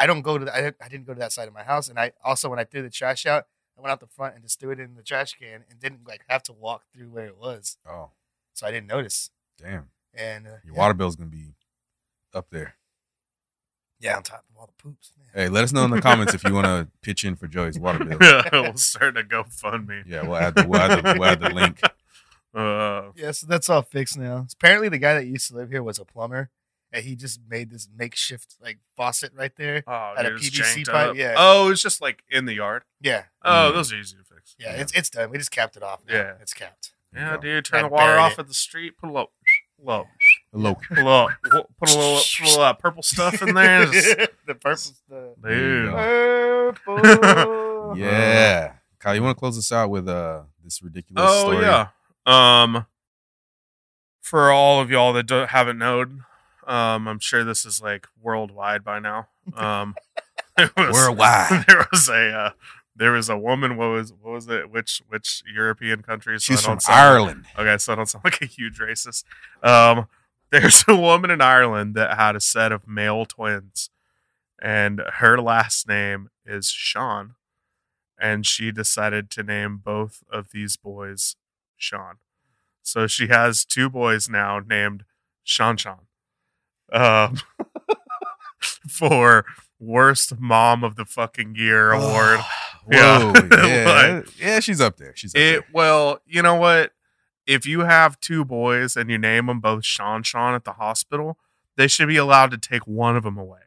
Speaker 1: I don't go to, the, I, didn't- I didn't go to that side of my house. And I also, when I threw the trash out, I went out the front and just threw it in the trash can and didn't like have to walk through where it was.
Speaker 3: Oh,
Speaker 1: So I didn't notice.
Speaker 3: damn.
Speaker 1: And uh,
Speaker 3: Your
Speaker 1: yeah,
Speaker 3: water bill's going to be up there.
Speaker 1: yeah, on top of all the poops. Man.
Speaker 3: Hey, let us know in the comments if you
Speaker 2: *laughs*
Speaker 3: want to pitch in for Joey's water bill.
Speaker 2: we'll start a GoFundMe.
Speaker 3: Yeah, we'll add the, we'll add the, we'll add
Speaker 2: *laughs*
Speaker 3: the link.
Speaker 2: Uh,
Speaker 1: Yeah, so that's all fixed now. Apparently, the guy that used to live here was a plumber, and he just made this makeshift like faucet right there.
Speaker 2: oh,
Speaker 1: At a
Speaker 2: dude, it's
Speaker 1: PVC
Speaker 2: janked
Speaker 1: pipe?
Speaker 2: up.
Speaker 1: Yeah.
Speaker 2: Oh, it's just like in the yard.
Speaker 1: Yeah,
Speaker 2: Oh,
Speaker 3: Mm.
Speaker 2: those are easy to fix.
Speaker 1: yeah,
Speaker 3: Yeah.
Speaker 1: it's it's done. We just capped it off. Now.
Speaker 2: Yeah.
Speaker 1: it's capped.
Speaker 2: Yeah,
Speaker 3: Yeah.
Speaker 2: dude. Turn
Speaker 1: I
Speaker 2: the water
Speaker 1: buried
Speaker 2: off
Speaker 1: it.
Speaker 2: at the street. Put a little, little,
Speaker 3: Hello.
Speaker 1: *laughs*
Speaker 2: little, put a little, put a little uh, purple stuff in there. and just-
Speaker 1: the purple's
Speaker 3: *laughs*
Speaker 1: the
Speaker 3: There you
Speaker 2: dude.
Speaker 1: purple.
Speaker 3: Yeah. Kyle, you want to close us out with uh this ridiculous
Speaker 2: Oh
Speaker 3: story?
Speaker 2: yeah. Um, for all of y'all that don't, haven't known, um, I'm sure this is like worldwide by now. Um, *laughs* there was, *laughs*
Speaker 3: Worldwide.
Speaker 2: There was a uh, there was a woman. What was what was it? Which which European country? So I
Speaker 3: She's from
Speaker 2: don't sound-
Speaker 3: Ireland.
Speaker 2: Okay, so I don't sound *laughs* like a huge racist. Um, there's a woman in Ireland that had a set of male twins, and her last name is Sean, and she decided to name both of these boys Sean. So she has two boys now named Sean Sean. Um, *laughs* for worst mom of the fucking year award.
Speaker 3: Oh, Whoa.
Speaker 2: Yeah. *laughs*
Speaker 3: Yeah. yeah, she's up there. She's up there.
Speaker 2: It well, you know what? If you have two boys and you name them both Sean Sean at the hospital, they should be allowed to take one of them away.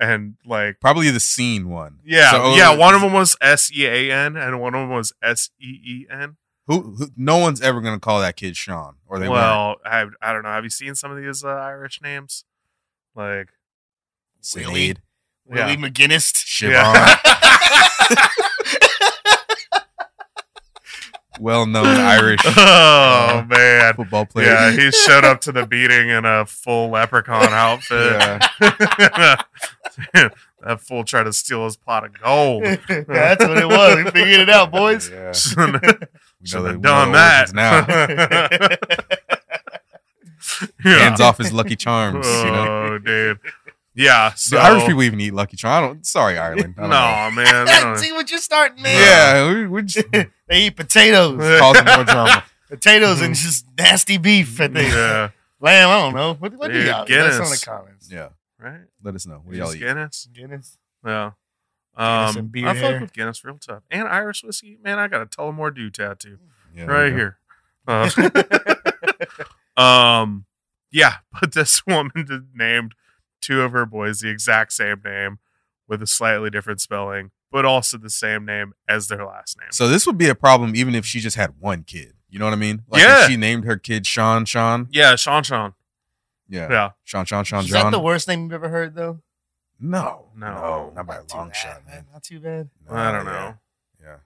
Speaker 2: And like,
Speaker 3: Probably the scene one.
Speaker 2: yeah,
Speaker 3: So- uh,
Speaker 2: yeah, one of them was S E A N and one of them was S E E N.
Speaker 3: Who, who? No one's ever gonna call that kid Sean, or they won't.
Speaker 2: Well, I I don't know. Have you seen some of these uh, Irish names?
Speaker 3: *laughs*
Speaker 2: Like, *laughs*
Speaker 1: Willie,
Speaker 3: Sinead,
Speaker 1: Willie
Speaker 2: Yeah. *laughs*
Speaker 3: *laughs*
Speaker 1: McGinnis.
Speaker 3: Siobhan,
Speaker 2: Yeah.
Speaker 3: well-known Irish
Speaker 2: oh man.
Speaker 3: football player.
Speaker 2: Yeah,
Speaker 3: *laughs*
Speaker 2: he showed up to the beating in a full leprechaun outfit. *laughs*
Speaker 3: Yeah.
Speaker 2: that fool tried to steal his pot of gold.
Speaker 1: Yeah, *laughs* that's what it was. We figured it out,
Speaker 3: *laughs*
Speaker 1: boys.
Speaker 2: *laughs*
Speaker 3: Yeah.
Speaker 2: Shouldn't
Speaker 3: We know
Speaker 2: should
Speaker 3: the- we
Speaker 2: have
Speaker 3: know
Speaker 2: done
Speaker 3: the
Speaker 2: that.
Speaker 3: origins Now
Speaker 2: *laughs*
Speaker 3: *laughs*
Speaker 2: yeah.
Speaker 3: hands off his Lucky Charms. You know?
Speaker 2: Oh, dude.
Speaker 3: *laughs*
Speaker 2: Yeah. So
Speaker 3: The Irish people even eat Lucky Charms. I don't, sorry, Ireland. I
Speaker 2: No,
Speaker 3: don't
Speaker 1: *laughs*
Speaker 3: know.
Speaker 2: man. I don't-
Speaker 1: See what you're starting, man.
Speaker 2: Uh,
Speaker 3: Yeah, we, we
Speaker 2: *laughs*
Speaker 3: just
Speaker 1: They eat potatoes,
Speaker 3: *laughs* causing more drama.
Speaker 1: potatoes, and just nasty beef. I think.
Speaker 3: *laughs*
Speaker 2: yeah.
Speaker 1: Lamb. I don't know. What, what do
Speaker 2: Dude,
Speaker 1: y'all? Guinness. That's on the
Speaker 2: Guinness.
Speaker 1: comments.
Speaker 3: Yeah,
Speaker 2: Right.
Speaker 3: let us know. What do y'all
Speaker 2: Just
Speaker 3: eat?
Speaker 2: Guinness.
Speaker 1: Guinness.
Speaker 2: Yeah.
Speaker 1: Guinness
Speaker 2: Um,
Speaker 1: and beer
Speaker 2: I fuck
Speaker 1: hair.
Speaker 2: with Guinness real tough. And Irish whiskey. Man, I got a Tullamore Dew tattoo
Speaker 3: Yeah, there
Speaker 2: right
Speaker 3: you go.
Speaker 2: here.
Speaker 1: *laughs*
Speaker 2: Uh, *laughs* um, yeah, *laughs* but this woman did- named two of her boys the exact same name with a slightly different spelling, but also the same name as their last name.
Speaker 3: So this would be a problem even if she just had one kid. You know what I mean? Like
Speaker 2: Yeah.
Speaker 3: if she named her kid Sean Sean.
Speaker 2: yeah, Sean Sean.
Speaker 3: Yeah.
Speaker 2: Yeah.
Speaker 3: Sean Sean Sean
Speaker 1: Is
Speaker 3: John.
Speaker 1: that the worst name you've ever heard, though?
Speaker 3: no,
Speaker 2: No.
Speaker 3: not by a
Speaker 1: too
Speaker 3: long
Speaker 1: bad,
Speaker 3: shot, man.
Speaker 1: Not too bad.
Speaker 3: No,
Speaker 2: I don't
Speaker 3: Oh, yeah.
Speaker 2: know.
Speaker 3: Yeah.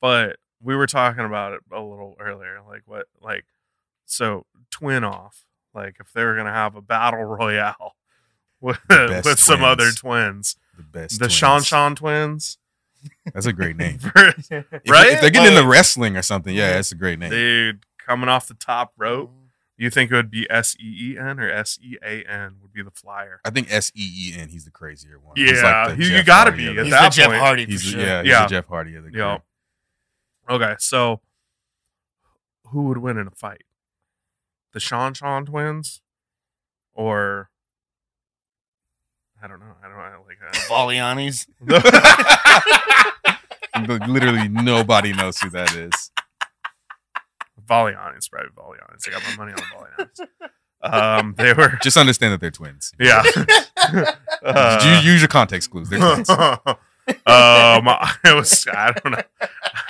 Speaker 2: but we were talking about it a little earlier like what like so twin off like if they were gonna have a battle royale *laughs* with,
Speaker 3: The best
Speaker 2: with some
Speaker 3: twins.
Speaker 2: other twins
Speaker 3: The best.
Speaker 2: the
Speaker 3: twins.
Speaker 2: Sean Sean twins *laughs*
Speaker 3: That's a great name.
Speaker 1: *laughs*
Speaker 3: If-
Speaker 2: Right?
Speaker 3: If, they're getting into
Speaker 1: Like-
Speaker 3: wrestling or something, yeah, that's a great name.
Speaker 2: dude coming off the top rope you think it would be S-E-E-N or S-E-A-N would be the flyer
Speaker 3: I think S E E N. He's the crazier one. He's
Speaker 2: yeah
Speaker 3: like the
Speaker 2: you- you
Speaker 3: Jeff
Speaker 2: gotta
Speaker 3: Hardy
Speaker 2: be
Speaker 3: of
Speaker 2: at
Speaker 1: He's
Speaker 2: that
Speaker 1: the Jeff
Speaker 2: point
Speaker 1: Hardy for
Speaker 3: He's
Speaker 1: sure.
Speaker 3: yeah, he's
Speaker 2: Yeah.
Speaker 3: the Jeff Hardy of the
Speaker 2: Yeah.
Speaker 3: group.
Speaker 2: okay so who would win in a fight the Sean Sean twins or I don't know. I don't I like uh,
Speaker 3: *laughs*
Speaker 2: I- *laughs*
Speaker 1: Valiani's.
Speaker 3: But Literally nobody knows who that is.
Speaker 2: Valiani's probably Valiani's. I got my money on Valiani's. Um, they were,
Speaker 3: Just understand that they're twins. *laughs*
Speaker 2: yeah.
Speaker 3: Ju-
Speaker 2: Uh,
Speaker 3: use your context clues. They're twins.
Speaker 2: *laughs*
Speaker 3: *laughs*
Speaker 2: um, I was, I don't know.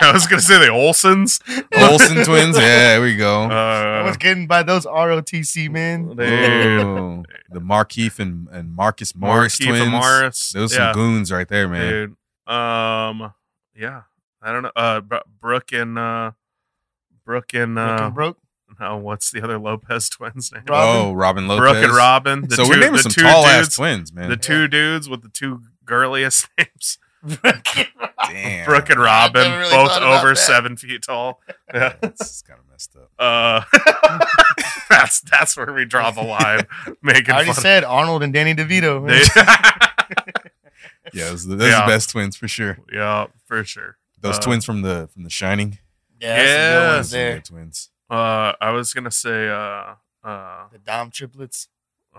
Speaker 2: I was gonna say the Olsons.
Speaker 3: Olsen twins. Yeah, there we go.
Speaker 1: *laughs* I
Speaker 2: Uh,
Speaker 1: was getting by those ROTC men.
Speaker 2: they,
Speaker 3: Ooh, the Markeith and, and Marcus Morris
Speaker 2: Marquis
Speaker 3: twins.
Speaker 2: and Morris.
Speaker 3: Those
Speaker 2: yeah,
Speaker 3: some goons right there, man.
Speaker 2: dude. Um, yeah. I don't know. Uh, Br- Brooke and uh, Brooke and uh,
Speaker 1: Fucking broke.
Speaker 2: *laughs* no, what's the other Lopez *laughs* twins name?
Speaker 1: Rob- Robin.
Speaker 3: Oh, Robin Lopez.
Speaker 2: Brooke and Robin. The
Speaker 3: so
Speaker 2: two,
Speaker 3: we're naming
Speaker 2: the
Speaker 3: some
Speaker 2: two
Speaker 3: tall
Speaker 2: dudes,
Speaker 3: ass twins, man.
Speaker 2: The two dudes with the two girliest *laughs* names.
Speaker 3: Damn, *laughs*
Speaker 2: Brooke and
Speaker 1: I've
Speaker 2: Robin,
Speaker 1: never really
Speaker 2: both
Speaker 1: thought about
Speaker 2: over
Speaker 1: that.
Speaker 2: seven feet tall. Yeah.
Speaker 3: That's kind of messed up.
Speaker 1: *laughs*
Speaker 2: Uh, *laughs* that's that's where we draw the line. Making
Speaker 1: I already
Speaker 2: fun. of-
Speaker 1: said Arnold and Danny DeVito. man.
Speaker 2: They-
Speaker 3: Yeah, those, those
Speaker 2: Yeah.
Speaker 3: are the best twins for sure.
Speaker 2: *laughs* yeah, for sure.
Speaker 3: Those
Speaker 2: Uh,
Speaker 3: twins from the from The Shining.
Speaker 1: yeah, that's some good ones
Speaker 3: Those are
Speaker 1: there.
Speaker 3: good twins.
Speaker 2: Uh, I was gonna say uh, uh,
Speaker 1: The Dom triplets.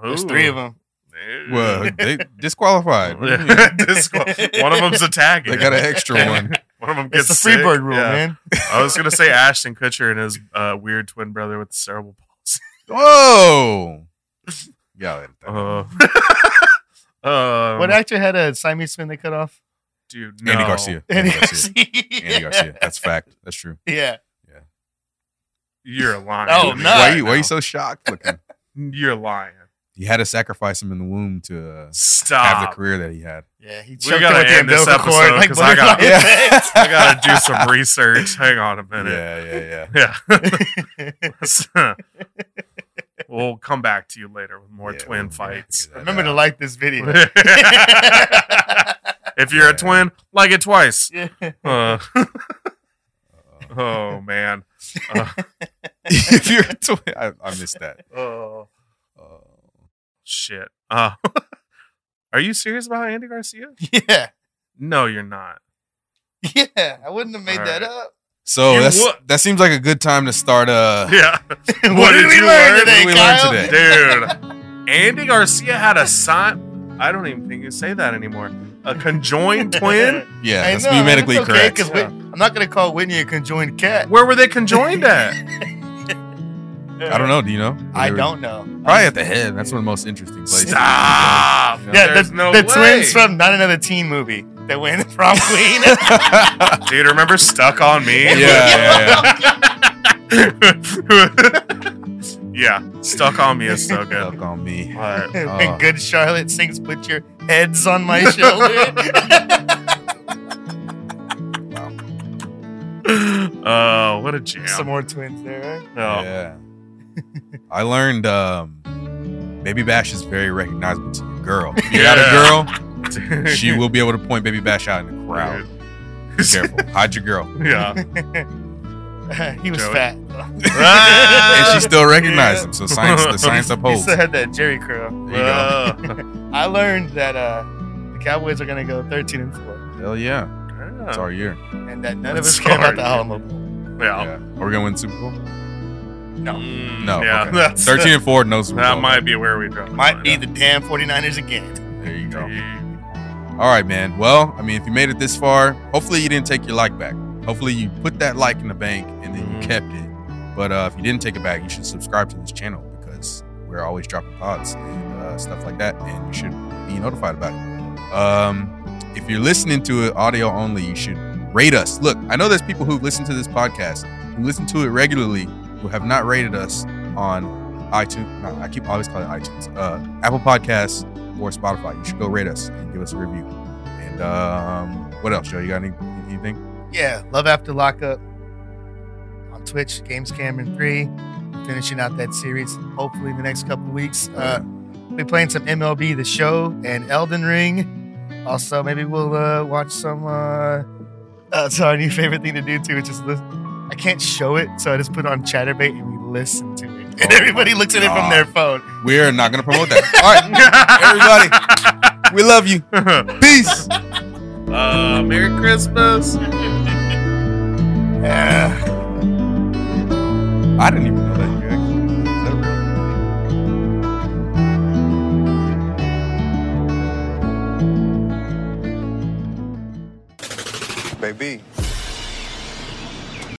Speaker 1: There's
Speaker 2: ooh.
Speaker 1: three of them.
Speaker 2: Dude.
Speaker 3: Well,
Speaker 2: *laughs*
Speaker 3: they disqualified. What do you mean?
Speaker 2: Yeah, *laughs* this one one of them's attacking.
Speaker 3: They got
Speaker 2: *laughs*
Speaker 3: an extra one.
Speaker 2: One of them
Speaker 1: It's
Speaker 2: gets
Speaker 1: the
Speaker 2: sick.
Speaker 1: Freebird rule,
Speaker 2: Yeah.
Speaker 1: man.
Speaker 2: I was gonna say Ashton Kutcher and his uh, weird twin brother with the cerebral palsy.
Speaker 3: Whoa. Yeah, I'll edit that.
Speaker 2: *laughs* Uh, *laughs* um,
Speaker 1: What actor had a Siamese twin they cut off?
Speaker 2: dude?
Speaker 3: Andy
Speaker 1: *laughs*
Speaker 2: no.
Speaker 3: Garcia.
Speaker 1: Andy
Speaker 3: Garcia.
Speaker 1: Garcia.
Speaker 3: Andy Garcia. That's fact. That's true.
Speaker 1: *laughs* Yeah.
Speaker 2: You're lying.
Speaker 1: Oh, no.
Speaker 3: Why are you, why
Speaker 2: No.
Speaker 3: are you so shocked looking?
Speaker 2: You're lying.
Speaker 3: He had to sacrifice him in the womb to uh,
Speaker 2: Stop.
Speaker 3: have the career that he
Speaker 1: *laughs*
Speaker 3: had.
Speaker 1: Yeah, he
Speaker 2: We gotta end this
Speaker 1: umbilical
Speaker 2: episode, 'cause I got-
Speaker 1: butterfly
Speaker 3: *laughs*
Speaker 1: effect.
Speaker 2: I gotta do some research. Hang on a minute.
Speaker 3: Yeah, yeah,
Speaker 1: *laughs*
Speaker 3: yeah.
Speaker 2: *laughs* Yeah. *laughs* we'll come back to you later with more
Speaker 3: Yeah,
Speaker 2: twin
Speaker 3: we'll
Speaker 2: fights.
Speaker 3: figure that
Speaker 1: Remember to
Speaker 3: out.
Speaker 1: like this video.
Speaker 2: *laughs* if you're
Speaker 3: Yeah.
Speaker 2: a twin, like it twice.
Speaker 1: Yeah. *laughs*
Speaker 2: Uh, oh man.
Speaker 3: Uh, *laughs* if you're a twin, I, I missed that.
Speaker 2: Oh
Speaker 3: Oh.
Speaker 2: shit. Uh, *laughs* are you serious about Andy
Speaker 3: *laughs*
Speaker 2: Garcia?
Speaker 1: yeah.
Speaker 2: No, you're not.
Speaker 1: Yeah. I wouldn't have made
Speaker 2: All
Speaker 1: that
Speaker 2: right.
Speaker 1: up.
Speaker 3: So
Speaker 2: You
Speaker 3: that's,
Speaker 2: what?
Speaker 3: that seems like a good time to start. Uh,
Speaker 2: Yeah,
Speaker 1: what,
Speaker 2: What
Speaker 1: did,
Speaker 2: did
Speaker 1: we
Speaker 2: you
Speaker 1: learn
Speaker 2: learn? What
Speaker 1: today,
Speaker 3: did we learn
Speaker 1: Kyle?
Speaker 3: today?
Speaker 2: dude. Andy Garcia had a sign. I don't even think you say that anymore. A
Speaker 1: *laughs*
Speaker 2: conjoined twin.
Speaker 3: yeah,
Speaker 1: I
Speaker 3: that's
Speaker 1: know,
Speaker 3: numerically
Speaker 1: it's okay,
Speaker 3: correct.
Speaker 1: 'cause Whit- I'm not going to call Whitney a conjoined cat.
Speaker 2: Where were they conjoined at?
Speaker 3: *laughs* I don't know. Do you know?
Speaker 1: I
Speaker 3: They were
Speaker 1: don't know.
Speaker 3: Probably at the head. That's one of the most interesting places.
Speaker 2: Stop.
Speaker 3: Yeah,
Speaker 1: Yeah,
Speaker 2: There's
Speaker 1: the,
Speaker 2: no
Speaker 1: the
Speaker 2: way.
Speaker 1: twins from Not Another Teen Movie that went the prom queen.
Speaker 2: Dude, remember Stuck on Me?
Speaker 3: Yeah,
Speaker 1: *laughs*
Speaker 3: yeah,
Speaker 2: *laughs* Yeah, Stuck on Me is
Speaker 3: *laughs*
Speaker 2: so good.
Speaker 3: Stuck on me.
Speaker 2: But
Speaker 3: Oh.
Speaker 1: when Good Charlotte sings "Put Your Heads on My Shoulder."
Speaker 2: uh, Oh, what a jam!
Speaker 1: Some more twins there. Right?
Speaker 2: oh,
Speaker 3: *laughs* Yeah. I learned um, Baby Bash is very recognizable to a girl. You got a girl,
Speaker 1: *laughs*
Speaker 2: *laughs*
Speaker 3: she will be able to point Baby Bash out in the crowd. Be careful. Hide your girl. *laughs*
Speaker 2: yeah.
Speaker 1: *laughs* he was
Speaker 2: Joey.
Speaker 1: fat. *laughs*
Speaker 3: And
Speaker 2: Ah!
Speaker 3: she still recognized
Speaker 1: Yeah.
Speaker 3: him. So science the science
Speaker 1: he
Speaker 3: upholds.
Speaker 1: still had that Jerry curl.
Speaker 3: There you go.
Speaker 1: I learned that uh, the Cowboys are gonna go 13 and four,
Speaker 3: Hell yeah.
Speaker 2: Yeah.
Speaker 3: It's our year.
Speaker 1: and that none of
Speaker 2: That's
Speaker 1: us care about
Speaker 2: hard.
Speaker 1: the Alamo Bowl.
Speaker 2: Yeah.
Speaker 3: Yeah. Are we going to win the Super Bowl?
Speaker 1: No.
Speaker 2: Mm,
Speaker 3: No.
Speaker 2: Yeah.
Speaker 3: okay.
Speaker 2: That's
Speaker 3: 13 and 4, no Super
Speaker 2: That
Speaker 3: Bowl.
Speaker 2: might be where we drop. the
Speaker 1: *laughs* Might
Speaker 2: line.
Speaker 1: be the damn 49ers again.
Speaker 3: There you go.
Speaker 2: Yeah.
Speaker 3: All right, man. Well, I mean, if you made it this far, hopefully you didn't take your like back. Hopefully you put that like in the bank and then
Speaker 2: Mhm.
Speaker 3: you kept it. But uh, if you didn't take it back, you should subscribe to this channel because we're always dropping pods and uh, stuff like that, and you should be notified about it. Um, if you're listening to it audio only, you should rate us. Look, I know there's people who listen to this podcast, who listen to it regularly, who have not rated us on iTunes. No, I keep always calling it iTunes. Uh, Apple Podcasts or Spotify. You should go rate us and give us a review. And um, what else, Joe? You got any, anything?
Speaker 1: Yeah, love after lockup on Twitch. Games Cameron three, finishing out that series. Hopefully in the next couple weeks. Uh, we'll be playing some MLB The Show and Elden Ring. Also, maybe we'll uh, watch some. Uh, uh, *laughs* it's our new favorite thing to do too. It's just listen. I can't show it, so I just put on ChatterBait and we listen to it. *laughs* And
Speaker 3: Oh
Speaker 1: everybody
Speaker 3: my
Speaker 1: looks at it from
Speaker 3: God.
Speaker 1: their phone.
Speaker 3: We're not going to promote that. All right, everybody, we love you. Peace.
Speaker 2: *laughs* uh, Merry Christmas.
Speaker 1: Yeah.
Speaker 3: I didn't even know.